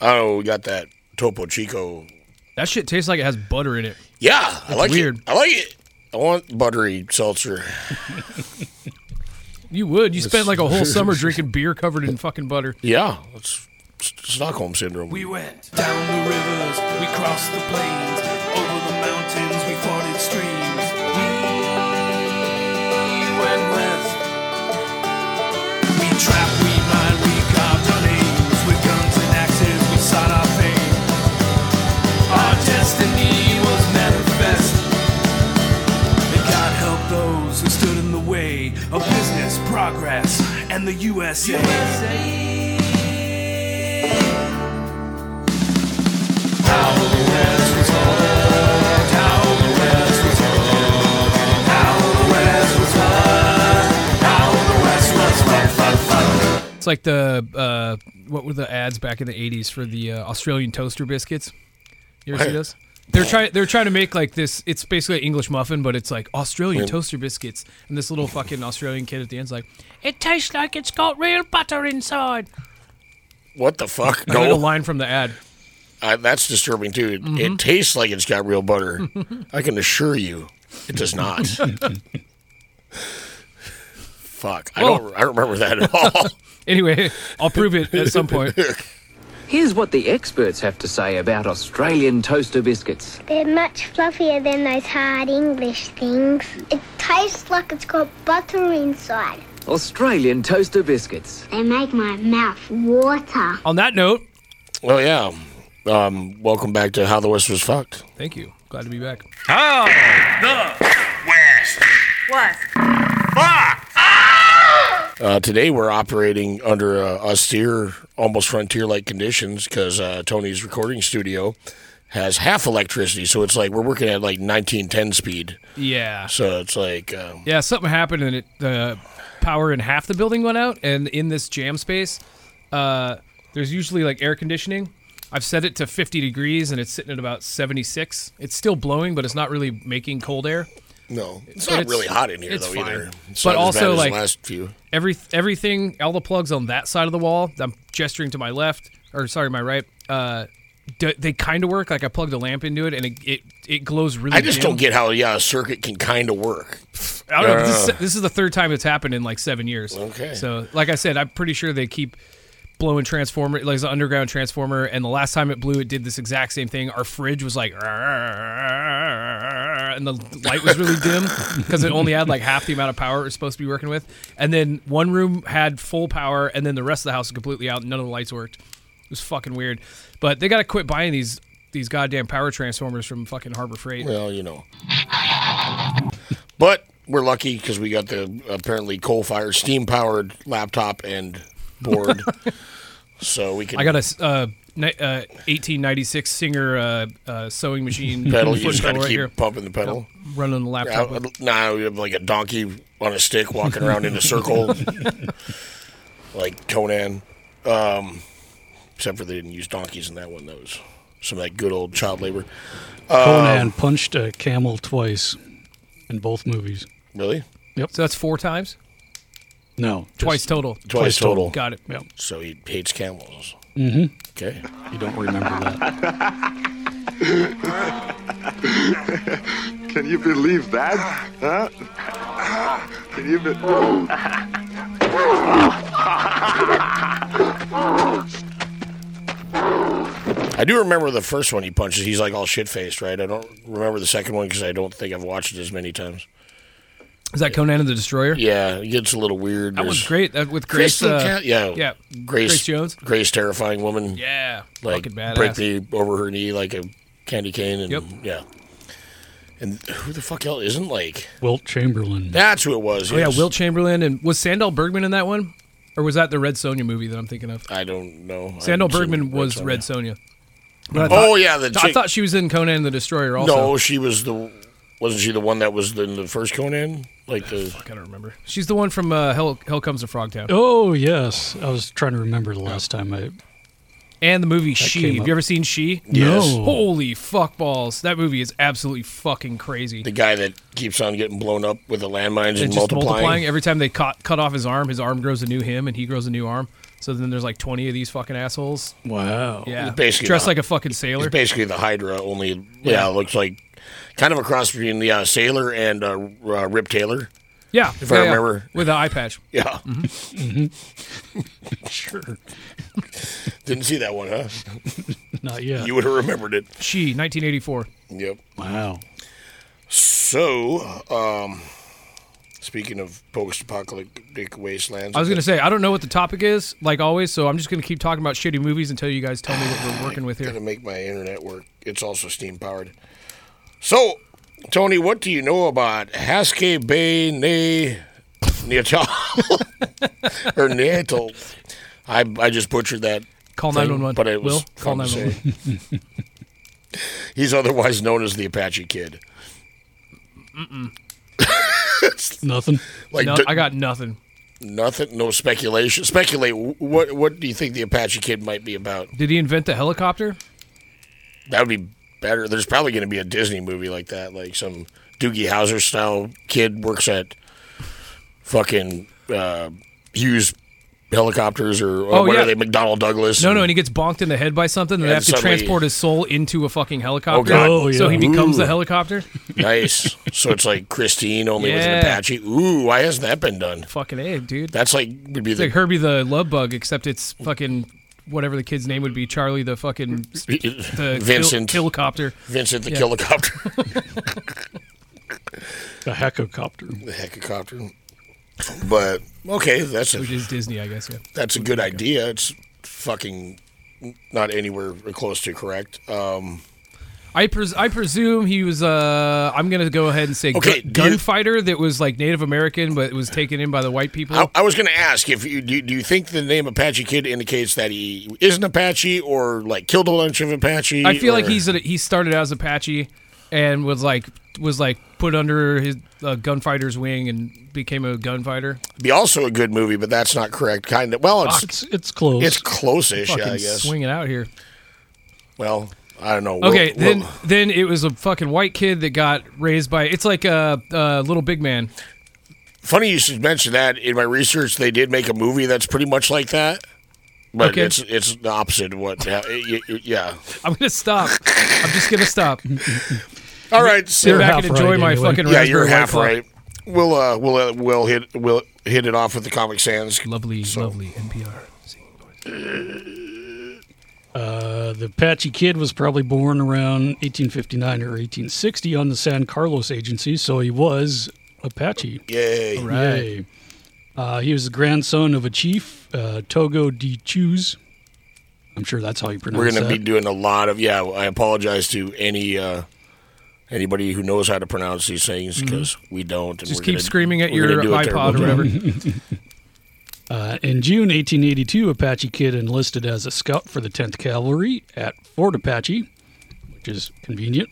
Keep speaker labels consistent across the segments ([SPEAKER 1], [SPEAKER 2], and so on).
[SPEAKER 1] Oh, we got that Topo Chico.
[SPEAKER 2] That shit tastes like it has butter in it.
[SPEAKER 1] Yeah, I like
[SPEAKER 2] weird.
[SPEAKER 1] it. I like it. I want buttery seltzer.
[SPEAKER 2] You would. You spent like a whole summer drinking beer covered in fucking butter.
[SPEAKER 1] Yeah, it's, it's Stockholm syndrome.
[SPEAKER 3] We went down the rivers, we crossed the plains, over the mountains, we forded streams. We went west. We trapped, we mined, we carved our names with guns and axes. We sought our fame. Our destiny was manifest. And God help those who stood in the way of business, progress, and the USA.
[SPEAKER 2] It's like the uh, what were the ads back in the '80s for the uh, Australian toaster biscuits? You ever see those? They're trying. They're trying to make like this. It's basically an English muffin, but it's like Australian toaster biscuits. And this little fucking Australian kid at the end's like, "It tastes like it's got real butter inside."
[SPEAKER 1] What the fuck?
[SPEAKER 2] I heard a
[SPEAKER 1] No,
[SPEAKER 2] line from the ad.
[SPEAKER 1] I, that's disturbing too. It,
[SPEAKER 2] Mm-hmm.
[SPEAKER 1] it tastes like it's got real butter. I can assure you, it does not. fuck, I don't. I don't remember that at all.
[SPEAKER 2] Anyway, I'll prove it at some point.
[SPEAKER 4] Here's what the experts have to say about Australian toaster biscuits.
[SPEAKER 5] They're much fluffier than those hard English things. It tastes like it's got butter inside.
[SPEAKER 4] Australian toaster biscuits.
[SPEAKER 5] They make my mouth water.
[SPEAKER 2] On that note,
[SPEAKER 1] well, yeah. Um, welcome back to How the West Was Fucked.
[SPEAKER 2] thank you. Glad to be back.
[SPEAKER 1] Uh, today we're operating under uh, austere, almost frontier-like conditions because uh, Tony's recording studio has half electricity, so it's like we're working at like 1910 speed.
[SPEAKER 2] Yeah.
[SPEAKER 1] So it's like um,
[SPEAKER 2] Yeah, something happened and it the power in half the building went out. And in this jam space, uh, there's usually like air conditioning. I've set it to 50 degrees and it's sitting at about 76. It's still blowing, but it's not really making cold air.
[SPEAKER 1] no, it's
[SPEAKER 2] But
[SPEAKER 1] not
[SPEAKER 2] it's-
[SPEAKER 1] really hot in here
[SPEAKER 2] it's
[SPEAKER 1] though
[SPEAKER 2] fine.
[SPEAKER 1] either. It's
[SPEAKER 2] But
[SPEAKER 1] not as
[SPEAKER 2] also,
[SPEAKER 1] bad as the
[SPEAKER 2] like-
[SPEAKER 1] last few.
[SPEAKER 2] Every everything, all the plugs on that side of the wall. I'm gesturing to my left, or sorry, my right. Uh, d- they kind of work. Like I plugged a lamp into it and it it, it glows really.
[SPEAKER 1] I just
[SPEAKER 2] dim.
[SPEAKER 1] don't get how yeah a circuit can kind of work.
[SPEAKER 2] I don't know. This, is, this is the third time it's happened in like seven years.
[SPEAKER 1] Okay.
[SPEAKER 2] So, like I said, I'm pretty sure they keep blowing transformer, like it's an underground transformer. And the last time it blew, it did this exact same thing. Our fridge was like, and the light was really dim because it only had like half the amount of power it was supposed to be working with. And then one room had full power, and then the rest of the house was completely out. And none of the lights worked. It was fucking weird. But they got to quit buying these these goddamn power transformers from fucking Harbor Freight.
[SPEAKER 1] Well, you know. But we're lucky because we got the apparently coal-fired, steam-powered laptop and board, so we can.
[SPEAKER 2] I got a s- uh, ni- uh, 1896 Singer uh, uh, sewing machine
[SPEAKER 1] pedal. You
[SPEAKER 2] foot
[SPEAKER 1] just got to
[SPEAKER 2] pedal right
[SPEAKER 1] keep
[SPEAKER 2] here,
[SPEAKER 1] pumping the pedal.
[SPEAKER 2] running on the
[SPEAKER 1] I,
[SPEAKER 2] laptop.
[SPEAKER 1] I, nah, we have like a donkey on a stick walking around in a circle, like Conan. Um, except for they didn't use donkeys in that one. That was some of that good old child labor.
[SPEAKER 6] Conan punched a camel twice in both movies.
[SPEAKER 1] Really,
[SPEAKER 2] so that's four times,
[SPEAKER 6] No, just-
[SPEAKER 2] twice total.
[SPEAKER 1] twice, total.
[SPEAKER 2] Got it.
[SPEAKER 6] Yeah,
[SPEAKER 1] So he hates camels. Mm-hmm. Okay.
[SPEAKER 6] you don't remember that.
[SPEAKER 7] Can you believe that? Huh? Can you be-
[SPEAKER 1] I do remember the first one he punches. He's like all shit faced, right? I don't remember the second one because I don't think I've watched it as many times.
[SPEAKER 2] Is that Conan and the Destroyer?
[SPEAKER 1] Yeah, it gets a little weird.
[SPEAKER 2] That was
[SPEAKER 1] There's-
[SPEAKER 2] great. That with Grace.
[SPEAKER 1] Kristen,
[SPEAKER 2] Uh,
[SPEAKER 1] Ca- yeah,
[SPEAKER 2] yeah.
[SPEAKER 1] Grace,
[SPEAKER 2] Grace Jones.
[SPEAKER 1] Grace, terrifying woman.
[SPEAKER 2] Yeah.
[SPEAKER 1] like
[SPEAKER 2] fucking badass.
[SPEAKER 1] break the over her knee like a candy cane and
[SPEAKER 2] Yep.
[SPEAKER 1] yeah. And who the fuck else isn't like
[SPEAKER 6] Wilt Chamberlain.
[SPEAKER 1] that's who it was.
[SPEAKER 2] oh yeah,
[SPEAKER 1] yes.
[SPEAKER 2] Wilt Chamberlain and was Sandal Bergman in that one, or was that the Red Sonia movie that I'm thinking of?
[SPEAKER 1] I don't know. I
[SPEAKER 2] Sandal
[SPEAKER 1] haven't seen
[SPEAKER 2] Bergman was
[SPEAKER 1] Sonia.
[SPEAKER 2] Red Sonia. But I
[SPEAKER 1] Oh
[SPEAKER 2] thought-
[SPEAKER 1] yeah, the
[SPEAKER 2] I
[SPEAKER 1] chick-
[SPEAKER 2] thought she was in Conan and the Destroyer also.
[SPEAKER 1] no, she was the wasn't she the one that was in the first Conan? Like the
[SPEAKER 2] I don't remember. She's the one from uh, Hell, Hell Comes to Frogtown.
[SPEAKER 6] Oh yes, I was trying to remember the last time I.
[SPEAKER 2] And the movie She.
[SPEAKER 6] came
[SPEAKER 2] Have
[SPEAKER 6] up.
[SPEAKER 2] you ever seen She?
[SPEAKER 1] Yes.
[SPEAKER 6] No.
[SPEAKER 2] Holy fuck balls. That movie is absolutely fucking crazy.
[SPEAKER 1] the guy that keeps on getting blown up with the landmines and,
[SPEAKER 2] And just multiplying. Every time they cut, cut off his arm, his arm grows a new him and he grows a new arm. So then there's like 20 of these fucking assholes.
[SPEAKER 6] Wow.
[SPEAKER 2] Yeah.
[SPEAKER 1] Basically
[SPEAKER 2] Dressed
[SPEAKER 1] not.
[SPEAKER 2] like a fucking sailor.
[SPEAKER 1] It's basically the Hydra, only yeah,
[SPEAKER 2] Yeah.
[SPEAKER 1] it looks like kind of a cross between the uh, Sailor and uh, uh, Rip Taylor.
[SPEAKER 2] yeah.
[SPEAKER 1] if I
[SPEAKER 2] yeah, yeah.
[SPEAKER 1] remember.
[SPEAKER 2] With an eye patch.
[SPEAKER 1] Yeah,
[SPEAKER 2] Mm-hmm.
[SPEAKER 1] Mm-hmm.
[SPEAKER 6] Sure.
[SPEAKER 1] didn't see that one, huh?
[SPEAKER 6] Not yet.
[SPEAKER 1] You would have remembered it.
[SPEAKER 2] She, 1984.
[SPEAKER 1] Yep.
[SPEAKER 6] wow.
[SPEAKER 1] So, um, speaking of post-apocalyptic wastelands,
[SPEAKER 2] I was gonna say I don't know what the topic is, like always. So I'm just gonna keep talking about shitty movies until you guys tell me what we're working with
[SPEAKER 1] Gotta
[SPEAKER 2] here.
[SPEAKER 1] make my internet work. It's also steam powered. So, Tony, what do you know about Haske Bay Ne Natal or Natal? I I just butchered that.
[SPEAKER 2] Call
[SPEAKER 1] thing,
[SPEAKER 2] 911.
[SPEAKER 1] But it was
[SPEAKER 2] Will call
[SPEAKER 1] fun to
[SPEAKER 2] 911.
[SPEAKER 1] say. He's otherwise known as the Apache Kid.
[SPEAKER 6] Nothing.
[SPEAKER 1] Like
[SPEAKER 2] No,
[SPEAKER 1] d-
[SPEAKER 2] I got nothing.
[SPEAKER 1] nothing, no speculation. Speculate. wh- What what do you think the Apache Kid might be about?
[SPEAKER 2] Did he invent the helicopter?
[SPEAKER 1] That would be better. There's probably going to be a Disney movie like that, like some Doogie Howser style kid works at fucking uh, Hughes helicopters or, or
[SPEAKER 2] Oh,
[SPEAKER 1] what
[SPEAKER 2] yeah.
[SPEAKER 1] are they, McDonnell Douglas?
[SPEAKER 2] No, no, and he gets bonked in the head by something, and they
[SPEAKER 1] And
[SPEAKER 2] have to
[SPEAKER 1] suddenly-
[SPEAKER 2] transport his soul into a fucking helicopter.
[SPEAKER 1] God.
[SPEAKER 6] Oh,
[SPEAKER 2] So he
[SPEAKER 6] yeah.
[SPEAKER 2] becomes the
[SPEAKER 1] Ooh.
[SPEAKER 2] helicopter.
[SPEAKER 1] nice. So it's like Christine only with an
[SPEAKER 2] Yeah.
[SPEAKER 1] Apache. Ooh, why hasn't that been done?
[SPEAKER 2] fucking a, dude.
[SPEAKER 1] That's like would be
[SPEAKER 2] It's like
[SPEAKER 1] the
[SPEAKER 2] Herbie the Love Bug, except it's fucking whatever the kid's name would be, Charlie the fucking the
[SPEAKER 1] Vincent.
[SPEAKER 2] kill, killcopter.
[SPEAKER 1] Vincent the
[SPEAKER 2] Yeah.
[SPEAKER 1] helicopter.
[SPEAKER 6] The helicopter.
[SPEAKER 1] the helicopter. But okay, that's a
[SPEAKER 2] Which is Disney, I guess. Yeah.
[SPEAKER 1] that's a good idea. It's fucking not anywhere close to correct. Um,
[SPEAKER 2] I pres- I presume he was. Uh, I'm gonna go ahead and say gu-
[SPEAKER 1] Okay, do you-
[SPEAKER 2] gunfighter that was like Native American, but it was taken in by the white people.
[SPEAKER 1] I, I was going to ask if you do, do you think the name Apache Kid indicates that he is an Apache or like killed a bunch of Apache?
[SPEAKER 2] I feel like
[SPEAKER 1] or-
[SPEAKER 2] he's a, he started as Apache and was like was like put under his uh, gunfighter's wing and became a gunfighter.
[SPEAKER 1] be also a good movie, but that's not correct. Kind of well, it's
[SPEAKER 6] It's it's close.
[SPEAKER 1] it's close-ish,
[SPEAKER 2] Fucking
[SPEAKER 1] I guess.
[SPEAKER 2] swinging out here.
[SPEAKER 1] Well, I don't know. We'll-
[SPEAKER 2] Okay,
[SPEAKER 1] we'll-
[SPEAKER 2] then then it was a fucking white kid that got raised by it's like a, uh little big man.
[SPEAKER 1] funny you should mention that. In my research, they did make a movie that's pretty much like that. But
[SPEAKER 2] Okay.
[SPEAKER 1] it's it's the opposite of what ha- y- y- yeah.
[SPEAKER 2] I'm gonna stop. I'm just gonna stop. Sit
[SPEAKER 1] All right, so
[SPEAKER 6] You're
[SPEAKER 2] back
[SPEAKER 6] half
[SPEAKER 2] and enjoy
[SPEAKER 6] right,
[SPEAKER 2] my
[SPEAKER 6] anyway.
[SPEAKER 2] fucking
[SPEAKER 1] yeah,
[SPEAKER 2] raspberry
[SPEAKER 1] you're
[SPEAKER 2] White
[SPEAKER 1] half
[SPEAKER 2] Claw.
[SPEAKER 1] right. We'll uh we'll uh, we'll hit we'll hit it off with the Comic Sans.
[SPEAKER 2] Lovely,
[SPEAKER 1] So-
[SPEAKER 2] lovely NPR. singing voice.
[SPEAKER 6] Uh, the Apache Kid was probably born around 1859 or 1860 on the San Carlos Agency, so he was Apache.
[SPEAKER 1] Yay.
[SPEAKER 2] Right.
[SPEAKER 6] Yay. Uh, he was the grandson of a chief, uh, Togo de Chuz. I'm sure that's how you pronounce
[SPEAKER 1] We're gonna
[SPEAKER 6] that.
[SPEAKER 1] be doing a lot of yeah. I apologize to any uh, anybody who knows how to pronounce these things because we don't. And
[SPEAKER 2] Mm-hmm. Just
[SPEAKER 1] we're
[SPEAKER 2] keep
[SPEAKER 1] gonna-
[SPEAKER 2] screaming at
[SPEAKER 1] we're gonna
[SPEAKER 2] your
[SPEAKER 1] do a
[SPEAKER 2] iPod or
[SPEAKER 1] terrible
[SPEAKER 2] whatever.
[SPEAKER 1] job.
[SPEAKER 6] Uh, in June 1882, Apache Kid enlisted as a scout for the 10th Cavalry at Fort Apache, which is convenient.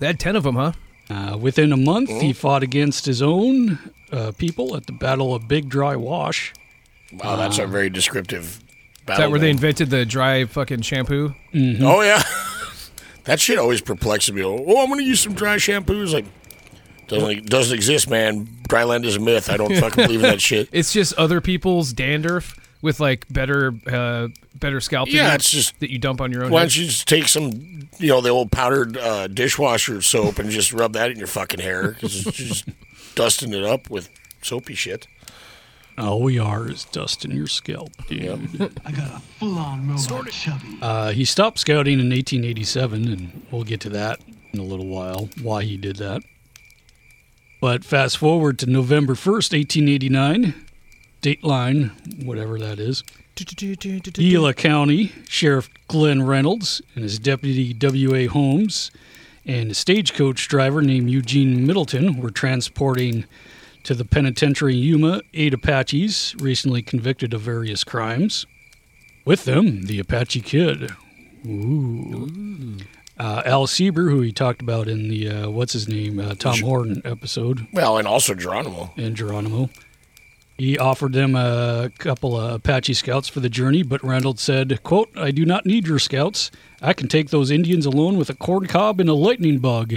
[SPEAKER 2] They had ten of them, huh?
[SPEAKER 6] Uh, within a month,
[SPEAKER 1] Mm-hmm.
[SPEAKER 6] he fought against his own uh, people at the Battle of Big Dry Wash.
[SPEAKER 1] Wow, that's a very descriptive.
[SPEAKER 2] Is that where they invented the dry fucking shampoo?
[SPEAKER 1] Oh yeah, that shit always perplexes me. Oh, I'm gonna use some dry shampoos. Like doesn't e-, doesn't exist, man. Dry land is a myth. I don't fucking believe in that shit.
[SPEAKER 2] It's just other people's dandruff with like better uh, better scalp. than
[SPEAKER 1] Yeah,
[SPEAKER 2] you-
[SPEAKER 1] it's just-
[SPEAKER 2] that you dump on your own.
[SPEAKER 1] Why
[SPEAKER 2] Head.
[SPEAKER 1] don't you just take some, you know, the old powdered uh, dishwasher soap and just rub that in your fucking hair because it's just dusting it up with soapy shit.
[SPEAKER 6] All Oh, we are is dust in your scalp.
[SPEAKER 1] Yeah.
[SPEAKER 6] Uh, he stopped scouting in 1887, and we'll get to that in a little while, why he did that. But fast forward to November 1st, 1889, Dateline, whatever that is, Gila County Sheriff Glenn Reynolds and his deputy W.A. Holmes and a stagecoach driver named Eugene Middleton were transporting to the penitentiary in Yuma eight Apaches recently convicted of various crimes. With them, the Apache Kid. Ooh. Uh, Al Sieber, who he talked about in the, uh, what's his name, uh, Tom Horton episode
[SPEAKER 1] Well, and also Geronimo.
[SPEAKER 6] and Geronimo. He offered them a couple of Apache scouts for the journey, but Reynolds said, quote, I do not need your scouts. I can take those Indians alone with a corn cob and a lightning bug.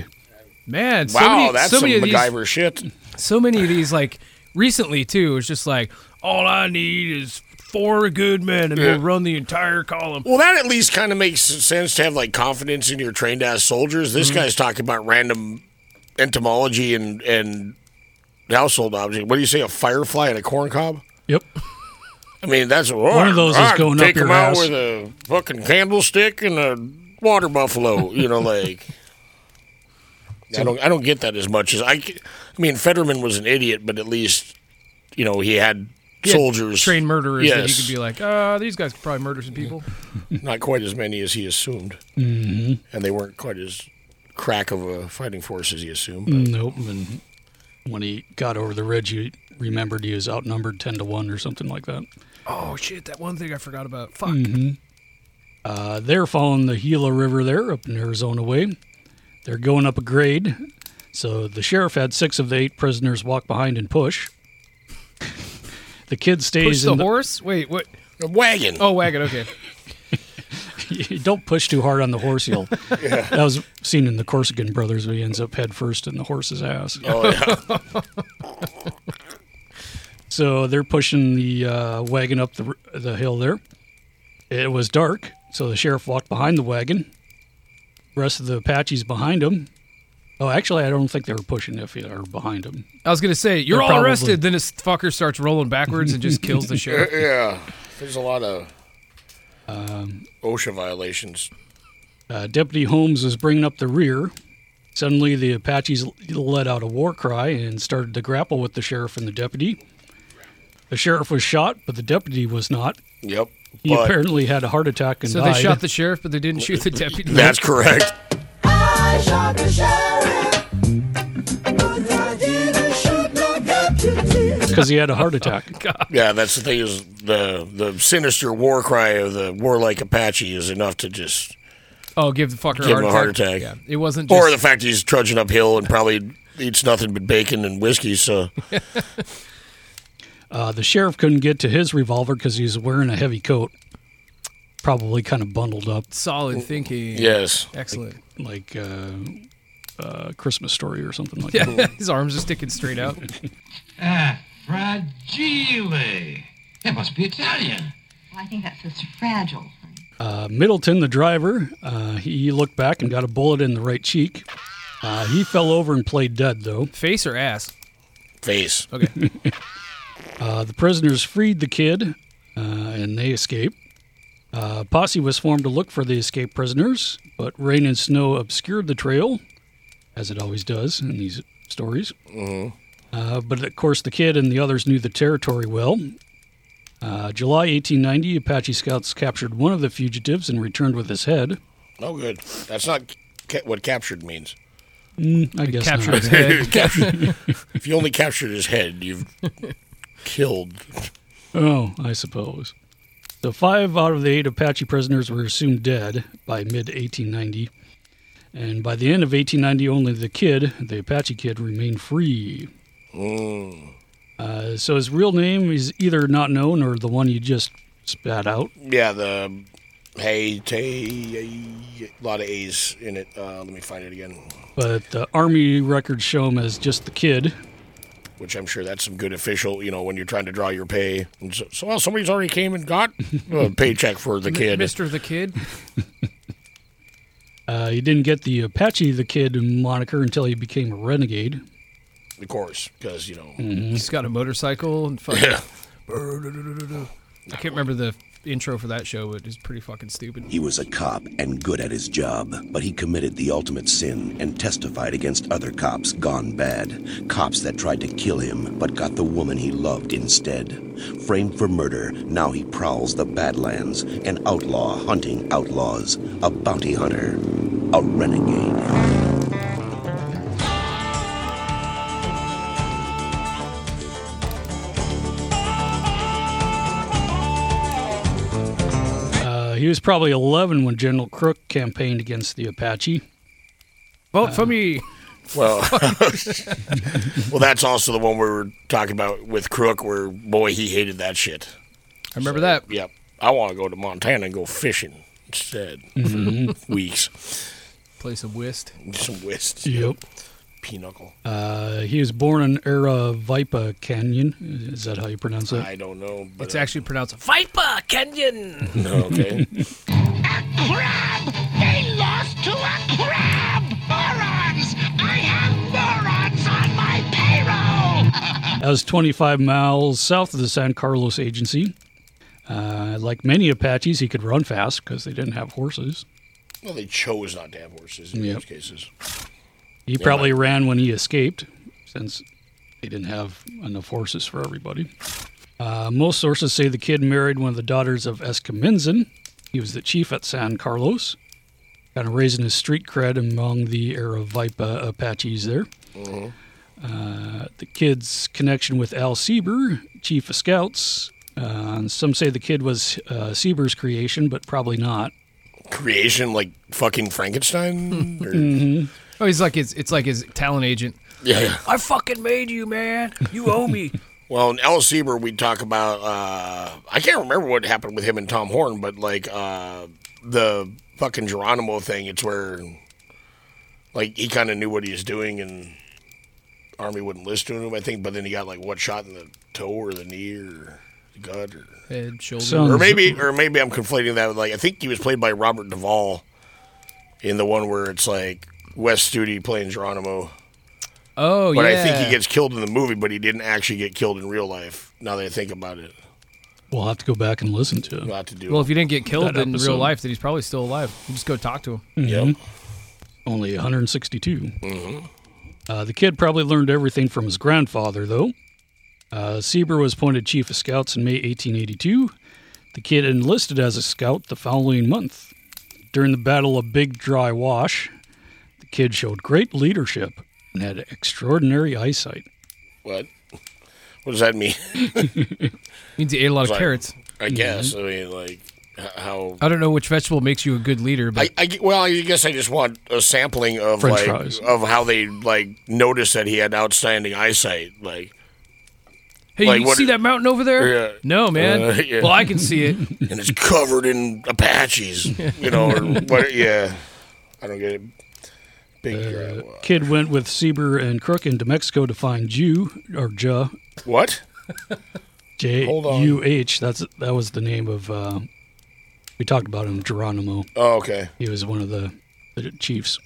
[SPEAKER 2] Man, so
[SPEAKER 1] Wow,
[SPEAKER 2] many,
[SPEAKER 1] that's
[SPEAKER 2] so
[SPEAKER 1] some
[SPEAKER 2] many of these
[SPEAKER 1] MacGyver shit.
[SPEAKER 2] so many of these like recently too it's just like all i need is four good men and
[SPEAKER 1] Yeah.
[SPEAKER 2] we'll run the entire column.
[SPEAKER 1] Well, that at least kind of makes sense to have like confidence in your trained ass soldiers. This
[SPEAKER 6] Mm-hmm.
[SPEAKER 1] guy's talking about random entomology and and household object. What do you say? A firefly and a corn cob?
[SPEAKER 6] Yep.
[SPEAKER 1] I mean, that's
[SPEAKER 6] One of those is
[SPEAKER 1] I'd
[SPEAKER 6] going up
[SPEAKER 1] take
[SPEAKER 6] your
[SPEAKER 1] 'em out
[SPEAKER 6] ass.
[SPEAKER 1] with a fucking candlestick and a water buffalo. You know, like I don't I don't get that as much as I. c- I mean, Fetterman was an idiot, but at least you know he had soldiers
[SPEAKER 2] Trained murderers that you
[SPEAKER 1] Yes.
[SPEAKER 2] could be like, uh, these guys could probably murder some people.
[SPEAKER 1] not quite as many as he assumed,
[SPEAKER 2] Mm-hmm.
[SPEAKER 1] and they weren't quite as crack of a fighting force as he assumed. But
[SPEAKER 6] Nope. And when he got over the ridge, he remembered he was outnumbered 10 to 1 or something like that.
[SPEAKER 2] Oh shit, that one thing I forgot about. Fuck.
[SPEAKER 6] Mm. Uh, they're following the Gila River there up in Arizona way. They're going up a grade. So the sheriff had six of the eight prisoners walk behind and push. The kid
[SPEAKER 2] Push
[SPEAKER 6] stays
[SPEAKER 2] the,
[SPEAKER 6] in
[SPEAKER 2] horse? Wait, what?
[SPEAKER 1] a wagon.
[SPEAKER 2] Oh, wagon. Okay.
[SPEAKER 6] the. Don't push too hard on the horse. You'll. That was seen in the Corsican Brothers. where He ends up head first in the horse's ass.
[SPEAKER 1] Oh, yeah.
[SPEAKER 6] So they're pushing the uh, wagon up the, r- the hill there. It was dark, so the sheriff walked behind the wagon. rest of the Apaches behind him. Oh, actually, I don't think they were pushing if they were behind him.
[SPEAKER 2] I was gonna say you're
[SPEAKER 6] They're
[SPEAKER 2] all
[SPEAKER 6] probably-
[SPEAKER 2] arrested. Then this fucker starts rolling backwards and just kills the sheriff.
[SPEAKER 1] yeah. There's a lot of
[SPEAKER 2] Um,
[SPEAKER 1] OSHA violations.
[SPEAKER 6] Uh, Deputy Holmes was bringing up the rear. Suddenly, the Apaches l- let out a war cry and started to grapple with the sheriff and the deputy. The sheriff was shot, but the deputy was not.
[SPEAKER 1] Yep.
[SPEAKER 6] He
[SPEAKER 1] But
[SPEAKER 6] apparently had a heart attack and
[SPEAKER 2] So they
[SPEAKER 6] died.
[SPEAKER 2] shot the sheriff, but they didn't shoot the deputy.
[SPEAKER 1] that's correct.
[SPEAKER 8] I shot the sheriff, but I didn't shoot no deputy.
[SPEAKER 6] because he had a
[SPEAKER 2] Oh,
[SPEAKER 6] heart attack.
[SPEAKER 1] Yeah, that's the thing is the the sinister war cry of the warlike Apache is enough to just
[SPEAKER 2] oh, give the fucker
[SPEAKER 1] give him a heart attack.
[SPEAKER 2] Yeah, it wasn't. Just,
[SPEAKER 1] Or the fact he's trudging uphill and probably eats nothing but bacon and whiskey. So
[SPEAKER 6] Uh, the sheriff couldn't get to his revolver because he was wearing a heavy coat, probably kind of bundled up,
[SPEAKER 2] solid thinking.
[SPEAKER 1] yes,
[SPEAKER 2] excellent.
[SPEAKER 6] like uh, uh, Christmas story or something like that.
[SPEAKER 2] Yeah, his arms are sticking straight out.
[SPEAKER 9] Fragile. That must be Italian.
[SPEAKER 10] Well, I think that's this fragile thing.
[SPEAKER 6] Uh, Middleton, the driver, uh, he looked back and got a bullet in the right cheek. Uh, he fell over and played dead, though.
[SPEAKER 2] Face or ass?
[SPEAKER 1] face.
[SPEAKER 2] Okay.
[SPEAKER 6] Uh, the prisoners freed the kid, uh, and they escaped. Uh, posse was formed to look for the escaped prisoners, but rain and snow obscured the trail, as it always does in these stories. Uh, but of course, the kid and the others knew the territory well. Uh, July 1890, Apache scouts captured one of the fugitives and returned with his head.
[SPEAKER 1] No good. That's not ca- what captured means.
[SPEAKER 6] I guess
[SPEAKER 2] Captured
[SPEAKER 6] not.
[SPEAKER 2] his head.
[SPEAKER 1] If you only captured his head, you've killed.
[SPEAKER 6] Oh, I suppose. So five out of the eight Apache prisoners were assumed dead by mid 1890. And by the end of 1890, only the kid, the Apache kid, remained free. Uh, so his real name is either not known or the one you just spat out.
[SPEAKER 1] Yeah, the um, hey, tay, a lot of A's in it. Uh, let me find it again,
[SPEAKER 6] But the army records show him as just the kid.
[SPEAKER 1] which I'm sure that's some good official. You know, when you're trying to draw your pay, and so, so well, somebody's already came and got a paycheck for the kid.
[SPEAKER 2] Mister the kid.
[SPEAKER 6] Uh, he didn't get the Apache the kid moniker until he became a renegade.
[SPEAKER 1] Of course, because you know,
[SPEAKER 2] He's got a motorcycle and fucking.
[SPEAKER 1] yeah,
[SPEAKER 2] I can't remember the intro for that show, but it's pretty fucking stupid.
[SPEAKER 11] He was a cop and good at his job, but he committed the ultimate sin and testified against other cops gone bad. Cops that tried to kill him, but got the woman he loved instead. Framed for murder, now he prowls the Badlands, an outlaw hunting outlaws, a bounty hunter, a renegade.
[SPEAKER 6] Uh, he was probably 11 when General Crook campaigned against the Apache.
[SPEAKER 2] Vote for me.
[SPEAKER 1] well, well, that's also the one we were talking about with Crook, where boy, he hated that shit.
[SPEAKER 2] I remember that.
[SPEAKER 1] Yep, I want to go to Montana and go fishing instead for weeks.
[SPEAKER 2] Play some whist.
[SPEAKER 1] Some whist.
[SPEAKER 6] Yep.
[SPEAKER 1] Pinochle.
[SPEAKER 6] Uh, he was born in Aravipa Canyon. Is that how you pronounce it?
[SPEAKER 1] I don't know. But
[SPEAKER 2] it's actually pronounced
[SPEAKER 3] Viper Kenyon!
[SPEAKER 1] okay.
[SPEAKER 3] crab! They lost to a crab! Morons! I have morons on my payroll!
[SPEAKER 6] That was 25 miles south of the San Carlos Agency. Uh, like many Apaches, he could run fast because they didn't have horses.
[SPEAKER 1] Well, they chose not to have horses in
[SPEAKER 6] Yep.
[SPEAKER 1] most cases.
[SPEAKER 6] He
[SPEAKER 1] Yeah,
[SPEAKER 6] probably ran when he escaped, since they didn't have enough horses for everybody. Uh, most sources say the kid married one of the daughters of Escaminzin. He was the chief at San Carlos, kind of raising his street cred among the Aravipa Apaches there. Uh, the kid's connection with Al Sieber, chief of scouts. Uh, and some say the kid was uh, Sieber's creation, but probably not.
[SPEAKER 1] Creation like fucking Frankenstein. or-
[SPEAKER 2] Oh, he's like his. It's like his talent agent.
[SPEAKER 1] Yeah, yeah.
[SPEAKER 2] I fucking made you, man. You owe me.
[SPEAKER 1] Well, in Al Sieber, we talk about. Uh, I can't remember what happened with him and Tom Horn, but like uh, the fucking Geronimo thing. It's where, like, he kind of knew what he was doing, and Army wouldn't listen to him. I think, but then he got like what shot in the toe or the knee or the gut or
[SPEAKER 2] Head, shoulder.
[SPEAKER 1] or maybe, or maybe I'm conflating that with like I think he was played by Robert Duvall in the one where it's like West Studi playing Geronimo.
[SPEAKER 2] Oh
[SPEAKER 1] but
[SPEAKER 2] yeah.
[SPEAKER 1] I think he gets killed in the movie, but he didn't actually get killed in real life. Now that I think about it,
[SPEAKER 6] We'll have to go back and listen to it.
[SPEAKER 1] we'll have to do.
[SPEAKER 2] Well, if he didn't get killed
[SPEAKER 6] That
[SPEAKER 2] in
[SPEAKER 6] episode.
[SPEAKER 2] real life, then he's probably still alive. You just go talk to him.
[SPEAKER 6] Yep. Only 162.
[SPEAKER 1] Mm-hmm.
[SPEAKER 6] Uh, the kid probably learned everything from his grandfather, though. Uh, Sieber was appointed chief of scouts in May 1882. The kid enlisted as a scout the following month. During the Battle of Big Dry Wash, the kid showed great leadership and had extraordinary eyesight.
[SPEAKER 1] what? What does that mean?
[SPEAKER 2] Means he ate a lot of
[SPEAKER 1] Like,
[SPEAKER 2] carrots.
[SPEAKER 1] I guess.
[SPEAKER 2] Mm-hmm.
[SPEAKER 1] I mean, like h- how?
[SPEAKER 2] I don't know which vegetable makes you a good leader, but
[SPEAKER 1] I, I ge- well, I guess I just want a sampling of like
[SPEAKER 2] French fries.
[SPEAKER 1] of how they like noticed that he had outstanding eyesight. Like,
[SPEAKER 2] hey,
[SPEAKER 1] like
[SPEAKER 2] you
[SPEAKER 1] what-
[SPEAKER 2] see that mountain over there?
[SPEAKER 1] Yeah.
[SPEAKER 2] No, man.
[SPEAKER 1] Uh, yeah.
[SPEAKER 2] Well, I can see it.
[SPEAKER 1] and it's covered in Apaches. You know, or what? Yeah, I don't get it. Big
[SPEAKER 2] Uh,
[SPEAKER 1] dry. wa-
[SPEAKER 6] Kid went with Sieber and Crook into Mexico to find Jew or Juh
[SPEAKER 1] What?
[SPEAKER 6] J
[SPEAKER 1] Hold on.
[SPEAKER 6] U H. That's that was the name of. Uh, we talked about him, Geronimo.
[SPEAKER 1] Oh, okay.
[SPEAKER 6] He was one of the, the chiefs.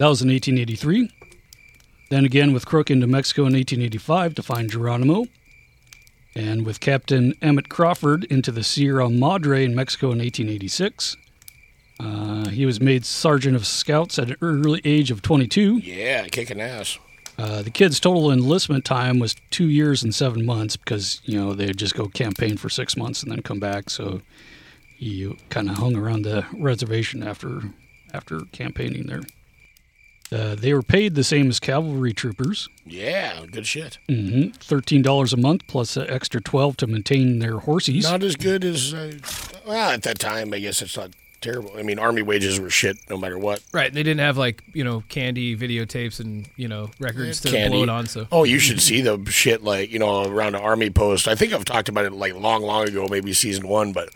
[SPEAKER 6] That was in 1883. Then again with Crook into Mexico in 1885 to find Geronimo, and with Captain Emmett Crawford into the Sierra Madre in Mexico in 1886. Uh, he was made sergeant of scouts at an early age of 22.
[SPEAKER 1] Yeah, kicking ass.
[SPEAKER 6] Uh, the kid's total enlistment time was two years and seven months because you know they'd just go campaign for six months and then come back. So he kind of hung around the reservation after after campaigning there. Uh, they were paid the same as cavalry troopers,
[SPEAKER 1] Yeah, good shit.
[SPEAKER 6] hmm thirteen dollars a month plus an extra twelve to maintain their horses.
[SPEAKER 1] Not as good as uh, well at that time. I guess it's not terrible. I mean, army wages were shit no matter what.
[SPEAKER 2] Right. They didn't have like you know candy videotapes and you know records to
[SPEAKER 1] Candy.
[SPEAKER 2] blow it on. So
[SPEAKER 1] Oh, you should see the shit like you know around the army post. I think I've talked about it like long, long ago, maybe season one, but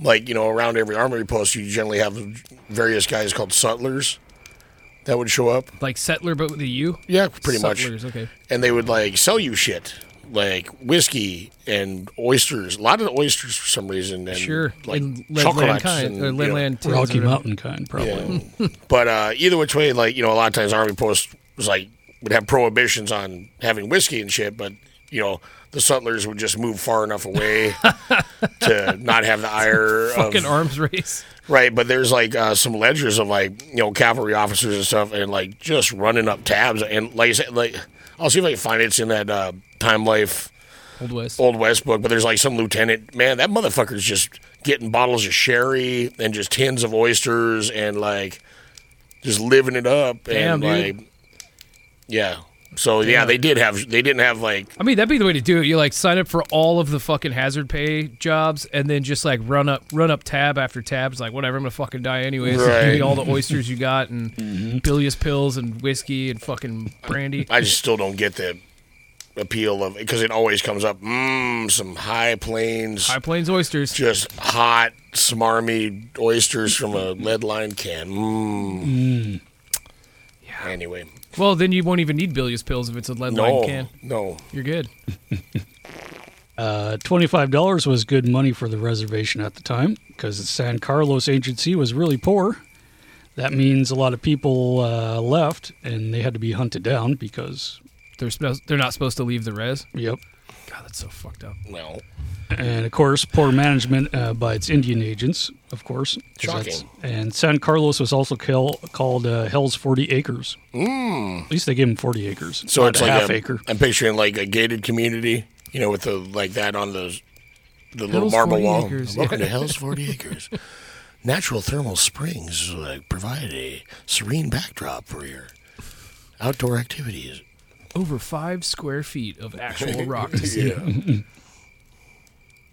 [SPEAKER 1] like you know around every armory post, you generally have various guys called sutlers that would show up.
[SPEAKER 2] like settler, but with a U.
[SPEAKER 1] Yeah, pretty much.
[SPEAKER 2] Settlers, Okay.
[SPEAKER 1] and they would like sell you shit like whiskey and oysters a lot of oysters for some reason and
[SPEAKER 2] Sure.
[SPEAKER 1] like
[SPEAKER 2] And Leadland
[SPEAKER 1] chocolates
[SPEAKER 2] kind-
[SPEAKER 1] and,
[SPEAKER 2] or
[SPEAKER 1] you know,
[SPEAKER 2] Leadland tins or
[SPEAKER 6] Rocky
[SPEAKER 2] whatever.
[SPEAKER 6] Mountain kind, probably.
[SPEAKER 1] yeah. but uh either which way like you know a lot of times army post was like would have prohibitions on having whiskey and shit but you know the sutlers would just move far enough away to not have the ire
[SPEAKER 2] Fucking
[SPEAKER 1] of
[SPEAKER 2] arms race.
[SPEAKER 1] Right, but there's like uh, some ledgers of like you know cavalry officers and stuff, and like just running up tabs. And like I said, like I'll see if I can find it. it's in that uh, Time Life
[SPEAKER 2] Old West.
[SPEAKER 1] Old West book. But there's like some lieutenant man, that motherfucker's just getting bottles of sherry and just tins of oysters and like just living it up. and
[SPEAKER 2] Damn, dude.
[SPEAKER 1] like yeah, so yeah, they did have they didn't have like
[SPEAKER 2] I mean, that'd be the way to do it. You like sign up for all of the fucking hazard pay jobs, and then just like run up, run up tab after tab. It's like whatever, I'm gonna fucking die anyways.
[SPEAKER 1] Right. Mm-hmm.
[SPEAKER 2] Give me all the oysters you got, and bilious pills, and whiskey, and fucking brandy.
[SPEAKER 1] I just still don't get the appeal of because it always comes up. Mmm, some high plains.
[SPEAKER 2] High Plains oysters.
[SPEAKER 1] just hot, smarmy oysters from a lead line can. Mm. Anyway,
[SPEAKER 2] Well, then you won't even need bilious pills if it's a lead
[SPEAKER 1] No,
[SPEAKER 2] line can.
[SPEAKER 1] No.
[SPEAKER 2] You're good.
[SPEAKER 6] Uh, $25 was good money for the reservation at the time because the San Carlos agency was really poor. That means a lot of people uh, left and they had to be hunted down because
[SPEAKER 2] they're supposed they're not supposed to leave the res.
[SPEAKER 6] Yep.
[SPEAKER 2] God, that's so fucked up.
[SPEAKER 1] Well,
[SPEAKER 6] and of course poor management uh, by its Indian agents, of course. 'cause that's-
[SPEAKER 2] Shocking.
[SPEAKER 6] And San Carlos was also call, called uh, Hell's 40 Acres.
[SPEAKER 1] Mm.
[SPEAKER 6] At least they gave him 40 acres.
[SPEAKER 1] so
[SPEAKER 6] not
[SPEAKER 1] it's
[SPEAKER 6] a
[SPEAKER 1] like
[SPEAKER 6] half
[SPEAKER 1] a,
[SPEAKER 6] acre.
[SPEAKER 1] I'm picturing like a gated community, you know, with the like that on the the little
[SPEAKER 6] Hell's
[SPEAKER 1] marble
[SPEAKER 6] 40
[SPEAKER 1] wall.
[SPEAKER 6] acres,
[SPEAKER 1] Welcome
[SPEAKER 6] yeah.
[SPEAKER 1] to Hell's Forty Acres. Natural thermal springs uh, provide a serene backdrop for your outdoor activities.
[SPEAKER 2] Over five square feet of actual rock to see.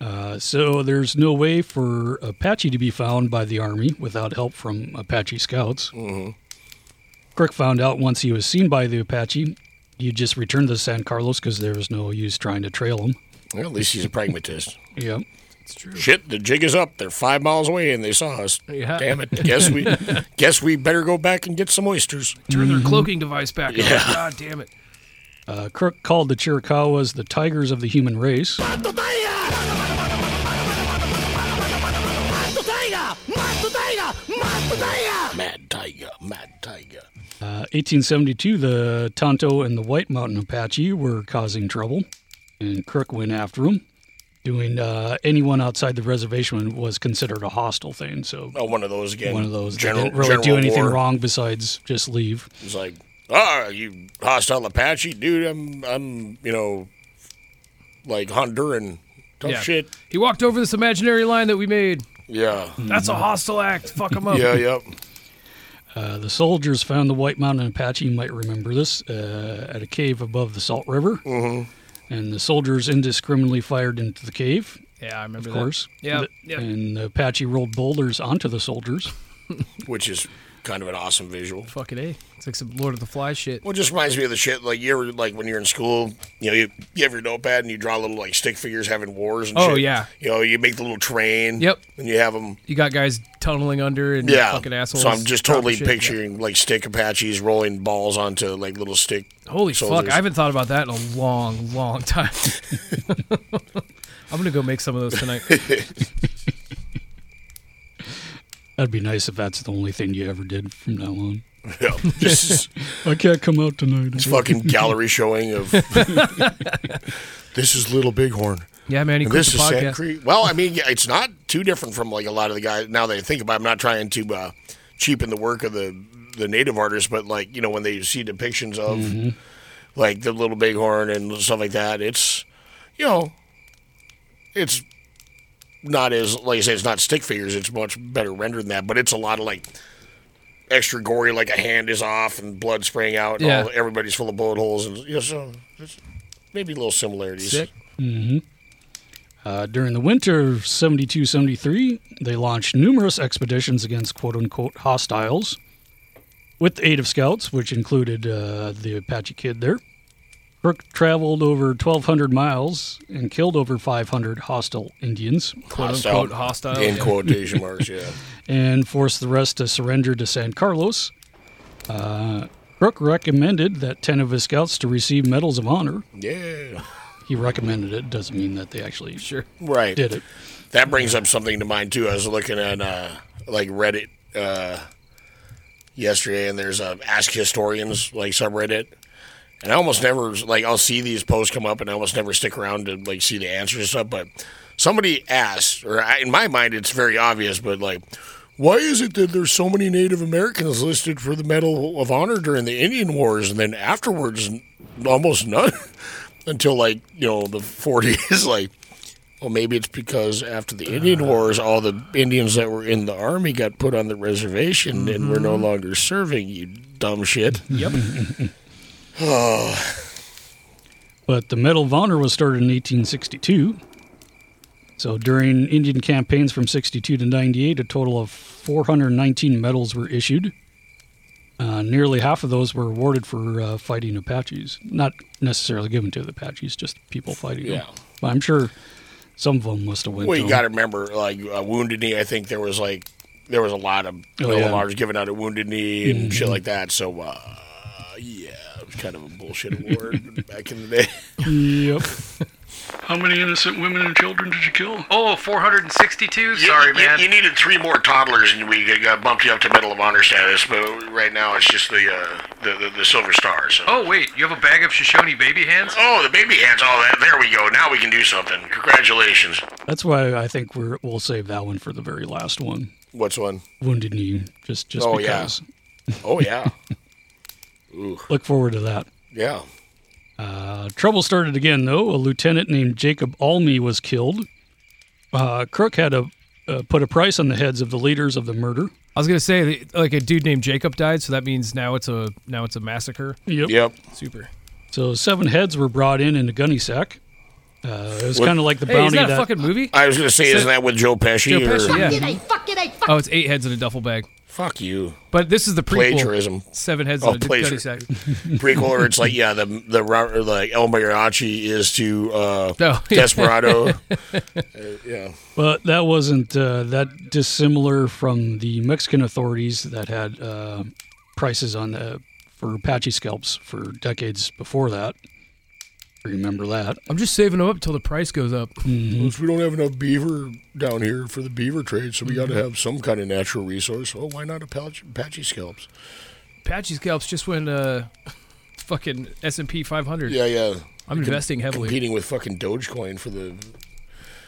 [SPEAKER 1] Yeah.
[SPEAKER 6] Uh, so there's no way for Apache to be found by the army without help from Apache scouts. Mm-hmm. Crook found out once he was seen by the Apache, you just returned to San Carlos because there was no use trying to trail him.
[SPEAKER 1] Well, at least he's a pragmatist.
[SPEAKER 6] yeah.
[SPEAKER 2] It's true.
[SPEAKER 1] Shit, the jig is up. They're five miles away, and they saw us.
[SPEAKER 2] Yeah.
[SPEAKER 1] Damn it! Guess we guess we better go back and get some oysters.
[SPEAKER 2] Turn their cloaking device back on.
[SPEAKER 1] Yeah.
[SPEAKER 2] God damn it.
[SPEAKER 6] Uh, Crook called the Chiricahuas the tigers of the human race.
[SPEAKER 1] Mad tiger, mad tiger.
[SPEAKER 6] Uh, 1872, the Tonto and the White Mountain Apache were causing trouble, and Crook went after them. Doing uh, anyone outside the reservation was considered a hostile thing. So
[SPEAKER 1] Oh, one of those again.
[SPEAKER 6] one of those they
[SPEAKER 1] General,
[SPEAKER 6] didn't really
[SPEAKER 1] general
[SPEAKER 6] do anything
[SPEAKER 1] war.
[SPEAKER 6] wrong besides just leave.
[SPEAKER 1] It's like, ah, you hostile Apache, dude. I'm, I'm, you know, like Honduran tough
[SPEAKER 2] Yeah.
[SPEAKER 1] shit.
[SPEAKER 2] He walked over this imaginary line that we made.
[SPEAKER 1] Yeah,
[SPEAKER 2] That's a hostile act. Fuck him up.
[SPEAKER 1] Yeah, yep.
[SPEAKER 6] Uh, the soldiers found the White Mountain Apache. You might remember this uh, at a cave above the Salt River,
[SPEAKER 1] Mm-hmm.
[SPEAKER 6] and the soldiers indiscriminately fired into the cave.
[SPEAKER 2] Yeah, I remember
[SPEAKER 6] Of
[SPEAKER 2] that.
[SPEAKER 6] course.
[SPEAKER 2] Yeah,
[SPEAKER 6] The-
[SPEAKER 2] yeah.
[SPEAKER 6] And the Apache rolled boulders onto the soldiers.
[SPEAKER 1] which is kind of an awesome visual.
[SPEAKER 2] Fucking a. It's like some Lord of the Flies shit.
[SPEAKER 1] Well, it just reminds me of the shit like you ever like when you're in school, you know, you, you have your notepad and you draw little like stick figures having wars and
[SPEAKER 2] Oh,
[SPEAKER 1] shit.
[SPEAKER 2] yeah.
[SPEAKER 1] You know, you make the little train.
[SPEAKER 2] Yep.
[SPEAKER 1] And you have them.
[SPEAKER 2] You got guys tunneling under and
[SPEAKER 1] Yeah.
[SPEAKER 2] fucking assholes.
[SPEAKER 1] So I'm just totally
[SPEAKER 2] dropping shit.
[SPEAKER 1] picturing like stick Apaches rolling balls onto like little stick.
[SPEAKER 2] Holy
[SPEAKER 1] soldiers.
[SPEAKER 2] fuck! I haven't thought about that in a long, long time. I'm gonna go make some of those tonight.
[SPEAKER 6] That'd be nice if that's the only thing you ever did from now on.
[SPEAKER 1] Yeah, this is-
[SPEAKER 6] I can't come out tonight.
[SPEAKER 1] It's fucking gallery showing of this is Little Bighorn.
[SPEAKER 2] Yeah, man, he
[SPEAKER 1] And
[SPEAKER 2] quit
[SPEAKER 1] this
[SPEAKER 2] the
[SPEAKER 1] is Sand
[SPEAKER 2] podcast.
[SPEAKER 1] Creek. Well, I mean, yeah, it's not too different from like a lot of the guys. Now that I think about, it, I'm not trying to uh, cheapen the work of the the native artists, but like you know when they see depictions of
[SPEAKER 2] Mm-hmm.
[SPEAKER 6] Mhm.
[SPEAKER 1] like the Little Bighorn and stuff like that, it's you know it's not as like I say, it's not stick figures. It's much better rendered than that, but it's a lot of like extra gory, like a hand is off and blood spraying out, and
[SPEAKER 2] Yeah.
[SPEAKER 1] all, everybody's full of bullet holes, and you know, so there's maybe little similarities.
[SPEAKER 2] Sick.
[SPEAKER 6] hmm Uh, during the winter of 72 73, they launched numerous expeditions against quote unquote hostiles with the aid of scouts, which included uh, the Apache kid there. Crook traveled over 1,200 miles and killed over 500 hostile Indians,
[SPEAKER 2] Quote unquote hostile.
[SPEAKER 1] in
[SPEAKER 2] yeah.
[SPEAKER 1] quotation marks. Yeah,
[SPEAKER 6] and forced the rest to surrender to San Carlos. Uh, Crook recommended that 10 of his scouts to receive medals of honor.
[SPEAKER 1] yeah,
[SPEAKER 6] He recommended it, doesn't mean that they actually
[SPEAKER 2] sure.
[SPEAKER 1] right.
[SPEAKER 6] did it.
[SPEAKER 1] That brings up something to mind too. I was looking at uh, like Reddit uh, yesterday, and there's a Ask Historians like subreddit, and I almost never like I'll see these posts come up, and I almost never stick around to like see the answers and stuff. But somebody asked, or I, in my mind, it's very obvious, but like. Why is it that there's so many Native Americans listed for the Medal of Honor during the Indian Wars, and then afterwards, n- almost none until like you know the 40s? Like, well, maybe it's because after the Indian
[SPEAKER 6] Uh-huh.
[SPEAKER 1] Wars, all the Indians that were in the army got put on the reservation and were
[SPEAKER 6] Mm-hmm.
[SPEAKER 1] no longer serving. You dumb shit.
[SPEAKER 2] Yep.
[SPEAKER 1] Oh,
[SPEAKER 6] But the Medal of Honor was started in 1862. So during Indian campaigns from 62 to 98, a total of 419 medals were issued. Uh, nearly half of those were awarded for uh, fighting Apaches. Not necessarily given to the Apaches, just people fighting them.
[SPEAKER 1] Yeah.
[SPEAKER 6] But I'm sure some of them must have went
[SPEAKER 1] well,
[SPEAKER 6] to
[SPEAKER 1] you got to remember, like uh, Wounded Knee. I think there was like there was a lot of
[SPEAKER 6] Oh,
[SPEAKER 1] Medal of
[SPEAKER 6] yeah.
[SPEAKER 1] Honors given out at Wounded Knee and shit
[SPEAKER 6] Mhm.
[SPEAKER 1] like that. So uh, was kind of a bullshit award back in the day.
[SPEAKER 6] Yep.
[SPEAKER 12] How many innocent women and children did you kill?
[SPEAKER 2] Oh, 462?
[SPEAKER 1] Sorry, man. You, needed three more toddlers, and we got bumped you up to Medal of Honor status. But right now, it's just the uh, the, the the Silver Star. So.
[SPEAKER 2] Oh, wait, you have a bag of Shoshone baby hands?
[SPEAKER 1] Oh, the baby hands. All that. There we go. Now we can do something. Congratulations.
[SPEAKER 6] That's why I think we're, we'll save that one for the very last one.
[SPEAKER 1] What's one?
[SPEAKER 6] Wounded Knee. Just just
[SPEAKER 1] oh
[SPEAKER 6] because.
[SPEAKER 1] yeah. Oh yeah. Ooh.
[SPEAKER 6] Look forward to that.
[SPEAKER 1] Yeah.
[SPEAKER 6] Uh, trouble started again, though. A lieutenant named Jacob Almy was killed. Uh, Crook had a, uh, put a price on the heads of the leaders of the murder.
[SPEAKER 2] I was gonna say that, like a dude named Jacob died, so that means now it's a now it's a massacre.
[SPEAKER 6] Yep.
[SPEAKER 1] Yep.
[SPEAKER 2] Super.
[SPEAKER 6] So seven heads were brought in in a gunny sack. Uh, it was kind of like the
[SPEAKER 2] Hey,
[SPEAKER 6] bounty
[SPEAKER 2] isn't that a
[SPEAKER 6] that
[SPEAKER 2] fucking movie?
[SPEAKER 1] I was gonna say, isn't that with Joe Pesci?
[SPEAKER 2] Joe
[SPEAKER 1] or-
[SPEAKER 2] Pesci, yeah.
[SPEAKER 8] Fuck it, I fuck
[SPEAKER 2] Oh, it's eight heads in a duffel bag.
[SPEAKER 1] Fuck you.
[SPEAKER 2] But this is the prequel.
[SPEAKER 1] Plagiarism.
[SPEAKER 2] Seven heads
[SPEAKER 1] Oh,
[SPEAKER 2] in a gunny
[SPEAKER 1] plagiar-
[SPEAKER 2] sack.
[SPEAKER 1] prequel, or it's like yeah, the the Robert- or like El Mariachi is to uh,
[SPEAKER 2] Oh, yeah.
[SPEAKER 1] Desperado. Uh, yeah.
[SPEAKER 6] But that wasn't uh, that dissimilar from the Mexican authorities that had uh, prices on the, for Apache scalps for decades before that. Remember that?
[SPEAKER 2] I'm just saving them up until the price goes up.
[SPEAKER 1] we don't have enough beaver down here for the beaver trade, so we got to have some kind of natural resource. Oh, why not Apache, Apache scalps?
[SPEAKER 2] Apache scalps just went uh, fucking S and P 500.
[SPEAKER 1] Yeah, yeah.
[SPEAKER 2] I'm
[SPEAKER 1] You're com-
[SPEAKER 2] investing heavily.
[SPEAKER 1] Competing with fucking Dogecoin for the.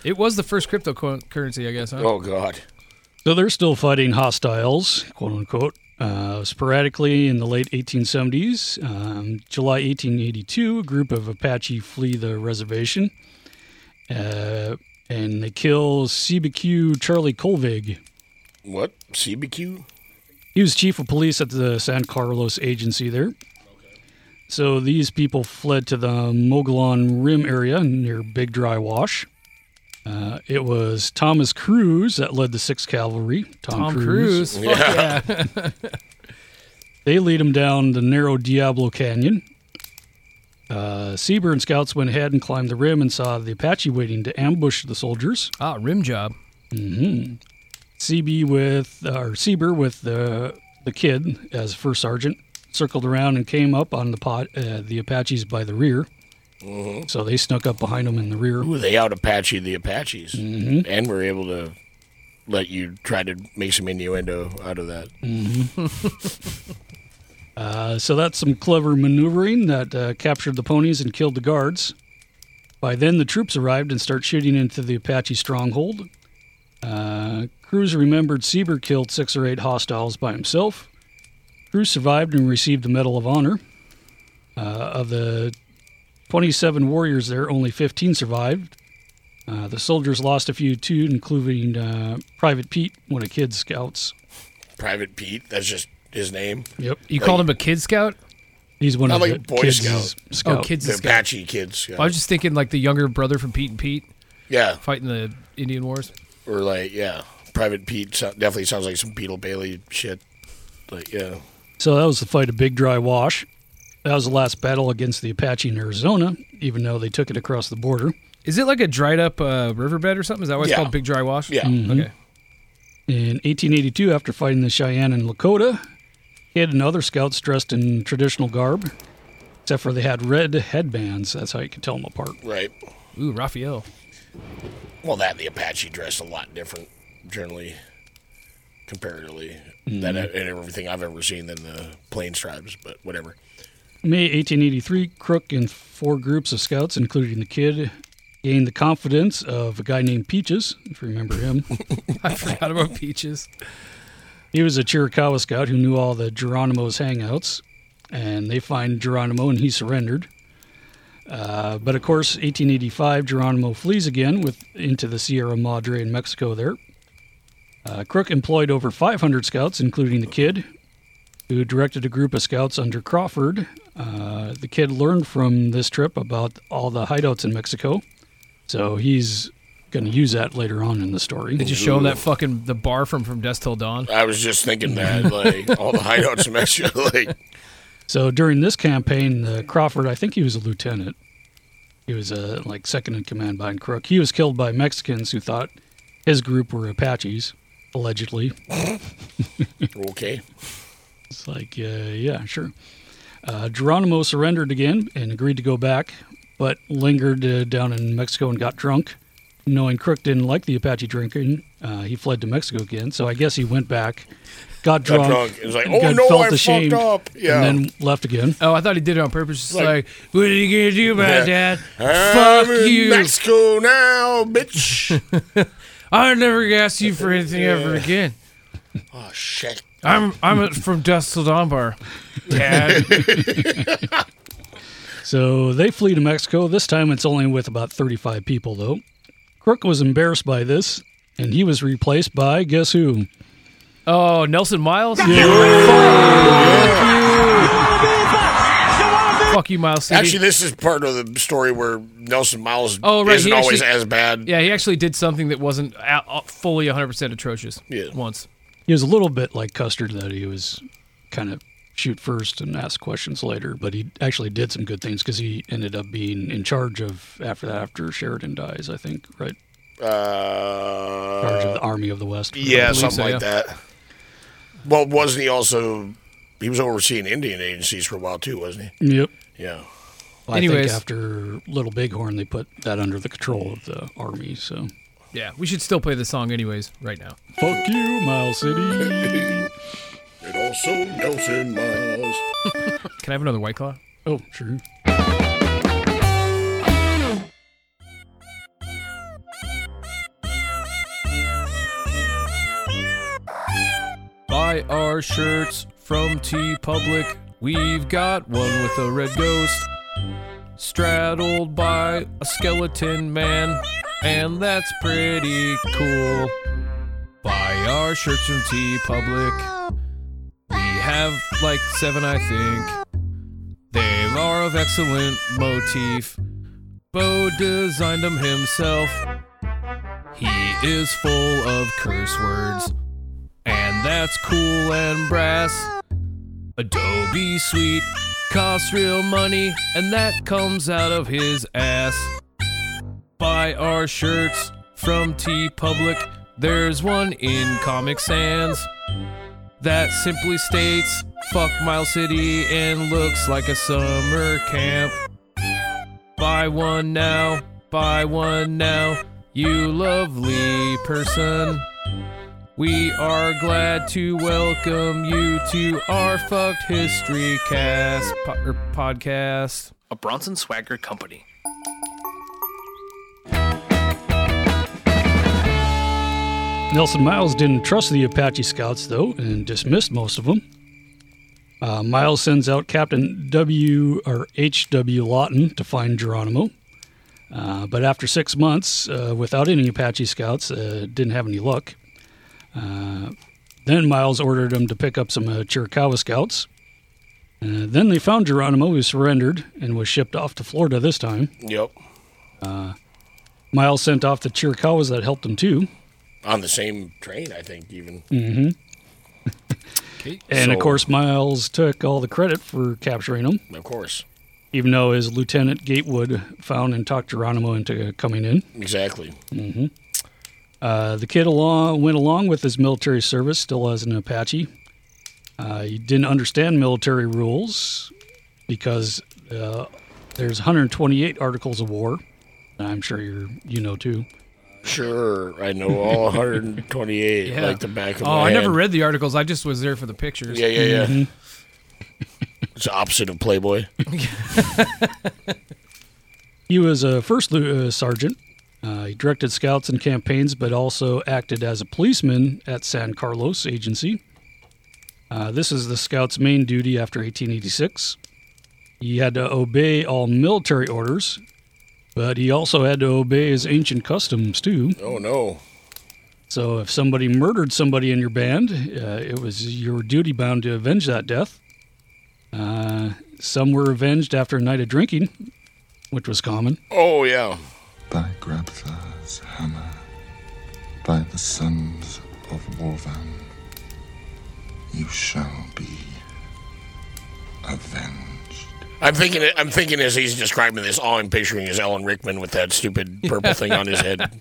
[SPEAKER 2] It was the first cryptocurrency, I guess. Huh?
[SPEAKER 1] Oh God.
[SPEAKER 6] So they're still fighting hostiles, quote unquote, uh, sporadically in the late 1870s. Um, July 1882, a group of Apache flee the reservation uh, and they kill CBQ Charlie Colvig.
[SPEAKER 1] What CBQ?
[SPEAKER 6] He was chief of police at the San Carlos agency there. So these people fled to the Mogollon Rim area near Big Dry Wash. Uh, it was Thomas Cruz that led the 6th Cavalry. Tom,
[SPEAKER 2] Tom Cruise. Fuck yeah.
[SPEAKER 6] They lead him down the narrow Diablo Canyon. Uh, Seaburn scouts went ahead and climbed the rim and saw the Apache waiting to ambush the soldiers.
[SPEAKER 2] ah, rim job.
[SPEAKER 6] Mm-hmm. CB with or Seaber with the the kid as first sergeant circled around and came up on the pot uh, the Apaches by the rear. So they snuck up behind them in the rear.
[SPEAKER 1] Ooh, they out Apache the Apaches, and we're able to let you try to make some innuendo out of that.
[SPEAKER 6] Uh, so that's some clever maneuvering that uh, captured the ponies and killed the guards. By then, the troops arrived and start shooting into the Apache stronghold. Uh, Cruz remembered Seaber killed six or eight hostiles by himself. Cruz survived and received the Medal of Honor. Uh, of the 27 warriors there, only 15 survived. Uh, the soldiers lost a few too, including uh, Private Pete, one of Kid's scouts.
[SPEAKER 1] Private Pete, that's just his name.
[SPEAKER 6] Yep.
[SPEAKER 2] You called him a kid scout?
[SPEAKER 6] He's one
[SPEAKER 1] Not
[SPEAKER 6] of
[SPEAKER 1] like
[SPEAKER 6] the
[SPEAKER 1] Boy
[SPEAKER 6] Kid's
[SPEAKER 1] Scout.
[SPEAKER 6] scout.
[SPEAKER 2] Oh, kids
[SPEAKER 1] the
[SPEAKER 2] scout.
[SPEAKER 1] Apache kids. Yeah.
[SPEAKER 2] I was just thinking like the younger brother from Pete and Pete
[SPEAKER 1] yeah,
[SPEAKER 2] fighting the Indian Wars.
[SPEAKER 1] or like yeah, Private Pete so- definitely sounds like some Beetle Bailey shit. Like yeah,
[SPEAKER 6] So that was the fight of Big Dry Wash. That was the last battle against the Apache in Arizona, even though they took it across the border.
[SPEAKER 2] Is it like a dried up uh, riverbed or something? Is that why it's
[SPEAKER 1] Yeah.
[SPEAKER 2] called Big Dry Wash? Mm-hmm.
[SPEAKER 1] yeah.
[SPEAKER 2] Okay.
[SPEAKER 6] In 1882, after fighting the Cheyenne and Lakota, Kid and other scouts dressed in traditional garb, except for they had red headbands. That's how you could tell them apart.
[SPEAKER 1] Right.
[SPEAKER 2] Ooh, Raphael.
[SPEAKER 1] Well, that and the Apache dressed a lot different generally, comparatively, than and everything I've ever seen than the Plains tribes. But whatever.
[SPEAKER 6] May 1883, Crook and four groups of scouts, including the Kid, gained the confidence of a guy named Peaches, if you remember him.
[SPEAKER 2] I forgot about peaches.
[SPEAKER 6] He was a Chiricahua scout who knew all the Geronimo's hangouts, and they find Geronimo and he surrendered. Uh, but of course, 1885, Geronimo flees again with into the Sierra Madre in Mexico. There, uh, Crook employed over 500 scouts, including the Kid, who directed a group of scouts under Crawford. Uh, the Kid learned from this trip about all the hideouts in Mexico, so he's going to use that later on in the story.
[SPEAKER 2] Did you show him that fucking the bar from From Dusk Till Dawn?
[SPEAKER 1] I was just thinking that like all the hideouts in Mexico, like
[SPEAKER 6] So during this campaign, uh, Crawford, I think he was a lieutenant. He was uh, like second in command behind Crook. He was killed by Mexicans who thought his group were Apaches, allegedly.
[SPEAKER 1] okay,
[SPEAKER 6] It's like, uh, yeah, sure. Uh, Geronimo surrendered again and agreed to go back, but lingered uh, down in Mexico and got drunk. Knowing Crook didn't like the Apache drinking, uh, he fled to Mexico again. So I guess he went back,
[SPEAKER 1] Got
[SPEAKER 6] got drunk,
[SPEAKER 1] drunk. It was like,
[SPEAKER 6] and
[SPEAKER 1] "Oh,
[SPEAKER 6] got-
[SPEAKER 1] no,
[SPEAKER 6] felt
[SPEAKER 1] I fucked
[SPEAKER 6] ashamed,
[SPEAKER 1] up." Yeah.
[SPEAKER 6] and then left again.
[SPEAKER 2] Oh, I thought he did it on purpose. Just like,
[SPEAKER 6] Like-
[SPEAKER 2] what are you gonna do about
[SPEAKER 6] Yeah.
[SPEAKER 2] that?
[SPEAKER 1] I'm
[SPEAKER 2] Fuck
[SPEAKER 1] in
[SPEAKER 2] you.
[SPEAKER 1] Mexico now, bitch.
[SPEAKER 2] I never ask you for anything ever again.
[SPEAKER 1] oh shit.
[SPEAKER 2] I'm I'm from Dust to Dunbar, Dad.
[SPEAKER 6] So they flee to Mexico. This time it's only with about 35 people, though. Crook was embarrassed by this, and he was replaced by guess who?
[SPEAKER 2] oh, Nelson Miles. Fuck you, Miles City.
[SPEAKER 1] Actually, this is part of the story where Nelson Miles
[SPEAKER 2] Oh, right.
[SPEAKER 1] isn't
[SPEAKER 2] he
[SPEAKER 1] always
[SPEAKER 2] actually-
[SPEAKER 1] as bad.
[SPEAKER 2] Yeah, he actually did something that wasn't a- a- fully 100% atrocious.
[SPEAKER 1] Yeah.
[SPEAKER 2] Once.
[SPEAKER 6] He was a little bit like Custard, that he was kind of shoot first and ask questions later, but he actually did some good things because he ended up being in charge of after that, after Sheridan dies, I think, right?
[SPEAKER 1] Uh,
[SPEAKER 6] Charge of the Army of the West. I
[SPEAKER 1] Yeah,
[SPEAKER 6] believe
[SPEAKER 1] something
[SPEAKER 6] so,
[SPEAKER 1] like that. Well, wasn't he also? He was overseeing Indian agencies for a while too, wasn't he?
[SPEAKER 6] Yep.
[SPEAKER 1] Yeah.
[SPEAKER 6] Well, I
[SPEAKER 2] Anyways.
[SPEAKER 6] think after Little Bighorn, they put that under the control of the Army, so.
[SPEAKER 2] Yeah, we should still play the song anyways, right now.
[SPEAKER 6] Fuck you, Miles City.
[SPEAKER 1] And also Nelson Miles.
[SPEAKER 2] Can I have another White Claw?
[SPEAKER 6] Oh, sure.
[SPEAKER 2] Buy our shirts from T Public. We've got one with a red ghost, straddled by a skeleton man, and that's pretty cool. Buy our shirts from T Public. We have like seven, I think. They are of excellent motif. Bo designed them himself. He is full of curse words. And that's cool and brass. Adobe Suite costs real money, and that comes out of his ass. Buy our shirts from T Public. There's one in Comic Sans that simply states fuck Mile City and looks like a summer camp. Buy one now, buy one now, you lovely person. We are glad to welcome you to our fucked history cast po- er, podcast.
[SPEAKER 13] A Bronson Swagger company.
[SPEAKER 6] Nelson Miles didn't trust the Apache scouts, though, and dismissed most of them. Uh, Miles sends out Captain W. or H.W. Lawton to find Geronimo. Uh, but after six months uh, without any Apache scouts, uh, didn't have any luck. Uh, then Miles ordered him to pick up some uh, Chiricahua scouts. Uh, then they found Geronimo, who surrendered and was shipped off to Florida this time.
[SPEAKER 1] Yep.
[SPEAKER 6] Uh, Miles sent off the Chiricahuas that helped him too.
[SPEAKER 1] On the same train, I think even.
[SPEAKER 6] hmm And of
[SPEAKER 1] So-
[SPEAKER 6] course, Miles took all the credit for capturing him.
[SPEAKER 2] Mm.
[SPEAKER 1] Of course.
[SPEAKER 6] Even though his lieutenant Gatewood found and talked Geronimo into coming in.
[SPEAKER 1] Exactly.
[SPEAKER 6] hmm Uh, the kid along, went along with his military service, still as an Apache. Uh, he didn't understand military rules because uh, there's 128 articles of war. I'm sure you're you know too.
[SPEAKER 1] Sure, I know all 128 like the back of
[SPEAKER 2] oh,
[SPEAKER 1] my
[SPEAKER 2] I
[SPEAKER 1] hand.
[SPEAKER 2] never read the articles. I just was there for the pictures.
[SPEAKER 1] Yeah, yeah, yeah.
[SPEAKER 2] Mm-hmm.
[SPEAKER 1] It's the opposite of Playboy.
[SPEAKER 6] He was a first lieu- uh, sergeant. Uh, he directed scouts and campaigns, but also acted as a policeman at San Carlos Agency. Uh, this is the scout's main duty after 1886. He had to obey all military orders, but he also had to obey his ancient customs, too.
[SPEAKER 1] Oh, no.
[SPEAKER 6] So if somebody murdered somebody in your band, uh, it was your duty bound to avenge that death. Uh, some were avenged after a night of drinking, which was common.
[SPEAKER 1] Oh, yeah.
[SPEAKER 14] By Grabthar's hammer, by the sons of Wolvan, you shall be avenged.
[SPEAKER 1] I'm thinking. I'm thinking as he's describing this, all I'm picturing is Alan Rickman with that stupid purple thing on his head.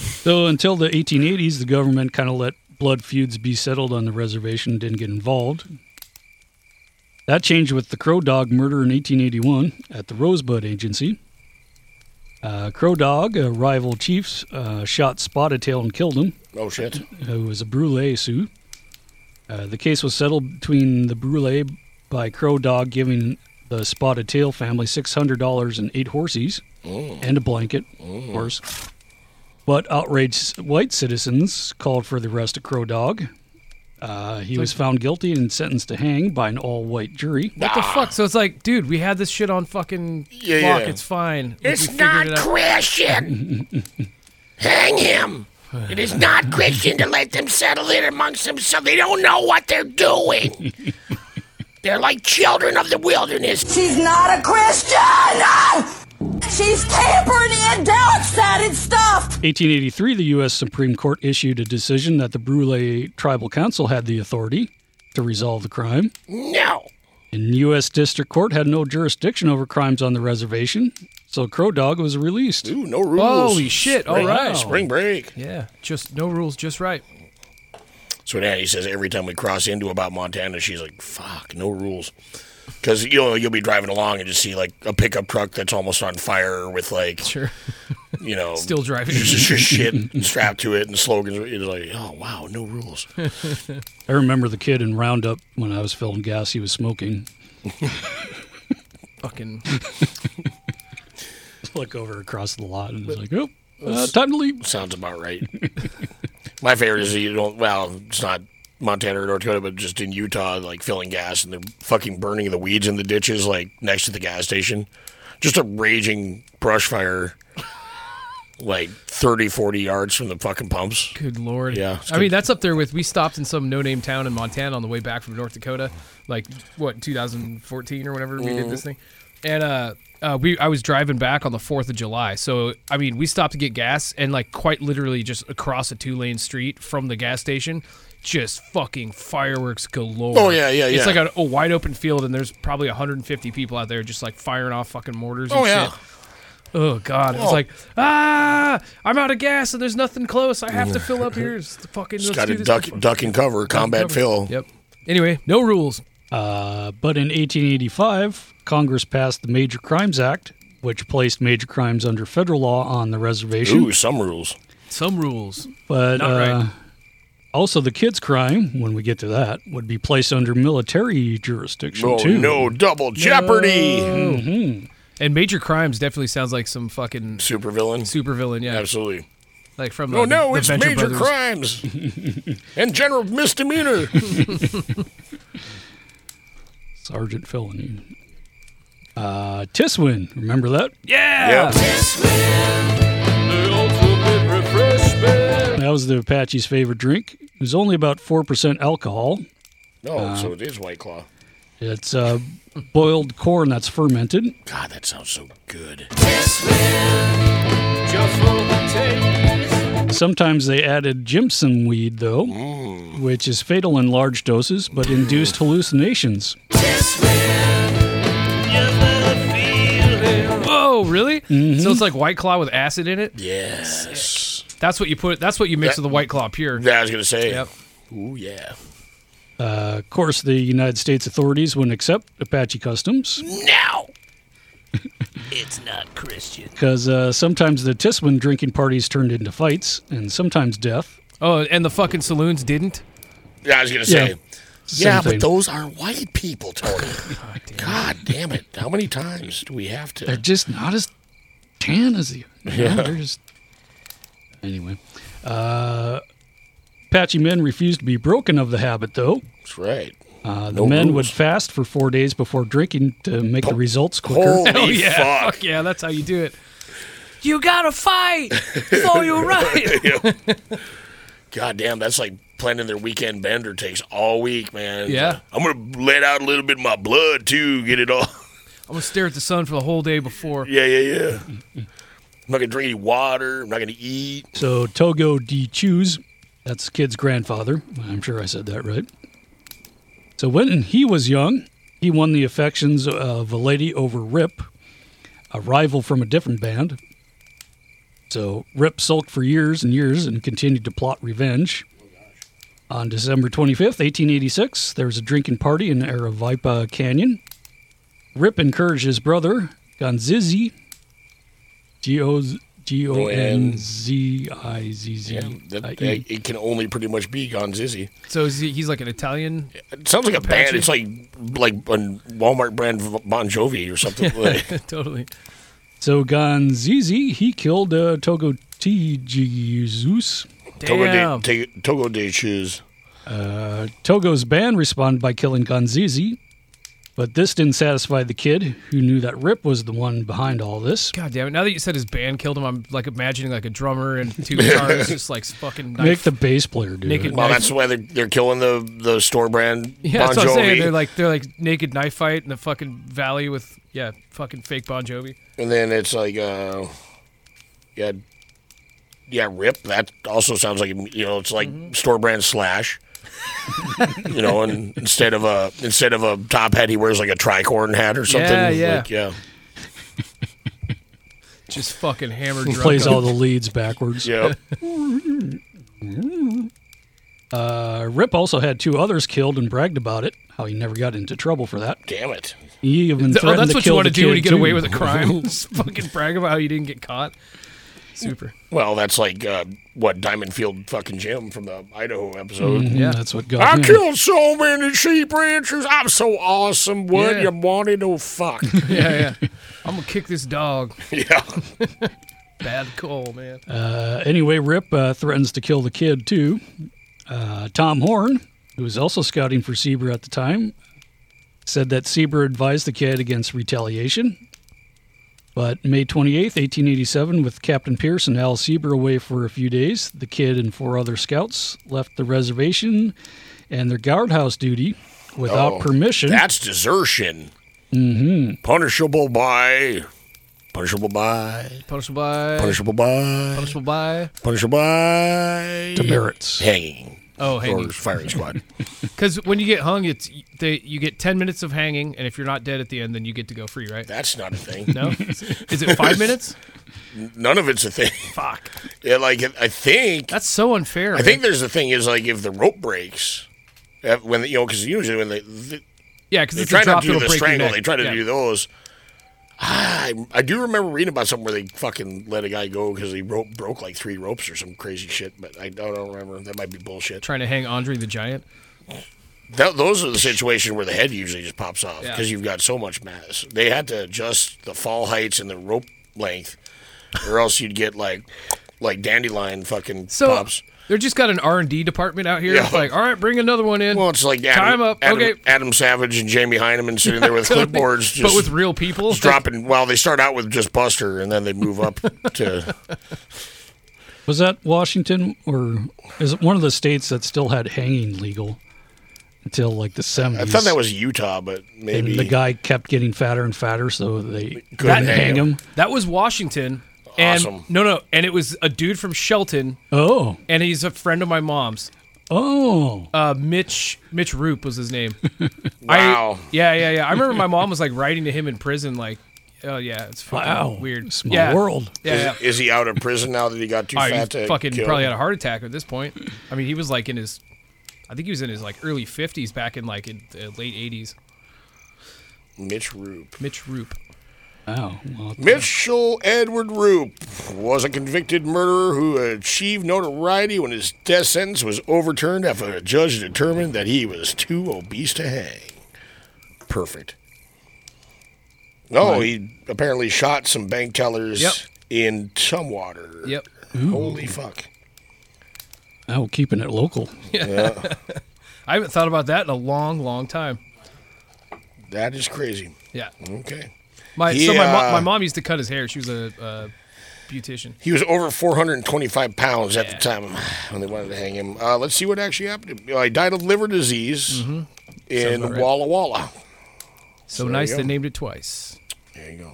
[SPEAKER 6] So until the 1880s, the government kind of let blood feuds be settled on the reservation, didn't get involved. That changed with the Crow Dog murder in 1881 at the Rosebud Agency. Uh, Crow Dog, a rival chief, uh, shot Spotted Tail and killed him,
[SPEAKER 1] Oh shit.
[SPEAKER 6] who uh, was a Brule Sioux. Uh, the case was settled between the Brule by Crow Dog giving the Spotted Tail family $600 and eight horses
[SPEAKER 1] Mm.
[SPEAKER 6] and a blanket, of course. But outraged white citizens called for the arrest of Crow Dog. Uh, he was found guilty and sentenced to hang by an all white jury.
[SPEAKER 2] What the fuck? So it's like, dude, we had this shit on fucking
[SPEAKER 6] Yeah,
[SPEAKER 2] lock.
[SPEAKER 6] yeah.
[SPEAKER 2] It's fine. Like,
[SPEAKER 1] It's
[SPEAKER 2] we figured
[SPEAKER 1] not
[SPEAKER 2] it out.
[SPEAKER 1] Christian. Hang him. It is not Christian to let them settle in amongst themselves. They don't know what they're doing. They're like children of the wilderness.
[SPEAKER 8] She's not a Christian! She's tampering in dark-sided stuff!
[SPEAKER 6] 1883, the U.S. Supreme Court issued a decision that the Brule Tribal Council had the authority to resolve the crime.
[SPEAKER 1] No.
[SPEAKER 6] And U.S. District Court had no jurisdiction over crimes on the reservation, so Crow Dog was released.
[SPEAKER 1] Ooh, no rules.
[SPEAKER 2] Holy shit! All
[SPEAKER 1] Spring-
[SPEAKER 2] right.
[SPEAKER 1] Spring break.
[SPEAKER 2] Yeah, just no rules, just right.
[SPEAKER 1] So now he says every time we cross into about Montana, she's like, "Fuck, no rules," because you'll you'll be driving along and just see like a pickup truck that's almost on fire with like,
[SPEAKER 2] sure,
[SPEAKER 1] you know,
[SPEAKER 2] Still driving.
[SPEAKER 1] shit strapped to it and slogans. It's like, oh wow, no rules.
[SPEAKER 6] I remember the kid in Roundup when I was filling gas, he was smoking.
[SPEAKER 2] Fucking.
[SPEAKER 6] Look over across the lot and was like, oh, uh, time to leave.
[SPEAKER 1] Sounds about right. My favorite is you don't. Well, it's not Montana or North Dakota, but just in Utah, like filling gas and they're fucking burning the weeds in the ditches, like next to the gas station. Just a raging brush fire, like 30, 40 yards from the fucking pumps.
[SPEAKER 2] Good lord.
[SPEAKER 1] Yeah, it's
[SPEAKER 2] I mean,
[SPEAKER 1] good.
[SPEAKER 2] that's up there with we stopped in some no-name town in Montana on the way back from North Dakota, like what 2014 or whenever we did
[SPEAKER 15] Mhm.
[SPEAKER 1] Mm.
[SPEAKER 2] this thing, and uh, uh, we I was driving back on the Fourth of July, so I mean, we stopped to get gas, and like quite literally just across a two-lane street from the gas station. Just fucking fireworks galore.
[SPEAKER 1] Oh, yeah, yeah,
[SPEAKER 2] It's
[SPEAKER 1] yeah.
[SPEAKER 2] like a, a wide open field, and there's probably 150 people out there just like firing off fucking mortars. And
[SPEAKER 1] Oh, yeah.
[SPEAKER 2] shit. Oh god, it was
[SPEAKER 1] Oh.
[SPEAKER 2] like ah, I'm out of gas and there's nothing close. I have to fill up here. It's the fucking.
[SPEAKER 1] Just
[SPEAKER 2] Let's
[SPEAKER 1] got
[SPEAKER 2] do
[SPEAKER 1] to
[SPEAKER 2] this.
[SPEAKER 1] duck, duck and cover, combat
[SPEAKER 2] cover.
[SPEAKER 1] fill.
[SPEAKER 2] Yep. Anyway, no rules.
[SPEAKER 6] Uh, but in 1885, Congress passed the Major Crimes Act, which placed major crimes under federal law on the reservation.
[SPEAKER 1] Ooh, some rules.
[SPEAKER 2] Some rules.
[SPEAKER 6] But
[SPEAKER 2] Not
[SPEAKER 6] uh,
[SPEAKER 2] right.
[SPEAKER 6] also, the kids' crime, when we get to that, would be placed under military jurisdiction,
[SPEAKER 1] Oh,
[SPEAKER 6] too.
[SPEAKER 1] no, double jeopardy.
[SPEAKER 2] No. And major crimes definitely sounds like some fucking
[SPEAKER 1] supervillain.
[SPEAKER 2] Supervillain, yeah,
[SPEAKER 1] absolutely.
[SPEAKER 2] Like from
[SPEAKER 1] No,
[SPEAKER 2] uh,
[SPEAKER 1] Oh, no,
[SPEAKER 2] the
[SPEAKER 1] it's
[SPEAKER 2] Venture
[SPEAKER 1] major
[SPEAKER 2] Brothers.
[SPEAKER 1] crimes and general misdemeanor.
[SPEAKER 6] Sergeant felony. Uh, Tiswin, remember that?
[SPEAKER 2] Yeah.
[SPEAKER 6] That was the Apache's favorite drink. It was only about 4% alcohol.
[SPEAKER 1] No,
[SPEAKER 6] Uh,
[SPEAKER 1] so it is White Claw.
[SPEAKER 6] It's uh, boiled corn that's fermented.
[SPEAKER 1] God, Ah, that sounds so good.
[SPEAKER 6] Sometimes they added Jimson weed, though, which is fatal in large doses but induced hallucinations.
[SPEAKER 2] Whoa, Oh, really?
[SPEAKER 1] Mm-hmm.
[SPEAKER 2] So it's like White Claw with acid in it.
[SPEAKER 1] Yes.
[SPEAKER 2] That's what you put. That's what you mix
[SPEAKER 1] That-
[SPEAKER 2] with the White Claw pure.
[SPEAKER 1] That I was gonna say.
[SPEAKER 2] Yep.
[SPEAKER 1] Ooh yeah.
[SPEAKER 6] Uh, of course, the United States authorities wouldn't accept Apache customs
[SPEAKER 1] Now. it's not Christian.
[SPEAKER 6] because uh, sometimes the Tiswin drinking parties turned into fights and sometimes death.
[SPEAKER 2] Oh, and the fucking saloons didn't.
[SPEAKER 1] Yeah, I was gonna
[SPEAKER 6] Yeah.
[SPEAKER 1] say.
[SPEAKER 6] Same
[SPEAKER 1] yeah,
[SPEAKER 6] thing.
[SPEAKER 1] but those are white people, Tony. God damn it! How many times do we have
[SPEAKER 6] They're
[SPEAKER 1] to?
[SPEAKER 6] just not as tan as you.
[SPEAKER 1] Yeah.
[SPEAKER 6] they're just. Anyway, uh, Apache men refused to be broken of the habit, though.
[SPEAKER 1] That's right.
[SPEAKER 6] Uh, the
[SPEAKER 1] No
[SPEAKER 6] men
[SPEAKER 1] rules.
[SPEAKER 6] would fast for four days before drinking to make the results quicker.
[SPEAKER 1] holy
[SPEAKER 2] Oh yeah,
[SPEAKER 1] fuck.
[SPEAKER 2] yeah, that's how you do it. You gotta fight for your right.
[SPEAKER 1] God damn, that's like planning their weekend bender takes all week, man.
[SPEAKER 2] Yeah.
[SPEAKER 1] I'm gonna let out a little bit of my blood too, get it all.
[SPEAKER 2] I'm gonna stare at the sun for the whole day before.
[SPEAKER 1] Yeah, yeah, yeah. I'm not gonna drink any water. I'm not gonna eat.
[SPEAKER 6] So Togo D. Choose, that's the kid's grandfather. I'm sure I said that right. So when he was young, he won the affections of a lady over Rip, a rival from a different band. So Rip sulked for years and years and continued to plot revenge. On December 25th, 1886, there was a drinking party in Aravipa Canyon. Rip encouraged his brother, Gonzizi, G O G O N Z I Z
[SPEAKER 1] Yeah,
[SPEAKER 6] Z.
[SPEAKER 1] that,
[SPEAKER 6] I
[SPEAKER 1] that-
[SPEAKER 6] E.
[SPEAKER 1] it can only pretty much be Gonzizzi.
[SPEAKER 2] So is he, he's like an Italian.
[SPEAKER 1] It sounds like a band.
[SPEAKER 2] Apache?
[SPEAKER 1] It's like like a Walmart brand Bon Jovi or something. Like,
[SPEAKER 2] totally.
[SPEAKER 6] So Gonzizi, he killed uh, Togo T. Jesus.
[SPEAKER 1] Togo de, te, Togo de shoes.
[SPEAKER 6] Uh, Togo's band responded by killing Gonzizi, but this didn't satisfy the kid, who knew that Rip was the one behind all this.
[SPEAKER 2] God damn it! Now that you said his band killed him, I'm like imagining like a drummer and two guitars just like fucking knife.
[SPEAKER 6] Make the bass player do
[SPEAKER 2] Naked
[SPEAKER 6] it.
[SPEAKER 1] Well, that's why they're, they're killing the the store brand
[SPEAKER 2] yeah,
[SPEAKER 1] Bon
[SPEAKER 2] that's what I'm saying.
[SPEAKER 1] Jovi.
[SPEAKER 2] They're like they're like naked knife fight in the fucking valley with yeah fucking fake Bon Jovi.
[SPEAKER 1] and then it's like, uh, yeah, yeah, Rip. That also sounds like you know, it's like
[SPEAKER 2] Mm-hmm.
[SPEAKER 1] store brand Slash. you know, and instead of a instead of a top hat, he wears like a tricorn hat or something.
[SPEAKER 2] Yeah, yeah.
[SPEAKER 1] Like, yeah.
[SPEAKER 2] Just fucking hammered.
[SPEAKER 6] He
[SPEAKER 2] drunk
[SPEAKER 6] plays
[SPEAKER 2] on-
[SPEAKER 6] all the leads backwards.
[SPEAKER 1] Yeah.
[SPEAKER 6] Uh, Rip also had two others killed and bragged about it. How he never got into trouble for that.
[SPEAKER 1] Damn it!
[SPEAKER 6] He even
[SPEAKER 2] Oh,
[SPEAKER 6] threatened
[SPEAKER 2] that's
[SPEAKER 6] to
[SPEAKER 2] what you
[SPEAKER 6] kill
[SPEAKER 2] want to
[SPEAKER 6] the
[SPEAKER 2] do when
[SPEAKER 6] kid,
[SPEAKER 2] you get
[SPEAKER 6] too.
[SPEAKER 2] away with a crime. Just fucking brag about how you didn't get caught. Super.
[SPEAKER 1] Well, that's like uh, what Diamond Field fucking Jim from the Idaho episode.
[SPEAKER 2] Mm-hmm.
[SPEAKER 6] Mhm, Yeah. that's what got
[SPEAKER 1] I
[SPEAKER 6] him.
[SPEAKER 1] killed so many sheep ranchers. I'm so awesome. What
[SPEAKER 2] Yeah.
[SPEAKER 1] you wanted to fuck?
[SPEAKER 2] Yeah, yeah. I'm gonna kick this dog.
[SPEAKER 1] Yeah.
[SPEAKER 2] Bad call, man.
[SPEAKER 6] Uh, anyway, Rip uh, threatens to kill the kid too. Uh, Tom Horn, who was also scouting for Seaber at the time, said that Seaber advised the kid against retaliation. But May 28th, 1887, with Captain Pierce and Al Seaber away for a few days, the kid and four other scouts left the reservation and their guardhouse duty without
[SPEAKER 1] Oh,
[SPEAKER 6] permission.
[SPEAKER 1] That's desertion.
[SPEAKER 6] hmm
[SPEAKER 2] Mm-hmm.
[SPEAKER 1] Punishable by. Punishable by.
[SPEAKER 2] Punishable by.
[SPEAKER 1] Punishable by.
[SPEAKER 2] Punishable by.
[SPEAKER 1] Punishable by.
[SPEAKER 6] Demerits.
[SPEAKER 1] Hanging.
[SPEAKER 2] Oh, hanging.
[SPEAKER 1] Or firing squad.
[SPEAKER 2] Because when you get hung, it's they, you get ten minutes of hanging, and if you're not dead at the end, then you get to go free, right?
[SPEAKER 1] That's not a thing.
[SPEAKER 2] No, is it five minutes?
[SPEAKER 1] None of it's a thing.
[SPEAKER 2] Fuck.
[SPEAKER 1] Yeah, like I think
[SPEAKER 2] that's so unfair.
[SPEAKER 1] I think there's the thing is like if the rope breaks, uh, when the, you know because usually when they, they
[SPEAKER 2] Yeah, 'cause
[SPEAKER 1] they
[SPEAKER 2] it's a
[SPEAKER 1] try
[SPEAKER 2] drop,
[SPEAKER 1] not to do
[SPEAKER 2] it'll
[SPEAKER 1] the
[SPEAKER 2] break your
[SPEAKER 1] strangle,
[SPEAKER 2] neck.
[SPEAKER 1] they try to
[SPEAKER 2] Yeah.
[SPEAKER 1] do those. Ah, I, I do remember reading about something where they fucking let a guy go because he rope, broke like three ropes or some crazy shit, but I don't, I don't remember. That might be bullshit.
[SPEAKER 2] Trying to hang Andre the Giant.
[SPEAKER 1] That, those are the situation where the head usually just pops off
[SPEAKER 2] Yeah.
[SPEAKER 1] because you've got so much mass. They had to adjust the fall heights and the rope length, or else you'd get like like dandelion fucking
[SPEAKER 2] So
[SPEAKER 1] pops.
[SPEAKER 2] they're just got an R and D department out here.
[SPEAKER 1] Yeah.
[SPEAKER 2] It's like, all right, bring another one in. Well,
[SPEAKER 1] it's like Adam,
[SPEAKER 2] time up.
[SPEAKER 1] Adam,
[SPEAKER 2] okay,
[SPEAKER 1] Adam Savage and Jamie Heineman sitting there with
[SPEAKER 2] Totally.
[SPEAKER 1] clipboards, just
[SPEAKER 2] but with real people.
[SPEAKER 1] just dropping. Well, they start out with just Buster, and then they move up to
[SPEAKER 6] Was that Washington or is it one of the states that still had hanging legal until like the 70s?
[SPEAKER 1] I thought that was Utah, but maybe
[SPEAKER 6] And the guy kept getting fatter and fatter, so they
[SPEAKER 1] Couldn't
[SPEAKER 6] couldn't hang
[SPEAKER 1] hang
[SPEAKER 6] him.
[SPEAKER 2] That was Washington. And
[SPEAKER 6] Awesome.
[SPEAKER 2] no, no, and it was a dude from Shelton,
[SPEAKER 6] Oh,
[SPEAKER 2] and he's a friend of my mom's.
[SPEAKER 6] oh,
[SPEAKER 2] Uh, Mitch Mitch Roop was his name.
[SPEAKER 6] Wow.
[SPEAKER 2] I, yeah, yeah, yeah. I remember my mom was like writing to him in prison, like, oh yeah, it's fucking
[SPEAKER 6] Wow.
[SPEAKER 2] weird.
[SPEAKER 6] Small
[SPEAKER 2] yeah.
[SPEAKER 6] world.
[SPEAKER 2] Yeah,
[SPEAKER 1] is,
[SPEAKER 2] yeah.
[SPEAKER 1] is he out of prison now that he got too
[SPEAKER 2] Oh,
[SPEAKER 1] fat?
[SPEAKER 2] he
[SPEAKER 1] to
[SPEAKER 2] fucking
[SPEAKER 1] kill?
[SPEAKER 2] probably had a heart attack at this point. I mean, he was like in his, I think he was in his like early fifties back in like in the late eighties.
[SPEAKER 1] Mitch Roop.
[SPEAKER 2] Mitch Roop.
[SPEAKER 6] Wow.
[SPEAKER 1] Mitchell Edward Roop was a convicted murderer who achieved notoriety when his death sentence was overturned after a judge determined that he was too obese to hang. Perfect. No,
[SPEAKER 2] Right.
[SPEAKER 1] he apparently shot some bank tellers
[SPEAKER 2] Yep.
[SPEAKER 1] in Tumwater.
[SPEAKER 2] Yep.
[SPEAKER 1] Holy fuck.
[SPEAKER 6] oh, keeping it local.
[SPEAKER 1] Yeah.
[SPEAKER 2] I haven't thought about that in a long, long time.
[SPEAKER 1] That is crazy.
[SPEAKER 2] Yeah.
[SPEAKER 1] Okay.
[SPEAKER 2] My
[SPEAKER 1] He,
[SPEAKER 2] so my, mo-
[SPEAKER 1] uh,
[SPEAKER 2] my mom used to cut his hair. She was a uh, beautician.
[SPEAKER 1] He was over 425 pounds at the time when they wanted to hang him. Uh, let's see what actually happened. to him. Uh, he died of liver disease in
[SPEAKER 2] Mm-hmm. Sounds about right.
[SPEAKER 1] Walla Walla.
[SPEAKER 2] So
[SPEAKER 1] There
[SPEAKER 2] nice
[SPEAKER 1] you
[SPEAKER 2] they
[SPEAKER 1] go.
[SPEAKER 2] named it twice.
[SPEAKER 1] There you go.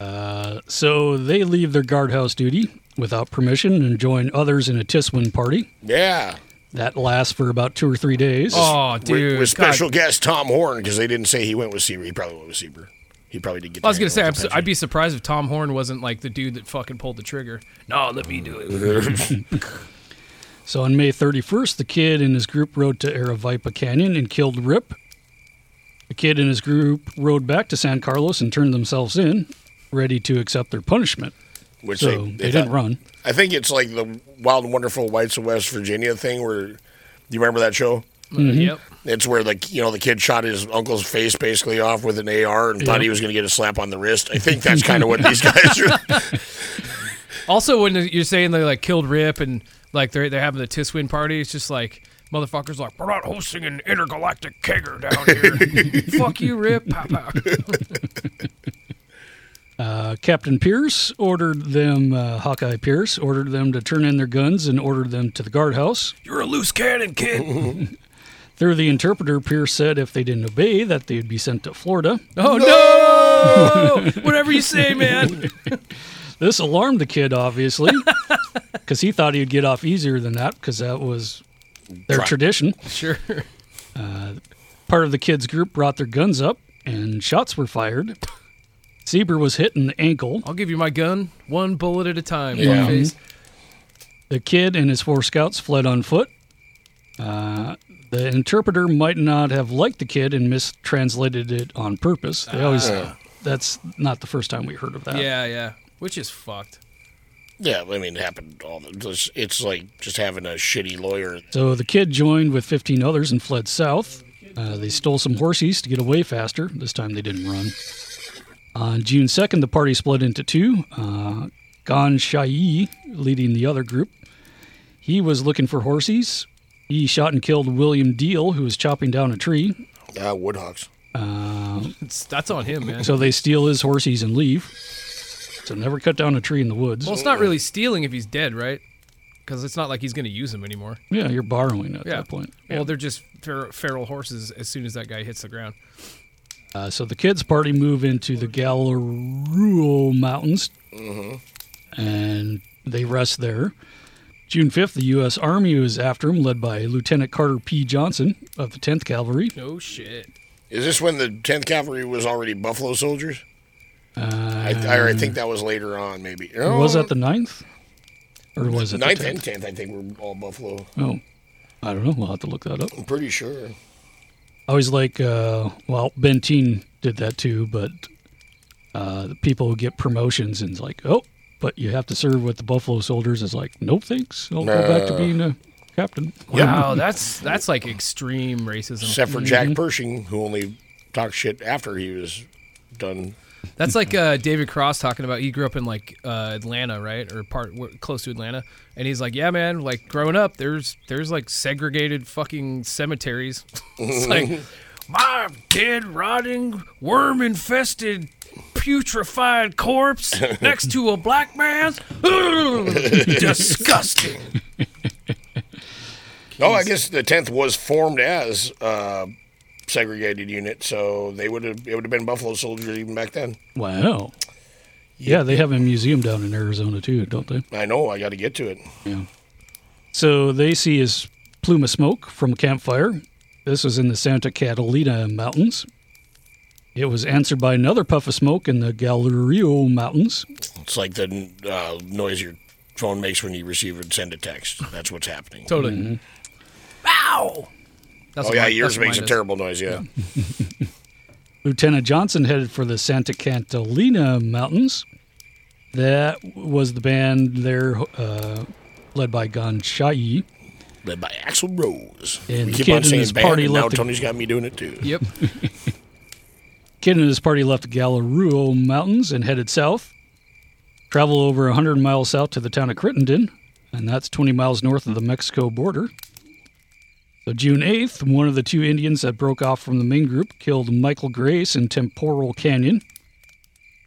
[SPEAKER 6] Uh, so they leave their guardhouse duty without permission and join others in a Tiswin party.
[SPEAKER 1] Yeah.
[SPEAKER 6] That lasts for about two or three days.
[SPEAKER 1] With- With, special guest Tom Horn because they didn't say he went with Seaver. He probably went with Seaver. He probably did get.
[SPEAKER 2] I was
[SPEAKER 1] the
[SPEAKER 2] gonna say I'm,
[SPEAKER 1] handle
[SPEAKER 2] su- I'd be surprised if Tom Horn wasn't like the dude that fucking pulled the trigger. No, let me do it.
[SPEAKER 6] So on May 31st, the kid and his group rode to Aravipa Canyon and killed Rip. The kid and his group rode back to San Carlos and turned themselves in, ready to accept their punishment.
[SPEAKER 1] Which
[SPEAKER 6] so
[SPEAKER 1] they-
[SPEAKER 6] they,
[SPEAKER 1] they
[SPEAKER 6] didn't
[SPEAKER 1] got-
[SPEAKER 6] run.
[SPEAKER 1] I think it's like the Wild and Wonderful Whites of West Virginia thing where you remember that show?
[SPEAKER 6] Mhm.
[SPEAKER 2] Yep.
[SPEAKER 1] It's where the you know the kid shot his uncle's face basically off with an AR and thought
[SPEAKER 2] Yeah.
[SPEAKER 1] he was going to get a slap on the wrist. I think that's kind of what these guys are.
[SPEAKER 2] Also, when you're saying they like killed Rip and like they're they're having the Tiswin party, it's just like motherfuckers like we're not hosting an intergalactic kegger down here. Fuck you, Rip. Pow, pow.
[SPEAKER 6] Uh, Captain Pierce ordered them, uh, Hawkeye Pierce ordered them to turn in their guns and ordered them to the guardhouse.
[SPEAKER 2] You're a loose cannon, kid.
[SPEAKER 6] Through the interpreter, Pierce said if they didn't obey, that they'd be sent to Florida.
[SPEAKER 2] Oh no! Whatever you say, man.
[SPEAKER 6] This alarmed the kid, obviously, because he thought he'd get off easier than that, because that was their
[SPEAKER 2] Right.
[SPEAKER 6] tradition.
[SPEAKER 2] Sure.
[SPEAKER 6] Uh, part of the kids' group brought their guns up, and shots were fired. Zebra was hit in the ankle.
[SPEAKER 2] I'll give you my gun, one bullet at a time.
[SPEAKER 6] Yeah.
[SPEAKER 2] fuckface.
[SPEAKER 6] The kid and his four scouts fled on foot. Uh, the interpreter might not have liked the kid and mistranslated it on purpose. They always
[SPEAKER 2] Ah.
[SPEAKER 6] that's not the first time we heard of that.
[SPEAKER 2] Yeah, yeah. Which is fucked.
[SPEAKER 1] yeah, I mean, it happened all. The, it's, it's like just having a shitty lawyer.
[SPEAKER 6] So the kid joined with 15 others and fled south. Uh, they stole some horses to get away faster. This time they didn't run. On June 2nd, the party split into two. Uh, Gan Shai leading the other group. He was looking for horses. He shot and killed William Deal, who was chopping down a tree.
[SPEAKER 1] Yeah, Woodhawks.
[SPEAKER 6] Uh,
[SPEAKER 2] It's, that's on him, man.
[SPEAKER 6] so they steal his horses and leave. So never cut down a tree in the woods.
[SPEAKER 2] Well, it's not really stealing if he's dead, right? Because it's not like he's going to use them anymore.
[SPEAKER 6] Yeah, you're borrowing at
[SPEAKER 2] yeah.
[SPEAKER 6] that point.
[SPEAKER 2] Well, they're just fer- feral horses as soon as that guy hits the ground.
[SPEAKER 6] Uh, so the kids' party move into the Galaruo Mountains,
[SPEAKER 2] Mm-hmm.
[SPEAKER 6] and they rest there. June 5th, the U.S. Army was after him, led by Lieutenant Carter P. Johnson of the 10th Cavalry.
[SPEAKER 2] No shit.
[SPEAKER 1] Is this when the 10th Cavalry was already Buffalo Soldiers? I, I, or I think that was later on, maybe. Oh,
[SPEAKER 6] Or was
[SPEAKER 2] Oh.
[SPEAKER 6] that the 9th? Or was it the
[SPEAKER 1] ninth
[SPEAKER 6] 10th?
[SPEAKER 1] and tenth? I think were all Buffalo.
[SPEAKER 6] Oh, I don't know. We'll have to look that up.
[SPEAKER 1] I'm pretty sure.
[SPEAKER 6] I was like, uh, well, Benteen did that too, but uh, the people who get promotions and it's like, oh, but you have to serve with the Buffalo Soldiers is like, nope, thanks. I'll go back to
[SPEAKER 2] Nah.
[SPEAKER 6] being a captain.
[SPEAKER 2] Wow, that's that's like extreme racism.
[SPEAKER 1] Except for Jack Pershing, who only talked shit after he was done.
[SPEAKER 2] That's like uh, David Cross talking about. He grew up in like uh, Atlanta, right, or part w- close to Atlanta, and he's like, "Yeah, man. Like growing up, there's there's like segregated fucking cemeteries. it's like my dead, rotting, worm infested, putrefied corpse next to a black man's. Disgusting.
[SPEAKER 1] Oh, I guess the tenth was formed as a segregated unit, so they would have it would have been Buffalo Soldiers even back then.
[SPEAKER 6] Wow. Yeah, they have a museum down in Arizona too, don't they?
[SPEAKER 1] I know. I got to get to it.
[SPEAKER 6] Yeah. So they see his plume of smoke from a campfire. This was in the Santa Catalina Mountains. It was answered by another puff of smoke in the Galerio Mountains.
[SPEAKER 1] It's like the uh, noise your phone makes when you receive and send a text. That's what's happening.
[SPEAKER 2] Totally.
[SPEAKER 6] Mm-hmm.
[SPEAKER 2] Wow.
[SPEAKER 1] oh yeah, yours makes a terrible noise. Yeah.
[SPEAKER 6] Lieutenant Johnson headed for the Santa Catalina Mountains. That was the band there, uh, led by Gon Shai.
[SPEAKER 1] Led by Axel Rose.
[SPEAKER 6] And
[SPEAKER 1] we
[SPEAKER 6] the
[SPEAKER 1] keep
[SPEAKER 6] kid
[SPEAKER 1] on
[SPEAKER 6] in
[SPEAKER 1] saying
[SPEAKER 6] his
[SPEAKER 1] band,
[SPEAKER 6] party
[SPEAKER 1] and now
[SPEAKER 6] left the-
[SPEAKER 1] Tony's got me doing it too.
[SPEAKER 2] Yep.
[SPEAKER 6] Kid and his party left the Galaruo Mountains and headed south. Travel over 100 miles south to the town of Crittenden, and that's 20 miles north of the Mexico border. So June 8th, one of the two Indians that broke off from the main group killed Michael Grace in Temporal Canyon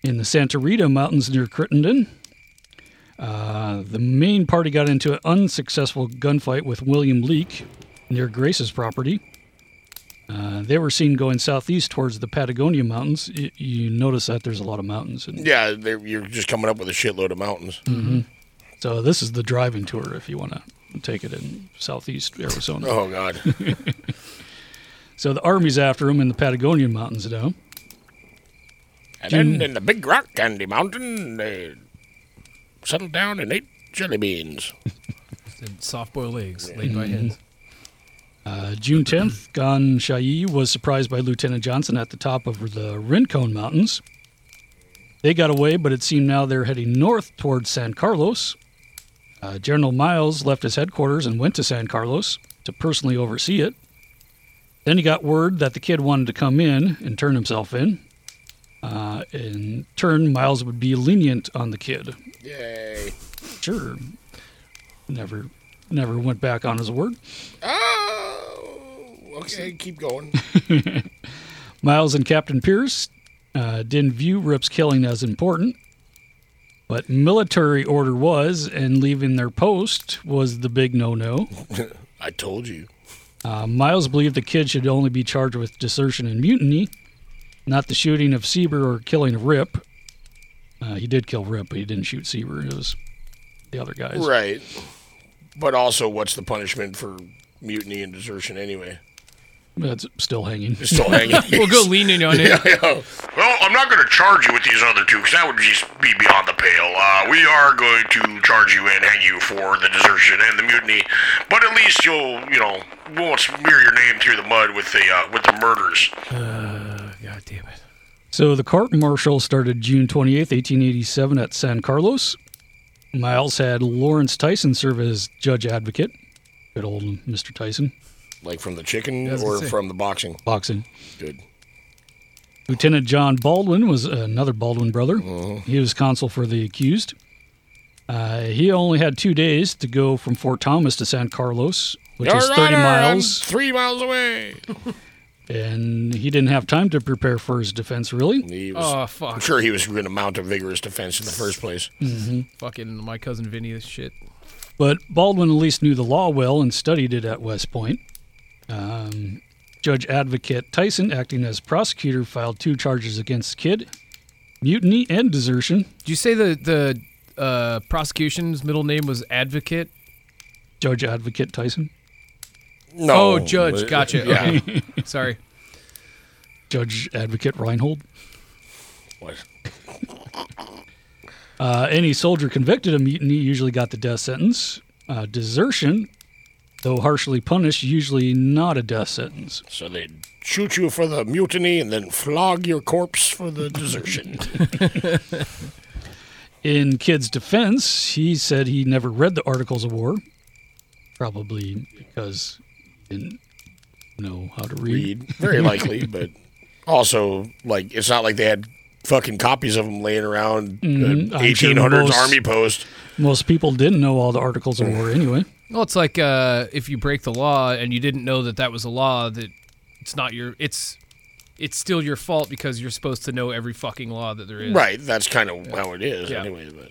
[SPEAKER 6] in the Santa Rita Mountains near Crittenden. Uh, the main party got into an unsuccessful gunfight with William Leake near Grace's property. Uh, they were seen going southeast towards the Patagonia Mountains. Y you notice that there's a lot of mountains. And,
[SPEAKER 1] Yeah, they're- you're just coming up with a shitload of mountains.
[SPEAKER 6] Mhm. So this is the driving tour if you want to take it in southeast Arizona.
[SPEAKER 1] Oh God.
[SPEAKER 6] So the army's after him in the Patagonian mountains now.
[SPEAKER 1] And
[SPEAKER 6] June-
[SPEAKER 1] then in the Big Rock Candy Mountain, they settled down and ate jelly beans.
[SPEAKER 2] and soft boiled eggs laid by hens.
[SPEAKER 6] Uh, June 10th, Gan Shayi was surprised by Lieutenant Johnson at the top of the Rincon Mountains. They got away, but it seemed now they're heading north towards San Carlos. Uh, General Miles left his headquarters and went to San Carlos to personally oversee it. Then he got word that the kid wanted to come in and turn himself in. Uh, in turn, Miles would be lenient on the kid.
[SPEAKER 1] Yay.
[SPEAKER 6] Sure. Never, never went back on his word.
[SPEAKER 1] Oh, okay. Keep going.
[SPEAKER 6] Miles and Captain Pierce uh, didn't view Rip's killing as important, but military order was, and leaving their post was the big no no.
[SPEAKER 1] I told you.
[SPEAKER 6] Uh, Miles believed the kid should only be charged with desertion and mutiny, not the shooting of Sieber or killing of Rip. Uh, he did kill Rip, but he didn't shoot Sieber. It was the other guys.
[SPEAKER 1] Right. But also, what's the punishment for mutiny and desertion anyway?
[SPEAKER 6] That's still hanging.
[SPEAKER 1] It's still hanging. Yeah, yeah. Well, I'm not going to charge you with these other two because that would just be beyond the pale. Uh, we are going to charge you and hang you for the desertion and the mutiny, but at least you'll, you know, we won't smear your name through the mud with the uh, with the murders.
[SPEAKER 6] So the court martial started June 28, 1887, at San Carlos. Miles had Lawrence Tyson serve as judge advocate. Good old Mr. Tyson.
[SPEAKER 1] Like from the chicken
[SPEAKER 6] Yeah, I was
[SPEAKER 1] or
[SPEAKER 6] gonna say.
[SPEAKER 1] from the boxing?
[SPEAKER 6] Boxing.
[SPEAKER 1] Good.
[SPEAKER 6] Lieutenant John Baldwin was another Baldwin brother. He was counsel for the accused. Uh, he only had two days to go from Fort Thomas to San Carlos, which
[SPEAKER 1] Your
[SPEAKER 6] is 30
[SPEAKER 1] Honor,
[SPEAKER 6] miles,
[SPEAKER 1] I'm three miles away.
[SPEAKER 6] and he didn't have time to prepare for his defense, really.
[SPEAKER 1] He was,
[SPEAKER 2] Oh,
[SPEAKER 1] I'm sure he was going to mount a vigorous defense in the first place.
[SPEAKER 6] Mhm.
[SPEAKER 2] Fucking my cousin Vinny, this shit.
[SPEAKER 6] But Baldwin at least knew the law well and studied it at West Point. Um, Judge Advocate Tyson, acting as prosecutor, filed two charges against Kidd mutiny and desertion.
[SPEAKER 2] Did you say the the uh, prosecution's middle name was Advocate?
[SPEAKER 6] Judge Advocate Tyson.
[SPEAKER 2] No. Oh, Judge. Gotcha.
[SPEAKER 6] Yeah.
[SPEAKER 2] Okay. Sorry.
[SPEAKER 6] Judge Advocate Reinhold.
[SPEAKER 1] What?
[SPEAKER 6] Uh, any soldier convicted of mutiny usually got the death sentence. Uh, desertion, though harshly punished, usually not a death sentence.
[SPEAKER 1] So they shoot you for the mutiny and then flog your corpse for the desertion.
[SPEAKER 6] In Kidd's defense, he said he never read the Articles of War, probably because he didn't know how to read.
[SPEAKER 1] read, very likely, but also like it's not like they had fucking copies of them laying around
[SPEAKER 6] Mhm.
[SPEAKER 1] uh,
[SPEAKER 6] I'm sure
[SPEAKER 1] 1800s
[SPEAKER 6] most-
[SPEAKER 1] army post.
[SPEAKER 6] Most people didn't know all the Articles of War anyway.
[SPEAKER 2] Well, it's like uh, if you break the law and you didn't know that that was a law, that it's not your. It's it's still your fault because you're supposed to know every fucking law that there is.
[SPEAKER 1] Right, that's kind of how it is,
[SPEAKER 2] Yeah.
[SPEAKER 1] anyways. But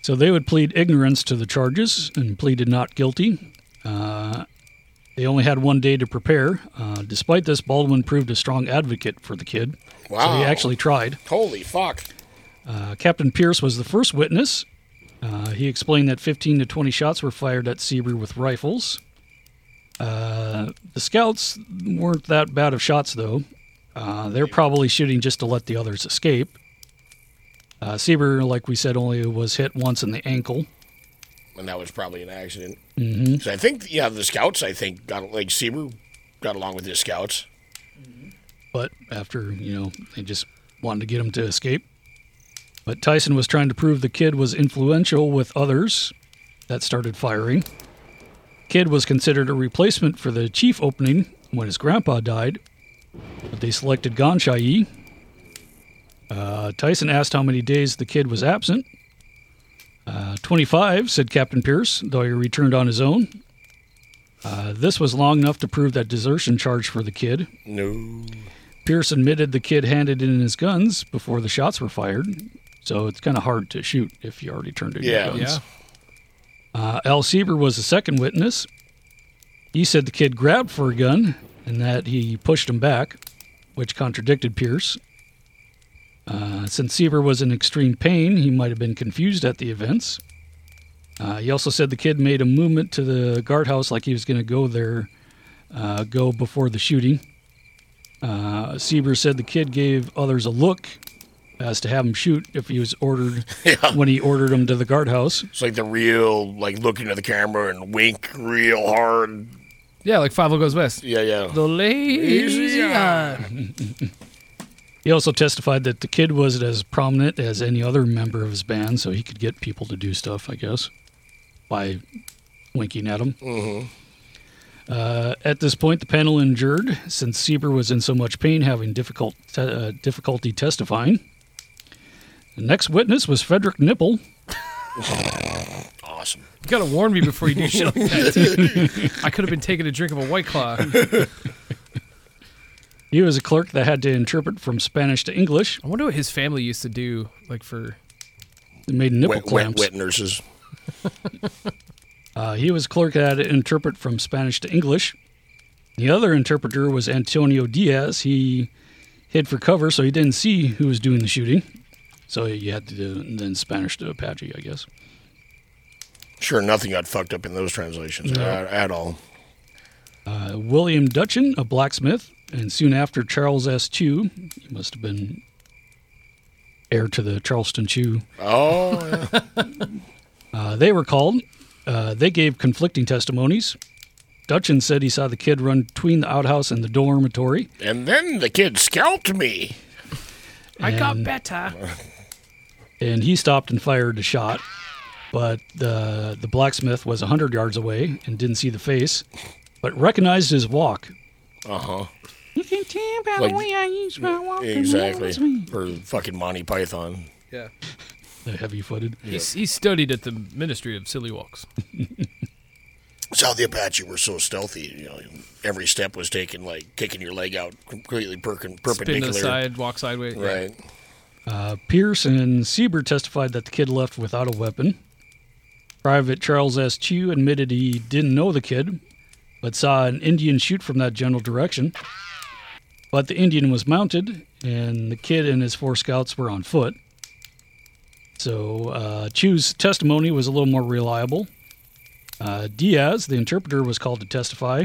[SPEAKER 6] So they would plead ignorance to the charges and pleaded not guilty. Uh, they only had one day to prepare. Uh, despite this, Baldwin proved a strong advocate for the kid. So
[SPEAKER 1] Wow.
[SPEAKER 6] he actually tried.
[SPEAKER 1] holy fuck,
[SPEAKER 6] Uh, Captain Pierce was the first witness. Uh, he explained that 15 to 20 shots were fired at Seaver with rifles. Uh, the scouts weren't that bad of shots, though. Uh, they're probably shooting just to let the others escape. Uh, Seaver, like we said, only was hit once in the ankle.
[SPEAKER 1] and that was probably an accident.
[SPEAKER 6] Mhm.
[SPEAKER 1] 'Cause I think yeah, the scouts I think got like Seaver got along with his scouts.
[SPEAKER 6] but after you know they just wanted to get him to escape but tyson was trying to prove the kid was influential with others that started firing kid was considered a replacement for the chief opening when his grandpa died but they selected ganshayi uh, tyson asked how many days the kid was absent uh, 25 said captain pierce though he returned on his own uh, this was long enough to prove that desertion charge for the kid
[SPEAKER 1] No,
[SPEAKER 6] Pierce admitted the kid handed in his guns before the shots were fired, so it's kind of hard to shoot if you already turned in
[SPEAKER 1] Yeah.
[SPEAKER 6] your guns. Uh, Al Sieber was the second witness. He said the kid grabbed for a gun and that he pushed him back, which contradicted Pierce. Uh, since Sieber was in extreme pain, he might have been confused at the events. Uh, he also said the kid made a movement to the guardhouse like he was going to go there, uh, go before the shooting. Uh, Sieber said the kid gave others a look, as to have him shoot if he was ordered when he ordered him to the guardhouse.
[SPEAKER 1] It's like the real, like looking at the camera and wink real hard.
[SPEAKER 2] Yeah, like Five Goes West.
[SPEAKER 1] Yeah, yeah.
[SPEAKER 2] The lazy
[SPEAKER 1] Lazy eye.
[SPEAKER 2] eye.
[SPEAKER 6] He also testified that the kid wasn't as prominent as any other member of his band, so he could get people to do stuff, I guess, by winking at them. Uh, at this point, the panel adjourned since Sieber was in so much pain, having difficult te- uh, difficulty testifying. The next witness was Frederick Nipple.
[SPEAKER 1] awesome.
[SPEAKER 2] You gotta warn me before you do shit like that. I could have been taking a drink of a white claw.
[SPEAKER 6] He was a clerk that had to interpret from Spanish to English.
[SPEAKER 2] I wonder what his family used to do, like for
[SPEAKER 6] They made nipple
[SPEAKER 1] Wet, wet,
[SPEAKER 6] clamps.
[SPEAKER 1] wet nurses.
[SPEAKER 6] Uh, he was clerk that had to interpret from Spanish to English. The other interpreter was Antonio Diaz. He hid for cover, so he didn't see who was doing the shooting. So you had to do it then Spanish to Apache, I guess.
[SPEAKER 1] Sure, nothing got fucked up in those translations
[SPEAKER 6] No.
[SPEAKER 1] at, at all.
[SPEAKER 6] Uh, William Dutchin, a blacksmith, and soon after Charles S. Chew. He must have been heir to the Charleston Chew.
[SPEAKER 1] Oh, yeah.
[SPEAKER 6] Uh, they were called. Uh, they gave conflicting testimonies. Dutchin said he saw the kid run between the outhouse and the dormitory.
[SPEAKER 1] and then the kid scalped me.
[SPEAKER 2] I got
[SPEAKER 6] And-
[SPEAKER 2] better.
[SPEAKER 6] and he stopped and fired a shot. But the the blacksmith was hundred yards away and didn't see the face, but recognized his walk.
[SPEAKER 1] Uh huh. Like- exactly. Or fucking Monty Python.
[SPEAKER 2] Yeah.
[SPEAKER 6] The heavy footed.
[SPEAKER 2] He, he studied at the Ministry of Silly Walks.
[SPEAKER 1] It's how the Apache were so stealthy. You know, every step was taken like kicking your leg out completely per-
[SPEAKER 2] Spin to
[SPEAKER 1] perpendicular.
[SPEAKER 2] the side, walk sideways. yeah.
[SPEAKER 1] Right.
[SPEAKER 6] Uh, Pierce and Sieber testified that the kid left without a weapon. Private Charles S. Chew admitted he didn't know the kid, but saw an Indian shoot from that general direction. But the Indian was mounted, and the kid and his four scouts were on foot. So uh, Chew's testimony was a little more reliable. Uh, Diaz, the interpreter, was called to testify.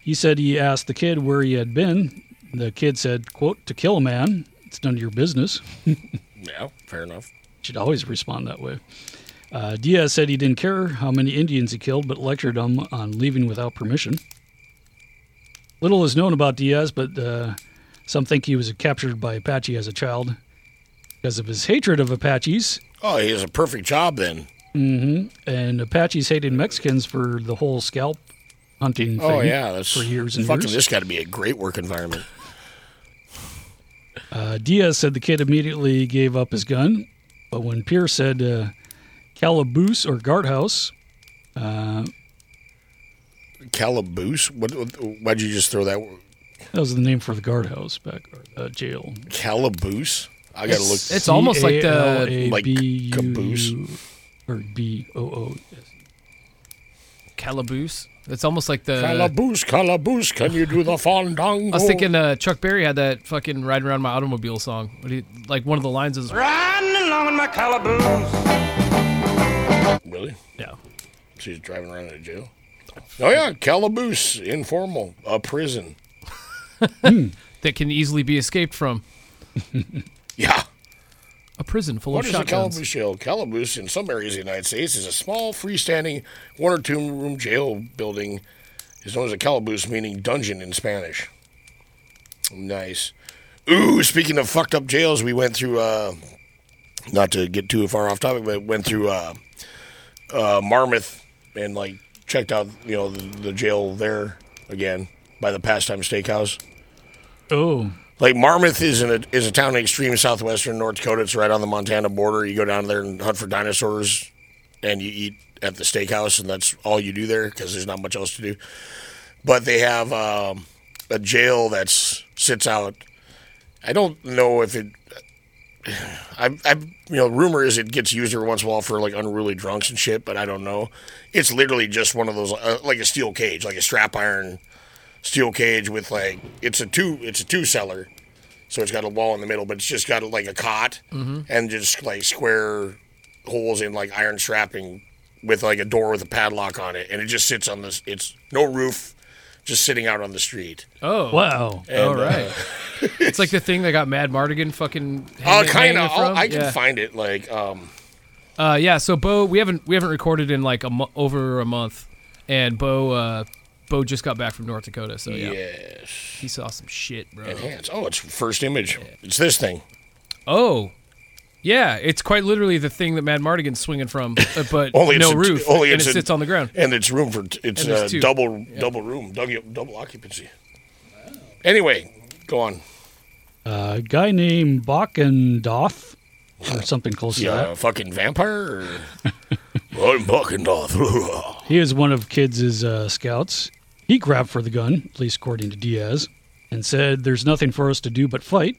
[SPEAKER 6] He said he asked the kid where he had been. The kid said, quote, to kill a man. It's none of your business.
[SPEAKER 1] Yeah, fair enough.
[SPEAKER 6] Should always respond that way. Uh, Diaz said he didn't care how many Indians he killed, but lectured them on leaving without permission. Little is known about Diaz, but uh, some think he was captured by Apache as a child because of his hatred of Apaches.
[SPEAKER 1] Oh, he has a perfect job then.
[SPEAKER 6] hmm And Apaches hated Mexicans for the whole scalp hunting thing
[SPEAKER 1] Oh yeah, that's
[SPEAKER 6] for years and
[SPEAKER 1] fucking.
[SPEAKER 6] years.
[SPEAKER 1] This got to be a great work environment.
[SPEAKER 6] Uh, Diaz said the kid immediately gave up his gun, but when Pierce said uh, calaboose or guardhouse, uh,
[SPEAKER 1] Calaboose? What, what- why'd you just throw that? word?
[SPEAKER 6] that was the name for the guardhouse back or uh, jail.
[SPEAKER 1] Calaboose? I gotta look.
[SPEAKER 2] It's- it's almost like the-
[SPEAKER 1] like
[SPEAKER 6] C-A-L-A-B-U-U,
[SPEAKER 1] caboose.
[SPEAKER 6] or B O O.
[SPEAKER 2] Calaboose. It's almost like the.
[SPEAKER 1] Calaboose, calaboose, can you do the fandango?
[SPEAKER 2] I was thinking uh, Chuck Berry had that fucking "Ride Around My Automobile" song. What he, like one of the lines is
[SPEAKER 3] Riding along in my calaboose.
[SPEAKER 1] Really?
[SPEAKER 2] Yeah.
[SPEAKER 1] She's driving around in a jail. Oh yeah, calaboose, informal, a prison.
[SPEAKER 2] that can easily be escaped from
[SPEAKER 1] Yeah.
[SPEAKER 2] a prison full
[SPEAKER 1] What
[SPEAKER 2] of
[SPEAKER 1] is a
[SPEAKER 2] shotguns.
[SPEAKER 1] calaboose jail? Calaboose in some areas of the United States is a small freestanding one or two room jail building. It's known as a calaboose, meaning dungeon in Spanish. Nice. Ooh, speaking of fucked up jails, we went through. Uh, not to get too far off topic, but went through uh, uh, Marmouth and like checked out you know the, the jail there again by the Pastime Steakhouse.
[SPEAKER 6] Oh,
[SPEAKER 1] Like Marmouth is in a is a town in extreme southwestern North Dakota. It's right on the Montana border. You go down there and hunt for dinosaurs, and you eat at the steakhouse, and that's all you do there because there's not much else to do. But they have um, a jail that's sits out. I don't know if it. I, I, you know, rumor is it gets used every once in a while for like unruly drunks and shit, but I don't know. It's literally just one of those, uh, like a steel cage, like a strap iron steel cage with like it's a two, it's a two cellar, so it's got a wall in the middle, but it's just got like a cot
[SPEAKER 2] Mm-hmm.
[SPEAKER 3] Mhm.
[SPEAKER 1] and just like square holes in like iron strapping with like a door with a padlock on it, and it just sits on this. It's no roof, just sitting out on the street.
[SPEAKER 2] Oh
[SPEAKER 1] Wow. And,
[SPEAKER 2] All right.
[SPEAKER 1] uh,
[SPEAKER 2] it's like the thing that got Mad Mardigan fucking.
[SPEAKER 1] Oh,
[SPEAKER 2] hanging-
[SPEAKER 1] kind
[SPEAKER 2] hanging
[SPEAKER 1] of.
[SPEAKER 2] from.
[SPEAKER 1] I can
[SPEAKER 2] Yeah.
[SPEAKER 1] find it. Like, um,
[SPEAKER 2] Uh, yeah. So Bo, we haven't we haven't recorded in like a mo- over a month, and Bo uh, Bo just got back from North Dakota. So yeah,
[SPEAKER 1] Yes.
[SPEAKER 2] he saw some shit, bro.
[SPEAKER 1] enhance. Oh, it's first image. It's this thing.
[SPEAKER 2] Oh, yeah. It's quite literally the thing that Mad Mardigan's swinging from, uh, but
[SPEAKER 1] Only it's
[SPEAKER 2] no
[SPEAKER 1] a-
[SPEAKER 2] roof.
[SPEAKER 1] only
[SPEAKER 2] and
[SPEAKER 1] it's
[SPEAKER 2] it
[SPEAKER 1] a-
[SPEAKER 2] sits on the ground.
[SPEAKER 1] and it's room for it's
[SPEAKER 2] And there's
[SPEAKER 1] uh,
[SPEAKER 2] two.
[SPEAKER 1] double
[SPEAKER 2] Yeah.
[SPEAKER 1] double room, double, double occupancy. Anyway, go on.
[SPEAKER 6] Uh, A guy named Bakkendoff, or something close
[SPEAKER 1] Yeah,
[SPEAKER 6] to
[SPEAKER 1] a fucking vampire. Or... I'm fucking off.
[SPEAKER 6] that. He is one of Kids' uh, scouts. He grabbed for the gun, at least according to Diaz, and said, There's nothing for us to do but fight.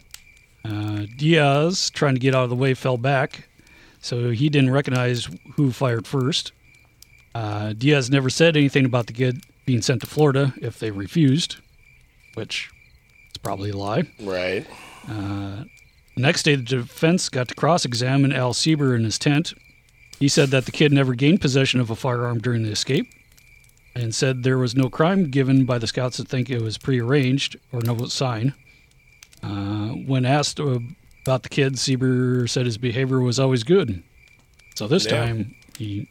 [SPEAKER 6] Uh, Diaz, trying to get out of the way, fell back, so he didn't recognize who fired first. Uh, Diaz never said anything about the kid being sent to Florida if they refused, which is probably a lie.
[SPEAKER 1] Right.
[SPEAKER 6] Uh, next day, the defense got to cross examine Al Sieber in his tent. He said that the kid never gained possession of a firearm during the escape and said there was no crime given by the scouts to think it was prearranged or no sign. Uh, when asked about the kid, Sieber said his behavior was always good. So this
[SPEAKER 2] Yeah.
[SPEAKER 6] time he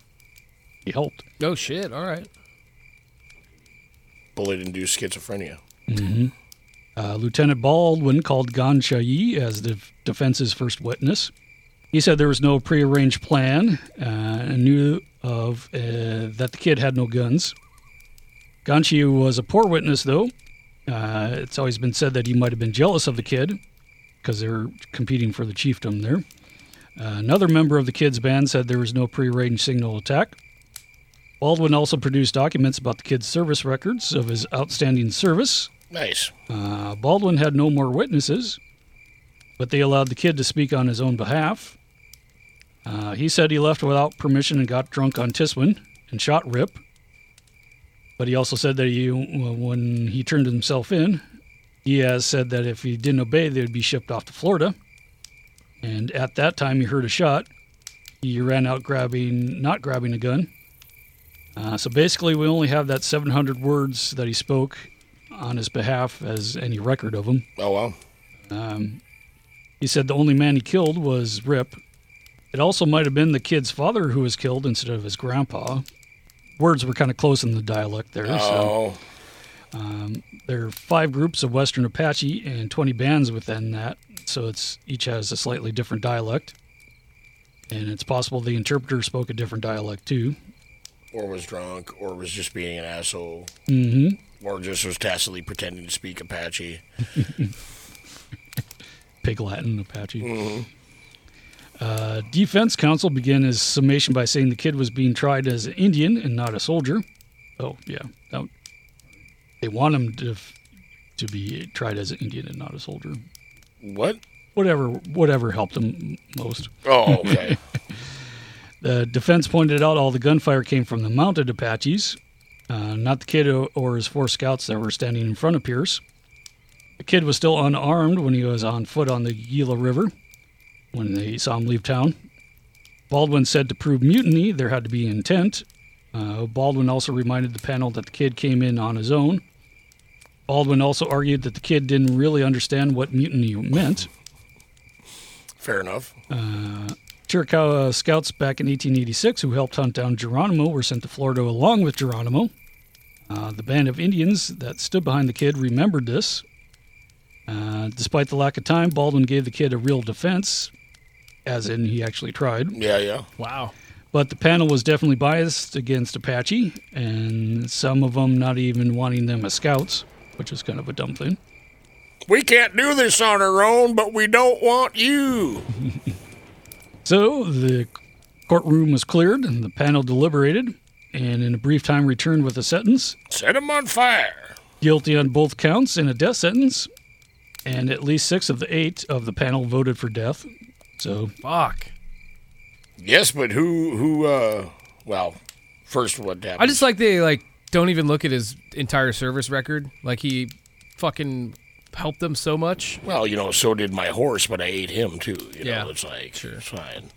[SPEAKER 6] he helped.
[SPEAKER 2] Oh shit! All right.
[SPEAKER 1] Bullet-induced schizophrenia.
[SPEAKER 6] hmm Uh, Lieutenant Baldwin called Gan Chayi as the defense's first witness. He said there was no prearranged plan uh, and knew of uh, that the kid had no guns. Gan Chayi was a poor witness, though. Uh, it's always been said that he might have been jealous of the kid because they're competing for the chiefdom there. Uh, another member of the kids' band said there was no prearranged signal attack. Baldwin also produced documents about the kid's service records of his outstanding service.
[SPEAKER 1] Nice.
[SPEAKER 6] Uh, Baldwin had no more witnesses, but they allowed the kid to speak on his own behalf. Uh, he said he left without permission and got drunk on Tiswin and shot Rip. But he also said that he, uh, when he turned himself in, Diaz said that if he didn't obey, they would be shipped off to Florida. And at that time, he heard a shot. He ran out grabbing, not grabbing a gun. Uh, so basically, we only have that 700 words that he spoke on his behalf as any record of him.
[SPEAKER 1] Oh wow.
[SPEAKER 6] Um, he said the only man he killed was Rip. It also might have been the kid's father who was killed instead of his grandpa. Words were kind of close in the dialect there.
[SPEAKER 1] Oh.
[SPEAKER 6] So, um, there are five groups of Western Apache and 20 bands within that, so it's each has a slightly different dialect. And it's possible the interpreter spoke a different dialect too.
[SPEAKER 1] Or was drunk, or was just being an asshole,
[SPEAKER 6] Mm-hmm.
[SPEAKER 1] or just was tacitly pretending to speak Apache.
[SPEAKER 6] Pig Latin Apache.
[SPEAKER 1] Mhm.
[SPEAKER 6] Uh, defense counsel began his summation by saying the kid was being tried as an Indian and not a soldier. Oh yeah, that, they want him to to be tried as an Indian and not a soldier.
[SPEAKER 1] What?
[SPEAKER 6] Whatever, whatever helped him most.
[SPEAKER 1] Oh, okay.
[SPEAKER 6] the defense pointed out all the gunfire came from the mounted Apaches, uh, not the kid o- or his four scouts that were standing in front of Pierce. The kid was still unarmed when he was on foot on the Gila River when they saw him leave town. Baldwin said to prove mutiny, there had to be intent. Uh, Baldwin also reminded the panel that the kid came in on his own. Baldwin also argued that the kid didn't really understand what mutiny meant.
[SPEAKER 1] Fair enough.
[SPEAKER 6] Uh, Chiricahua uh, scouts back in 1886 who helped hunt down Geronimo were sent to Florida along with Geronimo. Uh, the band of Indians that stood behind the kid remembered this. Uh, despite the lack of time, Baldwin gave the kid a real defense, as in he actually tried.
[SPEAKER 1] Yeah, yeah.
[SPEAKER 2] Wow.
[SPEAKER 6] But the panel was definitely biased against Apache, and some of them not even wanting them as scouts, which is kind of a dumb thing.
[SPEAKER 1] We can't do this on our own, but we don't want you.
[SPEAKER 6] So the courtroom was cleared, and the panel deliberated, and in a brief time returned with a sentence
[SPEAKER 1] Set him on fire.
[SPEAKER 6] guilty on both counts and a death sentence. And at least six of the eight of the panel voted for death. So
[SPEAKER 2] fuck.
[SPEAKER 1] Yes, but who? Who? uh Well, first, what happened?
[SPEAKER 2] I just like they like don't even look at his entire service record. Like he fucking helped them so much.
[SPEAKER 1] Well, you know, so did my horse, but I ate him too. You know,
[SPEAKER 2] Yeah.
[SPEAKER 1] it's like it's fine.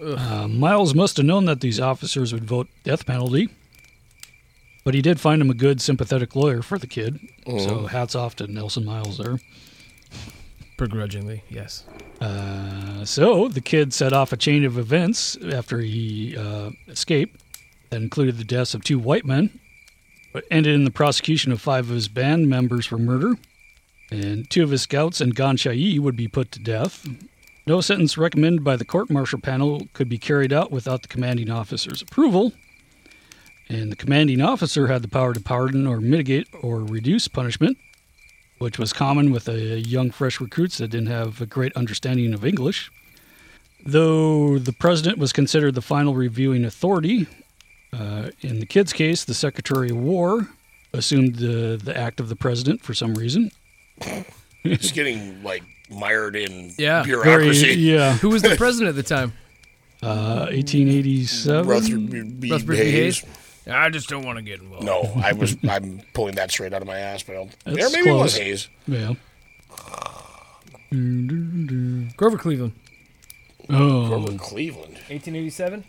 [SPEAKER 6] Uh, Miles must have known that these officers would vote death penalty. But he did find him a good, sympathetic lawyer for the kid. So
[SPEAKER 2] Mhm.
[SPEAKER 6] hats off to Nelson Miles there.
[SPEAKER 2] Begrudgingly, yes.
[SPEAKER 6] Uh, so the kid set off a chain of events after he uh, escaped that included the deaths of two white men, but ended in the prosecution of five of his band members for murder, and two of his scouts and Ganshai would be put to death. No sentence recommended by the court martial panel could be carried out without the commanding officer's approval, and the commanding officer had the power to pardon or mitigate or reduce punishment which was common with uh, young, fresh recruits that didn't have a great understanding of English. Though the president was considered the final reviewing authority, uh, in the kid's case, the Secretary of War assumed the, the act of the president for some reason.
[SPEAKER 1] It's getting like mired in
[SPEAKER 2] Yeah.
[SPEAKER 1] bureaucracy.
[SPEAKER 6] Very- yeah.
[SPEAKER 2] Who was the president at the time?
[SPEAKER 6] Uh, 1887.
[SPEAKER 1] Rutherford B.
[SPEAKER 2] Rutherford B.
[SPEAKER 1] Hayes.
[SPEAKER 2] Hayes? I just don't want to get involved.
[SPEAKER 1] No, I was. I'm pulling that straight out of my ass, but I'll-
[SPEAKER 6] That's
[SPEAKER 1] there maybe it was
[SPEAKER 6] close.
[SPEAKER 1] Hayes.
[SPEAKER 6] Yeah.
[SPEAKER 2] Grover Cleveland.
[SPEAKER 6] Oh.
[SPEAKER 1] Grover Cleveland.
[SPEAKER 2] 1887.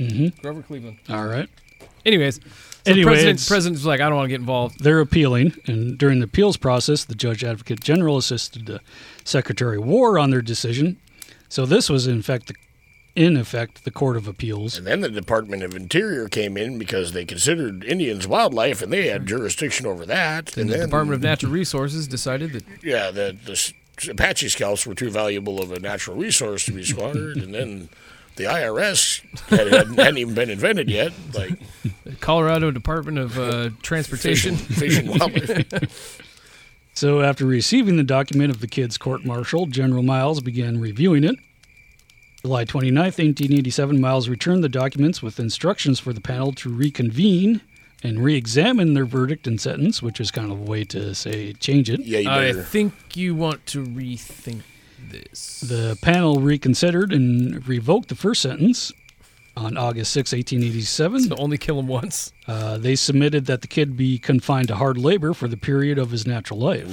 [SPEAKER 6] Mhm.
[SPEAKER 2] Grover Cleveland.
[SPEAKER 6] All right.
[SPEAKER 2] Anyways, so the
[SPEAKER 6] Anyway,
[SPEAKER 2] president,
[SPEAKER 6] it's-
[SPEAKER 2] president was like, I don't want to get involved.
[SPEAKER 6] They're appealing, and during the appeals process, the judge advocate general assisted the Secretary of War on their decision. So this was in fact, the, in effect, the Court of Appeals.
[SPEAKER 1] And then the Department of Interior came in because they considered Indians wildlife, and they had jurisdiction over that.
[SPEAKER 2] And,
[SPEAKER 1] And,
[SPEAKER 2] the
[SPEAKER 1] then,
[SPEAKER 2] Department of Natural Resources decided that
[SPEAKER 1] yeah, the, the s- Apache scouts were too valuable of a natural resource to be squandered, and then the IRS had, hadn't, hadn't even been invented yet. Like
[SPEAKER 2] the Colorado Department of uh, Transportation.
[SPEAKER 1] Fish and- fish and wildlife.
[SPEAKER 6] So after receiving the document of the kid's court martial, General Miles began reviewing it. July 29, 1887, Miles returned the documents with instructions for the panel to reconvene and re-examine their verdict and sentence, which is kind of a way to say change it.
[SPEAKER 1] Yeah,
[SPEAKER 2] I think you want to rethink this.
[SPEAKER 6] The panel reconsidered and revoked the first sentence on August 6, 1887. So
[SPEAKER 2] only kill him once.
[SPEAKER 6] Uh, they submitted that the kid be confined to hard labor for the period of his natural life.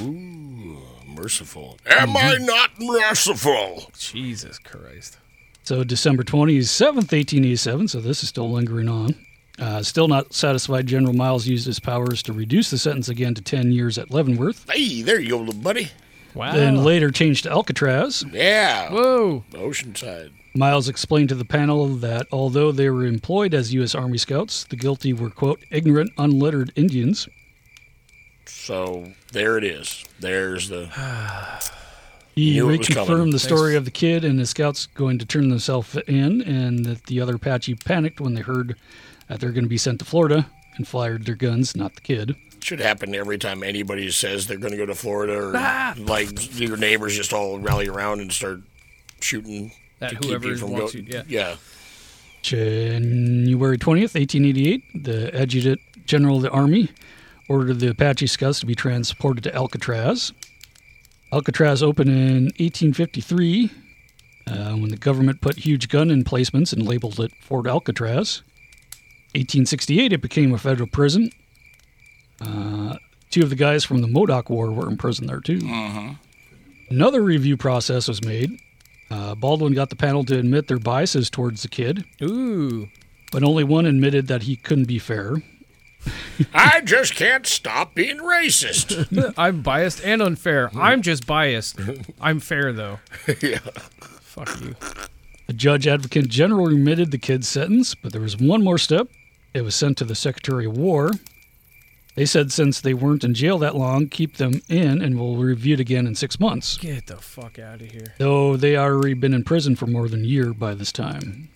[SPEAKER 1] merciful. Am I not merciful?
[SPEAKER 2] Jesus Christ.
[SPEAKER 6] So December 27th, 1887, so this is still lingering on. Uh, still not satisfied, General Miles used his powers to reduce the sentence again to 10 years at Leavenworth,
[SPEAKER 1] Hey, there you go, little buddy.
[SPEAKER 2] Wow.
[SPEAKER 6] then later changed to Alcatraz.
[SPEAKER 1] Yeah.
[SPEAKER 2] Whoa.
[SPEAKER 1] Oceanside.
[SPEAKER 6] Miles explained to the panel that although they were employed as U.S. Army scouts, the guilty were, quote, ignorant, unlettered Indians.
[SPEAKER 1] So there it is. There's the.
[SPEAKER 6] He
[SPEAKER 1] Knew it was coming.
[SPEAKER 6] reconfirmed the story of the kid and his scouts going to turn themselves in, and that the other Apache panicked when they heard that they're going to be sent to Florida and fired their guns, not the kid.
[SPEAKER 1] Should happen every time anybody says they're going to go to Florida or
[SPEAKER 2] Ah!
[SPEAKER 1] like your neighbors just all rally around and start shooting
[SPEAKER 2] At
[SPEAKER 1] to keep
[SPEAKER 2] whoever
[SPEAKER 1] you from
[SPEAKER 2] wants
[SPEAKER 1] go-
[SPEAKER 2] you, yeah.
[SPEAKER 1] yeah.
[SPEAKER 6] January 20th, 1888, the adjutant general of the army ordered the Apache scouts to be transported to Alcatraz. Alcatraz opened in 1853 uh, when the government put huge gun emplacements and labeled it Fort Alcatraz. 1868, it became a federal prison. Uh, two of the guys from the Modoc War were imprisoned there too. Another review process was made. Uh, Baldwin got the panel to admit their biases towards the kid.
[SPEAKER 2] Ooh.
[SPEAKER 6] But only one admitted that he couldn't be fair.
[SPEAKER 1] I just can't stop being racist.
[SPEAKER 2] I'm biased and unfair. I'm just biased. I'm fair though.
[SPEAKER 1] yeah.
[SPEAKER 2] Fuck you.
[SPEAKER 6] The judge advocate general remitted the kid's sentence, but there was one more step. It was sent to the Secretary of War. They said since they weren't in jail that long, keep them in and we'll review it again in six months.
[SPEAKER 2] Get the fuck out of here.
[SPEAKER 6] Though they had already been in prison for more than a year by this time.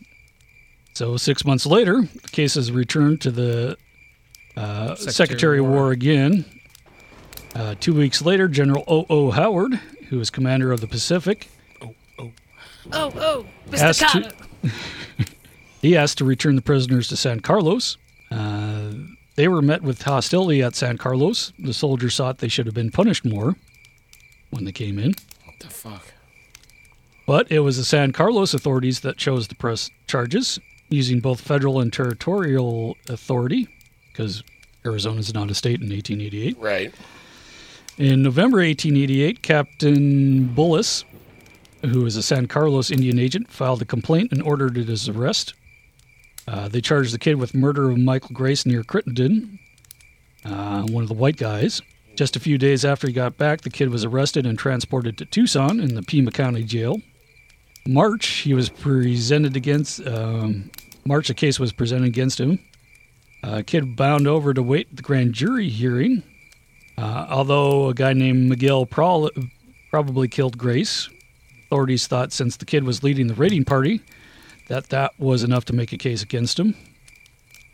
[SPEAKER 6] So six months later, the case is returned to the uh,
[SPEAKER 2] Secretary
[SPEAKER 6] Secretary, of War, again. Uh, two weeks later, General O. O. Howard, who was commander of the Pacific,
[SPEAKER 15] Oh, oh,
[SPEAKER 6] asked
[SPEAKER 15] Mr. Carter.
[SPEAKER 6] to, he asked to return the prisoners to San Carlos. Uh, they were met with hostility at San Carlos. The soldiers thought they should have been punished more when they came in.
[SPEAKER 1] What the fuck?
[SPEAKER 6] But it was the San Carlos authorities that chose to press charges using both federal and territorial authority because Arizona's not a state in 1888.
[SPEAKER 1] Right.
[SPEAKER 6] In November 1888, Captain Bullis, who is a San Carlos Indian agent, filed a complaint and ordered his arrest. Uh, they charged the kid with murder of Michael Grace near Crittenden. uh, one of the white guys. Just a few days after he got back, the kid was arrested and transported to Tucson in the Pima County Jail. March, he was presented against. Um, March, a case was presented against him. Uh, kid bound over to wait the grand jury hearing. Uh, although a guy named Miguel Prowl probably killed Grace, authorities thought since the kid was leading the raiding party, that that was enough to make a case against him.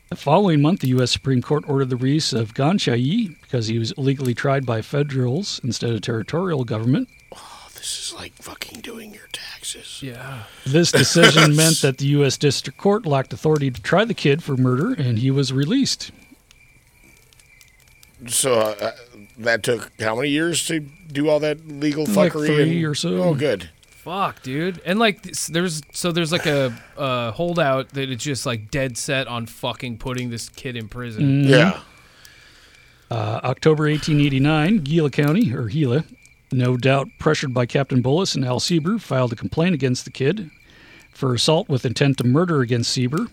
[SPEAKER 6] The following month, the U.S. Supreme Court ordered the release of Gan Yi because he was illegally tried by federals instead of territorial government.
[SPEAKER 1] Oh, this is like fucking doing your taxes.
[SPEAKER 2] Yeah.
[SPEAKER 6] This decision meant that the U.S. District Court lacked authority to try the kid for murder, and he was released.
[SPEAKER 1] So uh, that took how many years to do all that legal fuckery?
[SPEAKER 6] Like three
[SPEAKER 1] and-
[SPEAKER 6] or so.
[SPEAKER 1] Oh, good.
[SPEAKER 2] Fuck, dude. And like, this, there's so there's like a uh, holdout that is just like dead set on fucking putting this kid in
[SPEAKER 1] Mm,
[SPEAKER 2] prison.
[SPEAKER 6] Mhm. Uh, October 1889, Gila County, or Gila, no doubt pressured by Captain Bullis and Al Sieber, filed a complaint against the kid for assault with intent to murder against Sieber.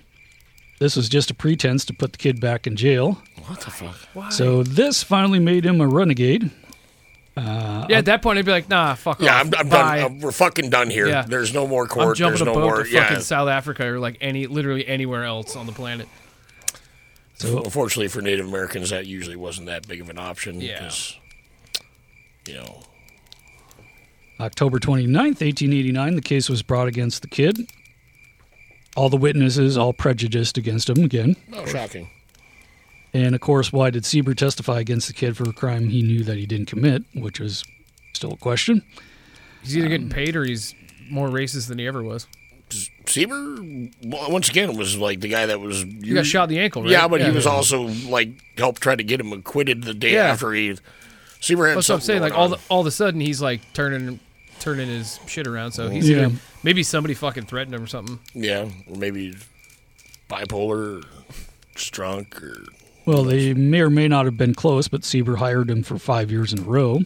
[SPEAKER 6] This was just a pretense to put the kid back in jail.
[SPEAKER 1] What the fuck?
[SPEAKER 2] Why?
[SPEAKER 6] So this finally made him a renegade. Uh,
[SPEAKER 2] yeah, at that point, I'd be like, nah, fuck
[SPEAKER 1] Yeah,
[SPEAKER 2] off.
[SPEAKER 1] I'm, I'm
[SPEAKER 2] Bye.
[SPEAKER 1] done. I'm- we're fucking done here.
[SPEAKER 2] Yeah.
[SPEAKER 1] There's no more
[SPEAKER 2] I'm
[SPEAKER 1] court.
[SPEAKER 2] jumping
[SPEAKER 1] There's
[SPEAKER 2] a
[SPEAKER 1] no
[SPEAKER 2] boat
[SPEAKER 1] more.
[SPEAKER 2] to
[SPEAKER 1] Yeah.
[SPEAKER 2] fucking South Africa or like any, literally anywhere else on the planet.
[SPEAKER 1] So, Unfortunately for Native Americans, that usually wasn't that big of an option.
[SPEAKER 2] Yeah.
[SPEAKER 1] 'cause, You know.
[SPEAKER 6] October 29th, 1889, the case was brought against the kid. All the witnesses, all prejudiced against him again.
[SPEAKER 1] Oh, shocking.
[SPEAKER 6] And of course, why did Sieber testify against the kid for a crime he knew that he didn't commit, which was still a question?
[SPEAKER 2] He's either getting paid or he's more racist than he ever was.
[SPEAKER 1] Sieber, w- once again, was like the guy that was. You
[SPEAKER 2] got shot in the ankle, right?
[SPEAKER 1] Yeah, but
[SPEAKER 2] Yeah.
[SPEAKER 1] he was also like helped try to get him acquitted the day
[SPEAKER 2] Yeah.
[SPEAKER 1] after he. Sieber had
[SPEAKER 2] That's what I'm
[SPEAKER 1] something
[SPEAKER 2] saying.
[SPEAKER 1] going
[SPEAKER 2] Like all,
[SPEAKER 1] on.
[SPEAKER 2] the, all of a sudden, he's like turning, turning his shit around. So he's
[SPEAKER 6] Yeah.
[SPEAKER 2] either- maybe somebody fucking threatened him or something.
[SPEAKER 1] Yeah, or maybe bipolar, or just drunk, or
[SPEAKER 6] Well, they may or may not have been close, but Sieber hired him for five years in a row.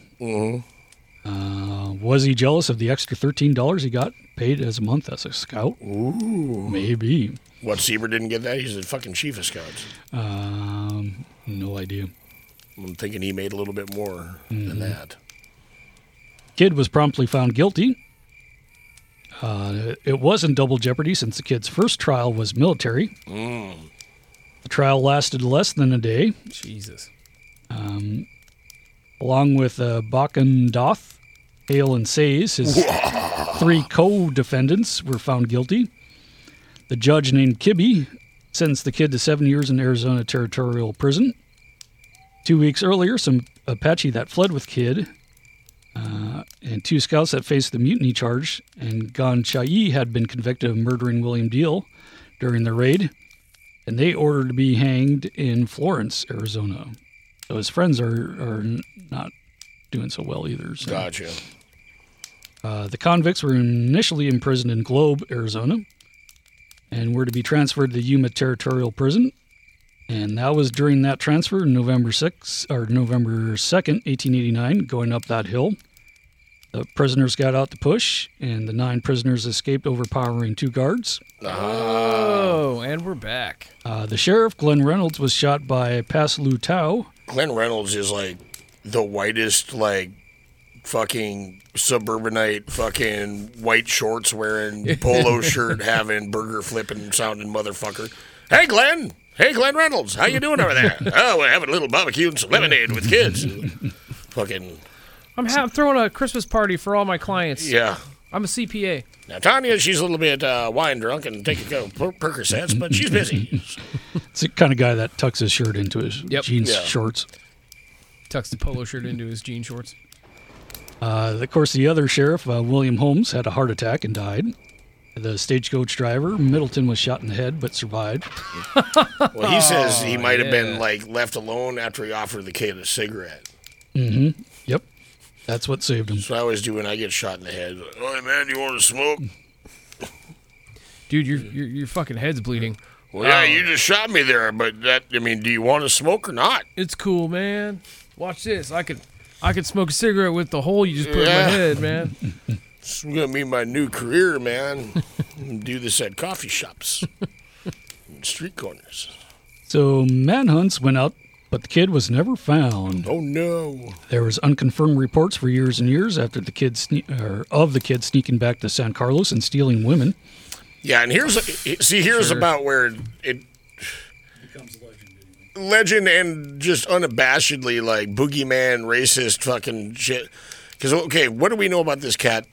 [SPEAKER 6] Uh, was he jealous of the extra $13 he got paid as a month as a scout? Ooh. Maybe.
[SPEAKER 1] what? Sieber didn't get that. He's a fucking chief of scouts.
[SPEAKER 6] Um, no idea.
[SPEAKER 1] I'm thinking he made a little bit more
[SPEAKER 6] Mhm.
[SPEAKER 2] Mm-hmm.
[SPEAKER 1] than that.
[SPEAKER 6] Kid was promptly found guilty. Uh, it was in double jeopardy since the kid's first trial was military.
[SPEAKER 1] Mm.
[SPEAKER 6] The trial lasted less than a day.
[SPEAKER 2] Jesus.
[SPEAKER 6] Um, along with uh, Bakken Doth, Hale, and Says, his three co defendants were found guilty. The judge named Kibbe sentenced the kid to seven years in Arizona Territorial Prison. Two weeks earlier, some Apache that fled with Kid uh, and two scouts that faced the mutiny charge and Gan Chai had been convicted of murdering William Deal during the raid, and they ordered to be hanged in Florence, Arizona. So his friends are, are n- not doing so well either. So.
[SPEAKER 1] Gotcha.
[SPEAKER 6] Uh, the convicts were initially imprisoned in Globe, Arizona, and were to be transferred to Yuma Territorial Prison. And that was during that transfer, November 6th, or November 2nd, 1889, going up that hill. The prisoners got out to push, and the nine prisoners escaped, overpowering two guards.
[SPEAKER 2] Oh, and we're back.
[SPEAKER 6] Uh, the sheriff, Glenn Reynolds, was shot by Pass Lu Tao.
[SPEAKER 1] Glenn Reynolds is like the whitest, like fucking suburbanite, fucking white shorts wearing, polo shirt having, burger flipping, sounding motherfucker. Hey, Glenn. Hey, Glenn Reynolds. How you doing over there? oh, we're having a little barbecue and some lemonade with kids. fucking
[SPEAKER 2] I'm, ha- I'm throwing a Christmas party for all my clients.
[SPEAKER 1] yeah.
[SPEAKER 2] I'm a CPA.
[SPEAKER 1] Now Tanya, she's a little bit uh, wine drunk and take a couple per- Percocets, but she's busy.
[SPEAKER 6] It's the kind of guy that tucks his shirt into his
[SPEAKER 2] Yep.
[SPEAKER 6] jeans
[SPEAKER 2] Yeah.
[SPEAKER 6] shorts.
[SPEAKER 2] Tucks the polo shirt into his jean shorts.
[SPEAKER 6] Uh, of course, the other sheriff, uh, William Holmes, had a heart attack and died. The stagecoach driver, Middleton, was shot in the head but survived.
[SPEAKER 1] Well, he says he
[SPEAKER 6] Oh,
[SPEAKER 1] might have
[SPEAKER 6] yeah.
[SPEAKER 1] been like left alone after he offered the kid a cigarette.
[SPEAKER 6] hmm Yep. That's what saved him.
[SPEAKER 1] That's what I always do when I get shot in the head. Hey Oh, man, you want to smoke?
[SPEAKER 2] Dude, your your, your fucking head's bleeding.
[SPEAKER 1] Well, yeah,
[SPEAKER 2] Oh,
[SPEAKER 1] you just shot me there, but that I mean, do you want to smoke or not?
[SPEAKER 2] It's cool, man. Watch this. I could I could smoke a cigarette with the hole you just put in
[SPEAKER 1] Yeah.
[SPEAKER 2] my head, man.
[SPEAKER 1] It's gonna be my new career, man. do this at coffee shops, and street corners.
[SPEAKER 6] So manhunts went out But the kid was never found.
[SPEAKER 1] Oh no!
[SPEAKER 6] There was unconfirmed reports for years and years after the kid sne- or of the kid sneaking back to San Carlos and stealing women.
[SPEAKER 1] Yeah, and here's see here's
[SPEAKER 6] Sure.
[SPEAKER 1] about where it becomes legend, legend, and just unabashedly like boogeyman, racist, fucking shit. Because okay, what do we know about this cat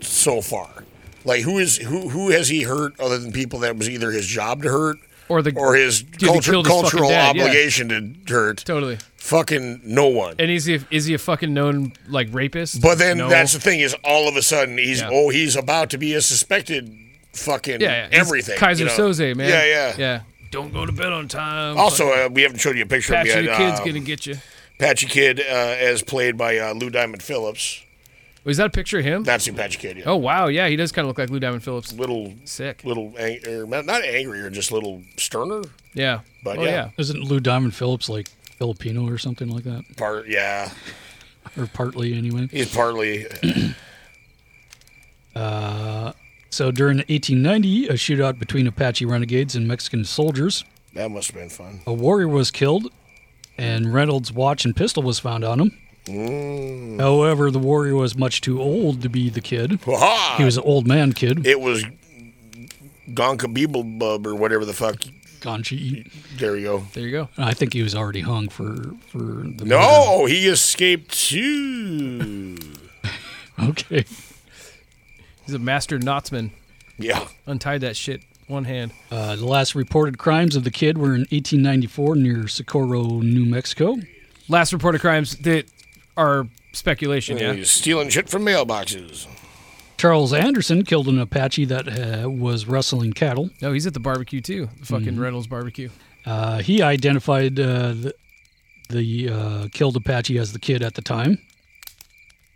[SPEAKER 1] so far? Like who is who? Who has he hurt other than people that was either his job to hurt
[SPEAKER 2] Or the
[SPEAKER 1] or his
[SPEAKER 2] dude that
[SPEAKER 1] culture,
[SPEAKER 2] killed his fucking
[SPEAKER 1] cultural
[SPEAKER 2] dad, yeah.
[SPEAKER 1] obligation to hurt?
[SPEAKER 2] Totally.
[SPEAKER 1] Fucking no one.
[SPEAKER 2] And is he is he a fucking known like rapist?
[SPEAKER 1] But then
[SPEAKER 2] No.
[SPEAKER 1] that's the thing is all of a sudden he's
[SPEAKER 2] Yeah.
[SPEAKER 1] oh he's about to be a suspected fucking
[SPEAKER 2] yeah, yeah. He's
[SPEAKER 1] everything
[SPEAKER 2] Kaiser
[SPEAKER 1] you know?
[SPEAKER 2] Soze, man.
[SPEAKER 1] yeah yeah
[SPEAKER 2] yeah. Don't go to bed on time.
[SPEAKER 1] Also, uh, we haven't showed you a picture
[SPEAKER 2] Patchy
[SPEAKER 1] of him
[SPEAKER 2] the
[SPEAKER 1] yet.
[SPEAKER 2] kid's
[SPEAKER 1] um,
[SPEAKER 2] gonna get you.
[SPEAKER 1] Patchy Kid, uh, as played by uh, Lou Diamond Phillips.
[SPEAKER 2] Was that a picture of him?
[SPEAKER 1] That's who Patchy Kid. Yeah.
[SPEAKER 2] Oh wow, yeah, he does kind of look like Lou Diamond Phillips.
[SPEAKER 1] Little
[SPEAKER 2] sick,
[SPEAKER 1] little ang- or not not angrier, just little sterner.
[SPEAKER 2] Yeah.
[SPEAKER 1] But yeah.
[SPEAKER 6] Isn't Lou Diamond Phillips like Filipino or something like that?
[SPEAKER 1] part yeah,
[SPEAKER 6] Or partly anyway?
[SPEAKER 1] he's partly.
[SPEAKER 6] Uh, so during 1890, a shootout between Apache renegades and Mexican soldiers,
[SPEAKER 1] that must have been fun.
[SPEAKER 6] a warrior was killed, and Reynolds' watch and pistol was found on him.
[SPEAKER 1] Mm.
[SPEAKER 6] However, the warrior was much too old to be the kid.
[SPEAKER 1] Ha-ha!
[SPEAKER 6] He was an old man kid.
[SPEAKER 1] It was Gonka Beeble Bub or whatever the fuck.
[SPEAKER 6] Gonchi.
[SPEAKER 1] There you go.
[SPEAKER 2] There you go.
[SPEAKER 6] I think he was already hung for for the
[SPEAKER 1] No, he escaped too.
[SPEAKER 6] murder. Okay.
[SPEAKER 2] He's a master knotsman.
[SPEAKER 1] Yeah.
[SPEAKER 2] Untied that shit one hand.
[SPEAKER 6] Uh, the last reported crimes of the kid were in 1894 near Socorro, New Mexico.
[SPEAKER 2] Last reported crimes that are speculation.
[SPEAKER 1] Yeah,
[SPEAKER 2] Yeah.
[SPEAKER 1] He's stealing shit from mailboxes.
[SPEAKER 6] Charles Anderson killed an Apache that uh, was rustling cattle.
[SPEAKER 2] No, he's at the barbecue too. The fucking
[SPEAKER 1] Mm-hmm.
[SPEAKER 2] Reynolds barbecue.
[SPEAKER 6] Uh, he identified uh, the, the uh, killed Apache as the kid at the time,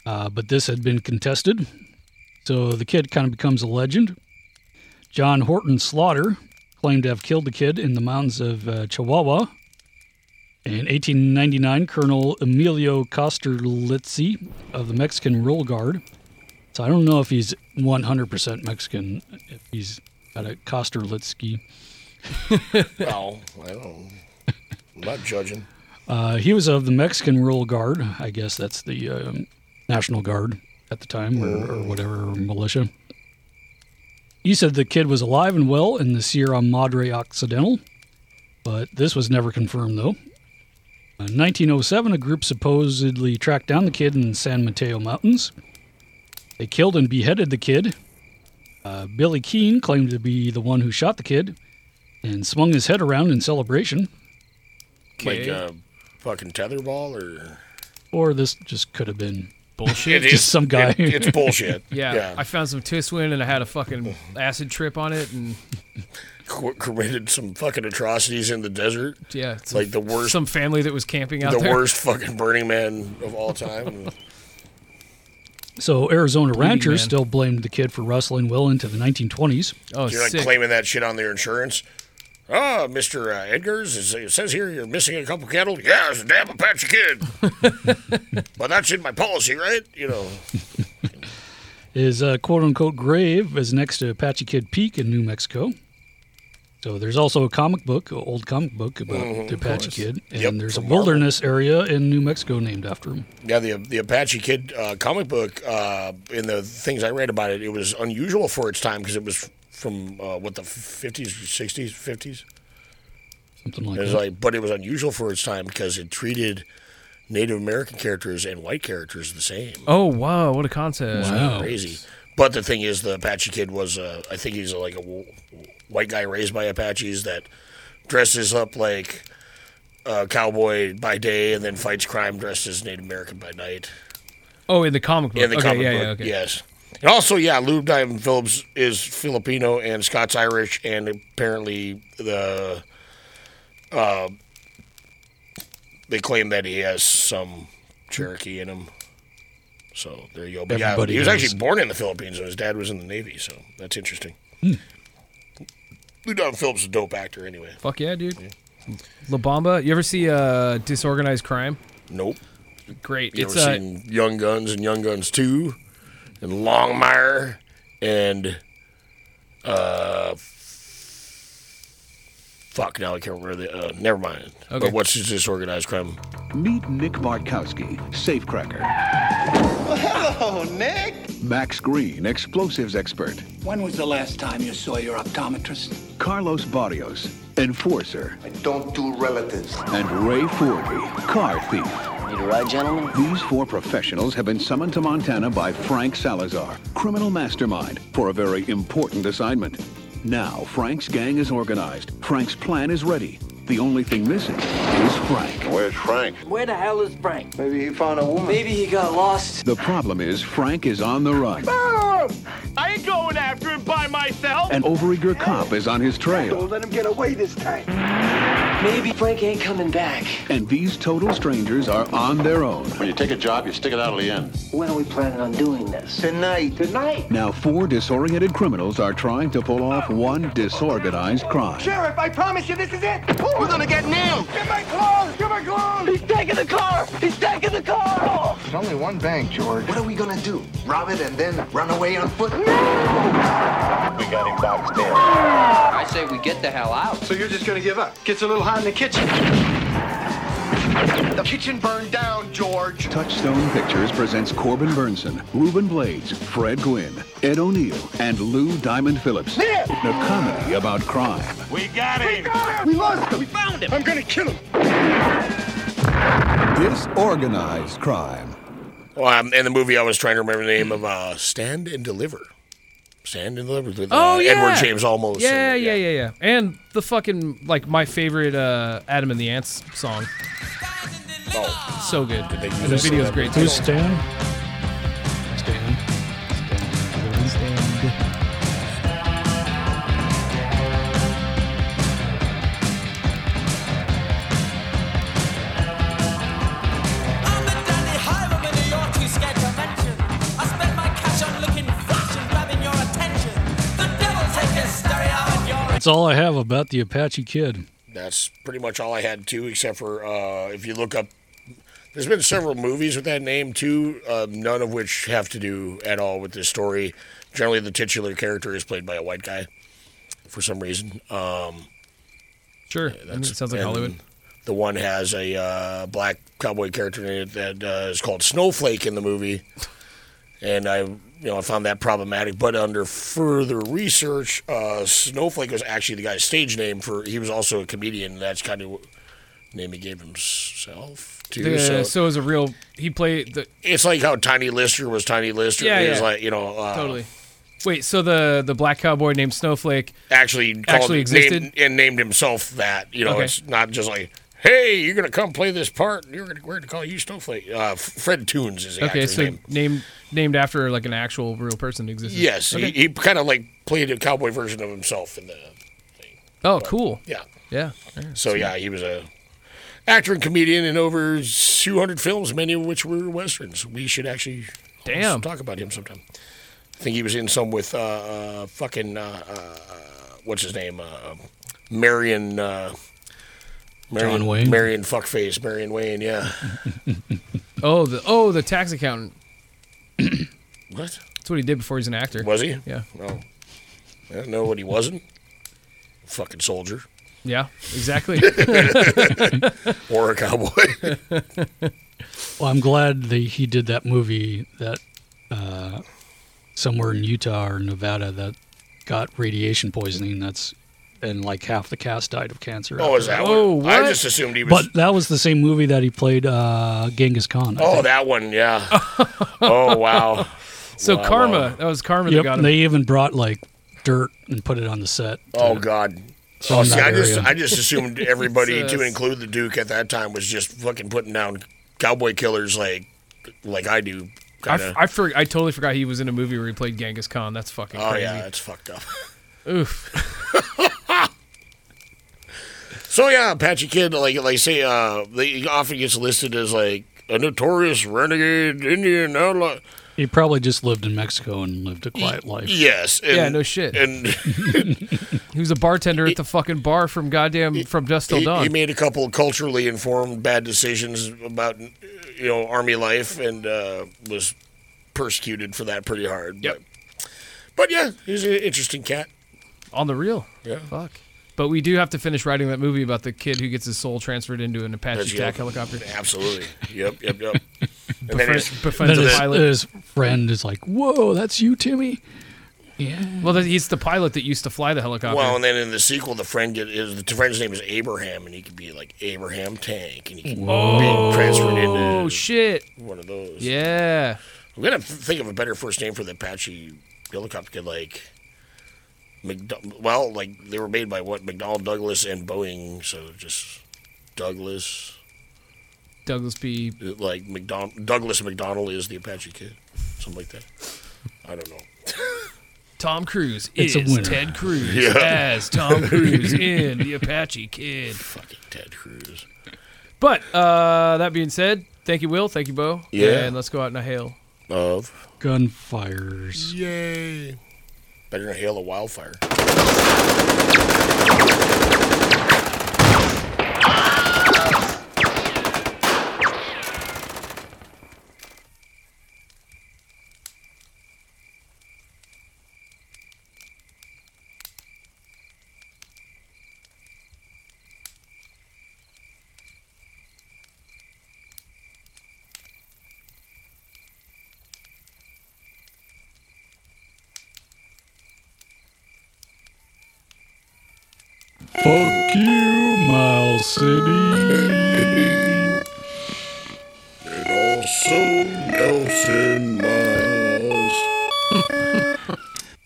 [SPEAKER 6] uh, but this had been contested. So the kid kind of becomes a legend. John Horton Slaughter claimed to have killed the kid in the mountains of uh, Chihuahua. In 1899, Colonel Emilio Costerlitzi of the Mexican Royal Guard. So I don't know if he's 100% Mexican, if he's got a Costerlitzi.
[SPEAKER 1] well, I don't. I'm not judging.
[SPEAKER 6] Uh, he was of the Mexican Royal Guard. I guess that's the um, National Guard at the time, or, or whatever, or militia. He said the kid was alive and well in the Sierra Madre Occidental, but this was never confirmed, though. In 1907, a group supposedly tracked down the kid in the San Mateo Mountains. They killed and beheaded the kid. Uh, Billy Keane claimed to be the one who shot the kid and swung his head around in celebration.
[SPEAKER 1] Like a fucking tetherball or
[SPEAKER 6] or this just could have been
[SPEAKER 2] bullshit.
[SPEAKER 1] It
[SPEAKER 6] just
[SPEAKER 1] is-
[SPEAKER 6] some guy.
[SPEAKER 1] it- it's bullshit.
[SPEAKER 2] Yeah,
[SPEAKER 1] Yeah.
[SPEAKER 2] I found some Twistwind and I had a fucking acid trip on it, and
[SPEAKER 1] co- committed some fucking atrocities in the desert.
[SPEAKER 2] yeah, it's
[SPEAKER 1] like the worst,
[SPEAKER 2] Some family that was camping out
[SPEAKER 1] the
[SPEAKER 2] there.
[SPEAKER 1] worst fucking Burning Man of all time.
[SPEAKER 6] so Arizona
[SPEAKER 1] Bleeding
[SPEAKER 6] ranchers
[SPEAKER 1] man.
[SPEAKER 6] still blamed the kid for rustling well into the 1920s.
[SPEAKER 2] Oh,
[SPEAKER 1] you're like claiming that shit on their insurance. Oh, Mister uh, Edgar's, is- it says here you're missing a couple cattle. Yeah, it's a damn Apache kid. but that's in my policy, right? You know,
[SPEAKER 6] His uh, quote-unquote grave is next to Apache Kid Peak in New Mexico. So there's also a comic book, an old comic book about
[SPEAKER 1] Mhm,
[SPEAKER 6] the
[SPEAKER 1] of
[SPEAKER 6] Apache
[SPEAKER 1] course.
[SPEAKER 6] Kid, and
[SPEAKER 1] Yep,
[SPEAKER 6] there's a
[SPEAKER 1] from Marvel.
[SPEAKER 6] wilderness area in New Mexico named after him.
[SPEAKER 1] Yeah, the the Apache Kid uh, comic book. Uh, in the things I read about it, it was unusual for its time because it was from uh, what the fifties, sixties, fifties.
[SPEAKER 6] Something like
[SPEAKER 1] it was
[SPEAKER 6] that.
[SPEAKER 1] like, but it was unusual for its time because it treated Native American characters and white characters the same.
[SPEAKER 2] Oh wow, what a
[SPEAKER 1] It
[SPEAKER 2] concept!
[SPEAKER 1] was crazy. But the thing is, the Apache Kid was, uh, I think he's like a w- white guy raised by Apaches that dresses up like a cowboy by day and then fights crime dressed as Native American by night.
[SPEAKER 2] Oh, in the comic book.
[SPEAKER 1] In the
[SPEAKER 2] okay,
[SPEAKER 1] comic
[SPEAKER 2] yeah,
[SPEAKER 1] book,
[SPEAKER 2] yeah, okay.
[SPEAKER 1] yes. And also, yeah, Lou Diamond Phillips is Filipino and Scots Irish, and apparently the uh, they claim that he has some Cherokee in him. So there you go. But yeah,
[SPEAKER 6] Everybody
[SPEAKER 1] he was
[SPEAKER 6] has.
[SPEAKER 1] actually born in the Philippines, and his dad was in the Navy, so that's interesting.
[SPEAKER 6] Hmm.
[SPEAKER 1] Lou Diamond Phillips is a dope actor, anyway.
[SPEAKER 2] Fuck yeah, dude. La Bamba. You ever see uh, Disorganized Crime?
[SPEAKER 1] Nope.
[SPEAKER 2] Great.
[SPEAKER 1] You
[SPEAKER 2] it's
[SPEAKER 1] ever
[SPEAKER 2] uh,
[SPEAKER 1] seen Young Guns and Young Guns Two, and Longmire, and uh, Fuck, now I can't remember the. Uh, never mind.
[SPEAKER 16] Okay.
[SPEAKER 1] But what's his disorganized crime?
[SPEAKER 16] Meet Nick Markowski, safecracker.
[SPEAKER 17] Well, hello, Nick.
[SPEAKER 16] Max Green, explosives expert.
[SPEAKER 17] When was the last time you saw your optometrist?
[SPEAKER 16] Carlos Barrios, enforcer.
[SPEAKER 17] I don't do relatives.
[SPEAKER 16] And Ray Forley, car thief. Need a ride, gentlemen? These four professionals have been summoned to Montana by Frank Salazar, criminal mastermind, for a very important assignment. Now, Frank's gang is organized. Frank's plan is ready. The only thing missing is Frank.
[SPEAKER 17] Where's Frank?
[SPEAKER 18] Where the hell is Frank?
[SPEAKER 17] Maybe he found a woman.
[SPEAKER 18] Maybe he got lost.
[SPEAKER 16] The problem is Frank is on the run.
[SPEAKER 17] I ain't going after him by myself.
[SPEAKER 16] An overeager cop is on his trail.
[SPEAKER 17] Don't let him get away this time.
[SPEAKER 18] Maybe Frank ain't coming back.
[SPEAKER 16] And these total strangers are on their own.
[SPEAKER 19] When you take a job, you stick it out till the end.
[SPEAKER 18] When are we planning on doing this? Tonight. Tonight.
[SPEAKER 16] Now, four disoriented criminals are trying to pull off one disorganized crime.
[SPEAKER 17] Sheriff, I promise you this is it. We're gonna get nailed. Get my clothes. Get my clothes. He's taking the car. He's taking the car.
[SPEAKER 19] There's only one bank, George.
[SPEAKER 17] What are we gonna do? Rob it and then run away on foot? No!
[SPEAKER 19] We got him boxed in.
[SPEAKER 17] I say we get the hell out. So you're just gonna give up? Gets a little hot in the kitchen. The kitchen burned down, George.
[SPEAKER 16] Touchstone Pictures presents Corbin Burnson, Reuben Blades, Fred Gwynn, Ed O'Neill, and Lou Diamond Phillips.
[SPEAKER 17] Yeah.
[SPEAKER 16] A comedy about crime.
[SPEAKER 17] We got him. We got him. We lost him. We found him. I'm gonna kill him.
[SPEAKER 16] Disorganized crime.
[SPEAKER 1] Well, um, in the movie, I was trying to remember the name of uh, Stand and Deliver. Stand and Deliver with uh,
[SPEAKER 2] Oh yeah,
[SPEAKER 1] Edward James Olmos.
[SPEAKER 2] Yeah, yeah, yeah, yeah. And the fucking like my favorite uh, Adam and the Ants song.
[SPEAKER 1] Oh,
[SPEAKER 2] so good.
[SPEAKER 1] Did they use
[SPEAKER 2] And the
[SPEAKER 1] it so
[SPEAKER 2] video's
[SPEAKER 1] that-
[SPEAKER 2] great too.
[SPEAKER 6] Who's Stan? That's all I have about the Apache Kid.
[SPEAKER 1] That's pretty much all I had too, except for uh, if you look up. There's been several movies with that name too, uh, none of which have to do at all with this story. Generally, the titular character is played by a white guy, for some reason. Um,
[SPEAKER 2] sure, it sounds like Hollywood.
[SPEAKER 1] The one has a uh, black cowboy character in it that uh, is called Snowflake in the movie, and I, you know, I found that problematic. But under further research, uh, Snowflake was actually the guy's stage name for. He was also a comedian. That's kind of what name he gave himself. Too,
[SPEAKER 2] The-
[SPEAKER 1] so,
[SPEAKER 2] so it was a real. He played the.
[SPEAKER 1] it's like how Tiny Lister was Tiny Lister.
[SPEAKER 2] Yeah,
[SPEAKER 1] it was
[SPEAKER 2] yeah.
[SPEAKER 1] like you know, uh,
[SPEAKER 2] Totally. Wait, so the the black cowboy named Snowflake.
[SPEAKER 1] actually called,
[SPEAKER 2] Actually existed?
[SPEAKER 1] named, and named himself that. You know,
[SPEAKER 2] Okay.
[SPEAKER 1] it's not just like, hey, you're gonna come play this part. and You're gonna we're gonna call you Snowflake. Uh, F- Fred Toons is the
[SPEAKER 2] Okay,
[SPEAKER 1] actor's
[SPEAKER 2] so
[SPEAKER 1] name.
[SPEAKER 2] named named after like an actual real person who existed.
[SPEAKER 1] Yes,
[SPEAKER 2] Okay.
[SPEAKER 1] he, he kind of like played a cowboy version of himself in the.
[SPEAKER 2] oh, cool.
[SPEAKER 1] Yeah.
[SPEAKER 2] Yeah.
[SPEAKER 1] So yeah, he was a actor and comedian in over 200 films, many of which were westerns. We should actually
[SPEAKER 2] Damn.
[SPEAKER 1] talk about him sometime. I think he was in some with uh, uh, fucking uh, uh, what's his name, uh, Marion. Uh, Marion,
[SPEAKER 6] John Wayne?
[SPEAKER 1] Marion fuckface, Marion Wayne. Yeah.
[SPEAKER 2] Oh, the oh the tax accountant.
[SPEAKER 1] what?
[SPEAKER 2] That's what he did before he's an actor.
[SPEAKER 1] Was he?
[SPEAKER 2] Yeah.
[SPEAKER 1] No. I don't know what he wasn't. Fucking soldier.
[SPEAKER 2] Yeah. Exactly.
[SPEAKER 1] or a cowboy.
[SPEAKER 6] Well, I'm glad that he did that movie that uh, somewhere in Utah or Nevada that got radiation poisoning. That's and like half the cast died of cancer.
[SPEAKER 1] Oh, is
[SPEAKER 6] after
[SPEAKER 1] that
[SPEAKER 6] it.
[SPEAKER 1] one? I just assumed he was.
[SPEAKER 6] But that was the same movie that he played uh, Genghis Khan.
[SPEAKER 1] oh, that one. Yeah. oh wow.
[SPEAKER 2] So
[SPEAKER 6] Wow,
[SPEAKER 2] karma.
[SPEAKER 6] wow.
[SPEAKER 2] That was karma that
[SPEAKER 6] Yep,
[SPEAKER 2] got him.
[SPEAKER 6] they even brought like dirt and put it on the set.
[SPEAKER 1] Oh
[SPEAKER 6] to-
[SPEAKER 1] God.
[SPEAKER 6] So
[SPEAKER 1] Oh,
[SPEAKER 6] in
[SPEAKER 1] see,
[SPEAKER 6] that
[SPEAKER 1] I just
[SPEAKER 6] area.
[SPEAKER 1] I just assumed everybody to
[SPEAKER 6] Jesus.
[SPEAKER 1] include the Duke at that time was just fucking putting down cowboy killers like like I do.
[SPEAKER 2] I,
[SPEAKER 1] Kinda.
[SPEAKER 2] f- I, for- I totally forgot he was in a movie where he played Genghis Khan. That's fucking
[SPEAKER 1] oh
[SPEAKER 2] crazy.
[SPEAKER 1] yeah, that's fucked up.
[SPEAKER 2] Oof.
[SPEAKER 1] So yeah, Apache Kid, like like say, uh, they he often gets listed as like a notorious renegade Indian outlaw.
[SPEAKER 6] He probably just lived in Mexico and lived a quiet life.
[SPEAKER 1] Yes. And,
[SPEAKER 2] yeah, no shit.
[SPEAKER 1] And
[SPEAKER 2] he was a bartender at the fucking bar from goddamn from dusk till
[SPEAKER 1] he,
[SPEAKER 2] dawn.
[SPEAKER 1] he made a couple culturally informed bad decisions about you know army life and uh, was persecuted for that pretty hard. Yep. But, but yeah, he's an interesting cat.
[SPEAKER 2] On the real.
[SPEAKER 1] Yeah.
[SPEAKER 2] Fuck. But we do have to finish writing that movie about the kid who gets his soul transferred into an Apache
[SPEAKER 1] That's-
[SPEAKER 2] Jack
[SPEAKER 1] yep.
[SPEAKER 2] helicopter.
[SPEAKER 1] Absolutely. Yep. Yep. Yep. and
[SPEAKER 2] Befri-
[SPEAKER 1] it's-
[SPEAKER 2] befriends
[SPEAKER 1] then
[SPEAKER 2] a
[SPEAKER 1] it's- uh,
[SPEAKER 2] pilot.
[SPEAKER 6] His friend is like, "Whoa, that's you, Timmy." Yeah.
[SPEAKER 2] Well, that- he's the pilot that used to fly the helicopter.
[SPEAKER 1] Well, and then in the sequel, the friend get, is the friend's name is Abraham, and he could be like Abraham Tank, and he can
[SPEAKER 2] Whoa.
[SPEAKER 1] be transferred into
[SPEAKER 2] Oh, shit.
[SPEAKER 1] one of those.
[SPEAKER 2] Yeah.
[SPEAKER 1] I'm gonna th- think of a better first name for the Apache helicopter. Could like, McDo- well, like they were made by what McDonnell Douglas and Boeing, so just Douglas,
[SPEAKER 2] Douglas B.
[SPEAKER 1] like McDon- Douglas McDonald is the Apache kid, something like that. I don't know.
[SPEAKER 2] Tom Cruise
[SPEAKER 1] It's a
[SPEAKER 2] is
[SPEAKER 1] winner.
[SPEAKER 2] Ted Cruz
[SPEAKER 1] Yeah.
[SPEAKER 2] as Tom Cruise in The Apache Kid.
[SPEAKER 1] Fucking Ted Cruz.
[SPEAKER 2] But uh, that being said, thank you, Will. Thank you, Bo.
[SPEAKER 1] Yeah.
[SPEAKER 2] And let's go out in a hail.
[SPEAKER 1] Of
[SPEAKER 6] gunfires.
[SPEAKER 1] yay, better than hail a wildfire.
[SPEAKER 6] Fuck you, Mile City.
[SPEAKER 20] And also Nelson.